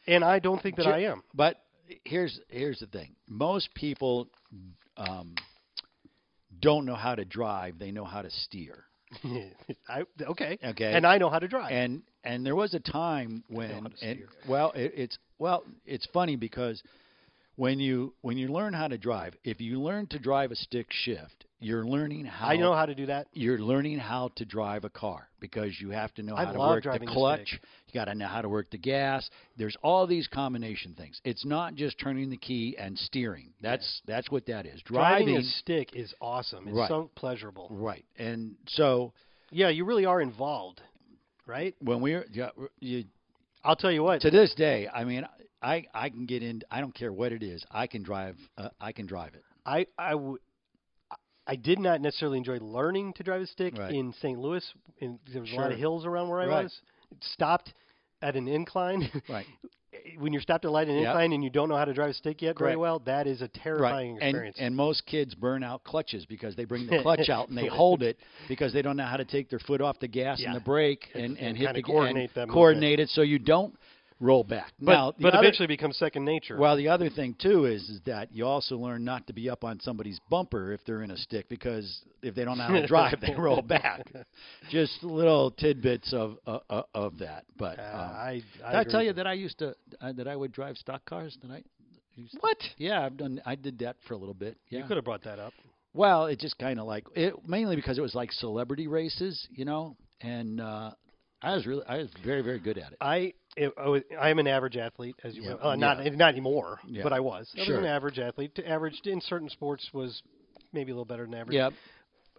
[SPEAKER 3] And I don't think that
[SPEAKER 4] Ju-
[SPEAKER 3] I am.
[SPEAKER 4] But here's here's the thing. Most people um, don't know how to drive. They know how to steer.
[SPEAKER 3] I, okay.
[SPEAKER 4] Okay.
[SPEAKER 3] And I know how to drive.
[SPEAKER 4] and and there was a time
[SPEAKER 3] how
[SPEAKER 4] when
[SPEAKER 3] to
[SPEAKER 4] and,
[SPEAKER 3] steer.
[SPEAKER 4] well it, it's well it's funny because when you when you learn how to drive if you learn to drive a stick shift you're learning how
[SPEAKER 3] I know how to do that.
[SPEAKER 4] you're learning how to drive a car because you have to know
[SPEAKER 3] I
[SPEAKER 4] how to
[SPEAKER 3] love
[SPEAKER 4] work the
[SPEAKER 3] driving a
[SPEAKER 4] clutch
[SPEAKER 3] stick.
[SPEAKER 4] you got to know how to work the gas there's all these combination things it's not just turning the key and steering that's that's what that is driving,
[SPEAKER 3] Driving a stick is awesome. It's
[SPEAKER 4] Right.
[SPEAKER 3] so pleasurable.
[SPEAKER 4] right and so
[SPEAKER 3] Yeah, you really are involved, right?
[SPEAKER 4] when we're yeah, you,
[SPEAKER 3] I'll tell you what.
[SPEAKER 4] to this day, I mean, I I can get in. I don't care what it is. I can drive. Uh, I can drive it.
[SPEAKER 3] I I w- I did not necessarily enjoy learning to drive a stick
[SPEAKER 4] Right.
[SPEAKER 3] in St. Louis. In, there was a lot
[SPEAKER 4] Sure.
[SPEAKER 3] of hills around where I
[SPEAKER 4] Right.
[SPEAKER 3] was. It stopped at an incline.
[SPEAKER 4] Right.
[SPEAKER 3] when you're stopped at a light at an
[SPEAKER 4] Yeah.
[SPEAKER 3] incline and you don't know how to drive a stick yet very
[SPEAKER 4] Correct.
[SPEAKER 3] well, that is a terrifying
[SPEAKER 4] right. And
[SPEAKER 3] experience.
[SPEAKER 4] and most kids burn out clutches because they bring the clutch out and they hold it because they don't know how to take their foot off the gas
[SPEAKER 3] Yeah.
[SPEAKER 4] and the brake and, and,
[SPEAKER 3] and
[SPEAKER 4] hit
[SPEAKER 3] kinda
[SPEAKER 4] the
[SPEAKER 3] coordinate
[SPEAKER 4] and
[SPEAKER 3] that movement.
[SPEAKER 4] coordinate it so you don't roll back.
[SPEAKER 3] but
[SPEAKER 4] now, the
[SPEAKER 3] but
[SPEAKER 4] other-
[SPEAKER 3] eventually becomes second nature.
[SPEAKER 4] Well, the other thing too is is that you also learn not to be up on somebody's bumper if they're in a stick because if they don't know how to drive, they roll back. Just little tidbits of uh, uh, of that. But
[SPEAKER 3] Uh,
[SPEAKER 4] um,
[SPEAKER 3] I, I
[SPEAKER 4] did I
[SPEAKER 3] agree
[SPEAKER 4] tell
[SPEAKER 3] with
[SPEAKER 4] you that I used to uh, that I would drive stock cars? That I used
[SPEAKER 3] What?
[SPEAKER 4] Yeah, I've done. I did that for a little bit. Yeah.
[SPEAKER 3] You could have brought that up.
[SPEAKER 4] Well, it just kind of like it mainly because it was like celebrity races, you know, and uh, I was really I was very very good at it.
[SPEAKER 3] I it, I was- I am an average athlete, as you
[SPEAKER 4] Yeah.
[SPEAKER 3] know. Uh, not not anymore,
[SPEAKER 4] Yeah.
[SPEAKER 3] but I was. I
[SPEAKER 4] Sure.
[SPEAKER 3] was an average athlete. To average in certain sports was maybe a little better than average.
[SPEAKER 4] Yep.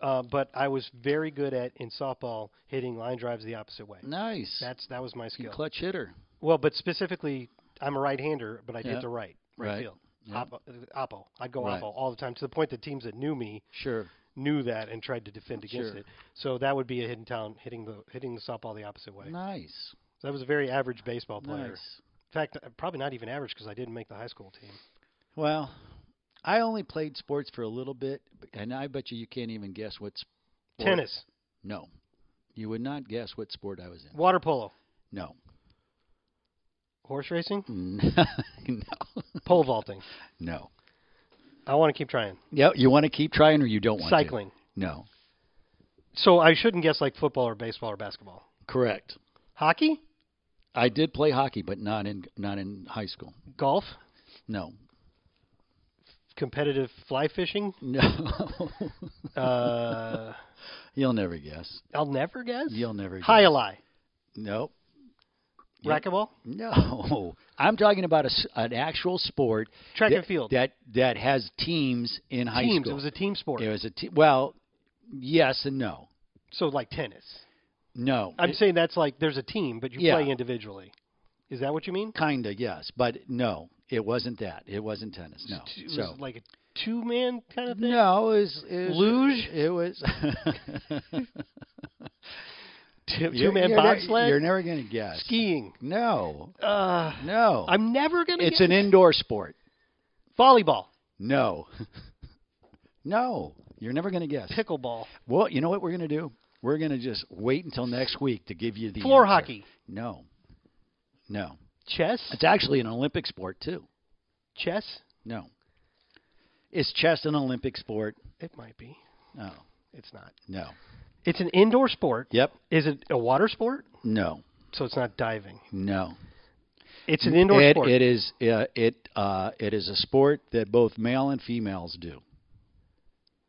[SPEAKER 3] Uh, but I was very good at in softball hitting line drives the opposite way.
[SPEAKER 4] Nice.
[SPEAKER 3] That's that was my
[SPEAKER 4] You
[SPEAKER 3] skill.
[SPEAKER 4] clutch hitter.
[SPEAKER 3] well, but specifically, I'm a right-hander, but I
[SPEAKER 4] Yeah.
[SPEAKER 3] did the right right,
[SPEAKER 4] Right.
[SPEAKER 3] field. Oppo, uh, oppo. I'd go
[SPEAKER 4] Right.
[SPEAKER 3] oppo all the time to the point that teams that knew me
[SPEAKER 4] Sure.
[SPEAKER 3] knew that and tried to defend against
[SPEAKER 4] Sure.
[SPEAKER 3] it. So that would be a hidden talent hitting the hitting the softball the opposite way.
[SPEAKER 4] Nice.
[SPEAKER 3] So I was a very average baseball player.
[SPEAKER 4] Nice.
[SPEAKER 3] In fact, uh, probably not even average because I didn't make the high school team.
[SPEAKER 4] Well, I only played sports for a little bit, and I bet you you can't even guess what. Sport.
[SPEAKER 3] Tennis,
[SPEAKER 4] No, you would not guess what sport I was in.
[SPEAKER 3] water polo,
[SPEAKER 4] No.
[SPEAKER 3] horse racing, Mm.
[SPEAKER 4] no.
[SPEAKER 3] pole vaulting.
[SPEAKER 4] No.
[SPEAKER 3] I want to keep trying.
[SPEAKER 4] Yeah, you want to keep trying, or you don't want
[SPEAKER 3] Cycling.
[SPEAKER 4] to. No.
[SPEAKER 3] So I shouldn't guess like football or baseball or basketball.
[SPEAKER 4] Correct.
[SPEAKER 3] Hockey,
[SPEAKER 4] I did play hockey, but not in not in high school.
[SPEAKER 3] golf,
[SPEAKER 4] No.
[SPEAKER 3] competitive fly fishing.
[SPEAKER 4] No.
[SPEAKER 3] Uh,
[SPEAKER 4] You'll never guess.
[SPEAKER 3] I'll never guess.
[SPEAKER 4] You'll never guess.
[SPEAKER 3] High lie.
[SPEAKER 4] Nope. Yep.
[SPEAKER 3] Racquetball.
[SPEAKER 4] No, I'm talking about a s an actual sport.
[SPEAKER 3] Track
[SPEAKER 4] that,
[SPEAKER 3] and field.
[SPEAKER 4] That that has teams in high
[SPEAKER 3] Teams.
[SPEAKER 4] school.
[SPEAKER 3] It was a team sport.
[SPEAKER 4] It was a te- well, yes and no.
[SPEAKER 3] so like tennis.
[SPEAKER 4] No,
[SPEAKER 3] I'm
[SPEAKER 4] It-
[SPEAKER 3] saying that's like there's a team, but you
[SPEAKER 4] Yeah.
[SPEAKER 3] play individually. Is that what you mean?
[SPEAKER 4] kinda yes, but no, it wasn't that. It wasn't tennis. No,
[SPEAKER 3] It was
[SPEAKER 4] so
[SPEAKER 3] like a two man kind of thing.
[SPEAKER 4] no, it was, it was
[SPEAKER 3] Luge?
[SPEAKER 4] It was
[SPEAKER 3] Two man
[SPEAKER 4] You're-
[SPEAKER 3] bobsled.
[SPEAKER 4] You're never gonna guess.
[SPEAKER 3] Skiing.
[SPEAKER 4] No,
[SPEAKER 3] Uh,
[SPEAKER 4] no.
[SPEAKER 3] I'm never gonna.
[SPEAKER 4] it's
[SPEAKER 3] get
[SPEAKER 4] an indoor sport.
[SPEAKER 3] volleyball,
[SPEAKER 4] No, no. You're never gonna guess.
[SPEAKER 3] pickleball,
[SPEAKER 4] Well, you know what we're going to do? We're going to just wait until next week to give you the
[SPEAKER 3] floor
[SPEAKER 4] answer.
[SPEAKER 3] hockey,
[SPEAKER 4] No, no.
[SPEAKER 3] chess,
[SPEAKER 4] It's actually an Olympic sport too.
[SPEAKER 3] chess.
[SPEAKER 4] No. Is chess an Olympic sport?
[SPEAKER 3] It might be.
[SPEAKER 4] No,
[SPEAKER 3] It's not.
[SPEAKER 4] no.
[SPEAKER 3] It's an indoor sport.
[SPEAKER 4] Yep.
[SPEAKER 3] Is it a water sport?
[SPEAKER 4] No,
[SPEAKER 3] So it's not diving.
[SPEAKER 4] no.
[SPEAKER 3] It's an indoor
[SPEAKER 4] it,
[SPEAKER 3] sport.
[SPEAKER 4] It is. Uh, it uh, it is a sport that both male and females do.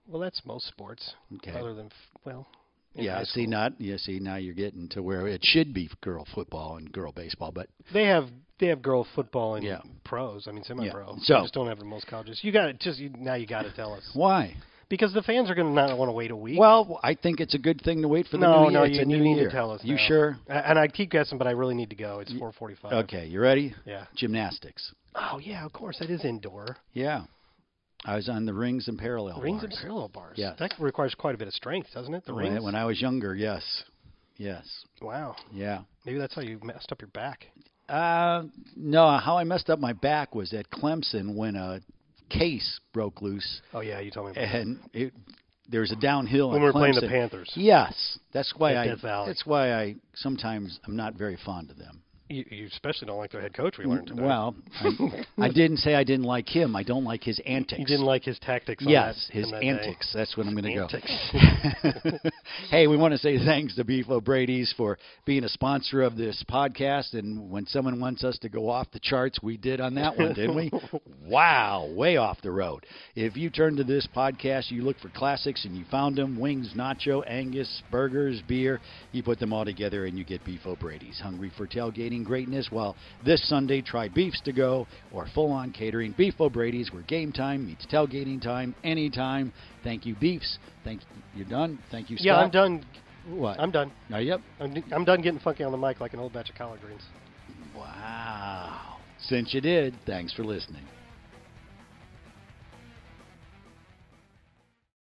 [SPEAKER 3] well, that's most sports.
[SPEAKER 4] Okay.
[SPEAKER 3] Other than f- well. in
[SPEAKER 4] yeah.
[SPEAKER 3] high
[SPEAKER 4] See,
[SPEAKER 3] school.
[SPEAKER 4] not. You see, now you're getting to where it should be girl football and girl baseball, but
[SPEAKER 3] They have they have girl football and
[SPEAKER 4] Yeah.
[SPEAKER 3] pros. I mean semi-pro.
[SPEAKER 4] So-
[SPEAKER 3] They just don't have it in most colleges. You got to just you, now. You got to tell us
[SPEAKER 4] why?
[SPEAKER 3] because the fans are going to not want to wait a week.
[SPEAKER 4] Well, I think it's a good thing to wait for the
[SPEAKER 3] no,
[SPEAKER 4] new year.
[SPEAKER 3] no,
[SPEAKER 4] It's
[SPEAKER 3] you,
[SPEAKER 4] a new
[SPEAKER 3] you need
[SPEAKER 4] year.
[SPEAKER 3] to tell us.
[SPEAKER 4] You
[SPEAKER 3] now.
[SPEAKER 4] sure?
[SPEAKER 3] A- And I keep guessing, but I really need to go. It's 4:45.
[SPEAKER 4] Okay, you ready?
[SPEAKER 3] Yeah.
[SPEAKER 4] Gymnastics.
[SPEAKER 3] Oh yeah, of course. That is indoor.
[SPEAKER 4] Yeah. I was on the rings and parallel
[SPEAKER 3] Rings
[SPEAKER 4] bars.
[SPEAKER 3] and parallel bars.
[SPEAKER 4] Yes.
[SPEAKER 3] That requires quite a bit of strength, doesn't it? The
[SPEAKER 4] When I-
[SPEAKER 3] rings.
[SPEAKER 4] When I was younger, yes. Yes.
[SPEAKER 3] wow.
[SPEAKER 4] Yeah.
[SPEAKER 3] Maybe that's how you messed up your back.
[SPEAKER 4] Uh, no, how I messed up my back was at Clemson when a case broke loose
[SPEAKER 3] Oh yeah, you told me. About that.
[SPEAKER 4] and it there was a downhill
[SPEAKER 3] When
[SPEAKER 4] at
[SPEAKER 3] we were playing the
[SPEAKER 4] Clemson.
[SPEAKER 3] Panthers.
[SPEAKER 4] Yes. That's why
[SPEAKER 3] At
[SPEAKER 4] I
[SPEAKER 3] Death Valley.
[SPEAKER 4] that's why I sometimes I'm not very fond of them.
[SPEAKER 3] You, you especially don't like their head coach. We learned today.
[SPEAKER 4] Well, I, I didn't say I didn't like him. I don't like his antics.
[SPEAKER 3] you didn't like his tactics. on
[SPEAKER 4] Yes,
[SPEAKER 3] that-
[SPEAKER 4] his
[SPEAKER 3] on that day.
[SPEAKER 4] antics. That's what I'm going to
[SPEAKER 3] Antics.
[SPEAKER 4] go. hey, we want to say thanks to Beef O'Brady's for being a sponsor of this podcast. And when someone wants us to go off the charts, we did on that one, didn't we? wow, way off the road. If you turn to this podcast, you look for classics and you found them wings, nacho, Angus, burgers, beer. You put them all together and you get Beef O'Brady's. Hungry for tailgating greatness? Well, this Sunday, try Beefs to Go or full on catering. Beef O'Brady's, where game time meets tailgating time, anytime. Thank you, Beefs. Thank You're done? Thank you, Scott.
[SPEAKER 3] Yeah, I'm done.
[SPEAKER 4] What?
[SPEAKER 3] I'm done.
[SPEAKER 4] Oh, yep.
[SPEAKER 3] I'm, I'm done getting funky on the mic like an old batch of collard greens.
[SPEAKER 4] Wow. Since you did, thanks for listening.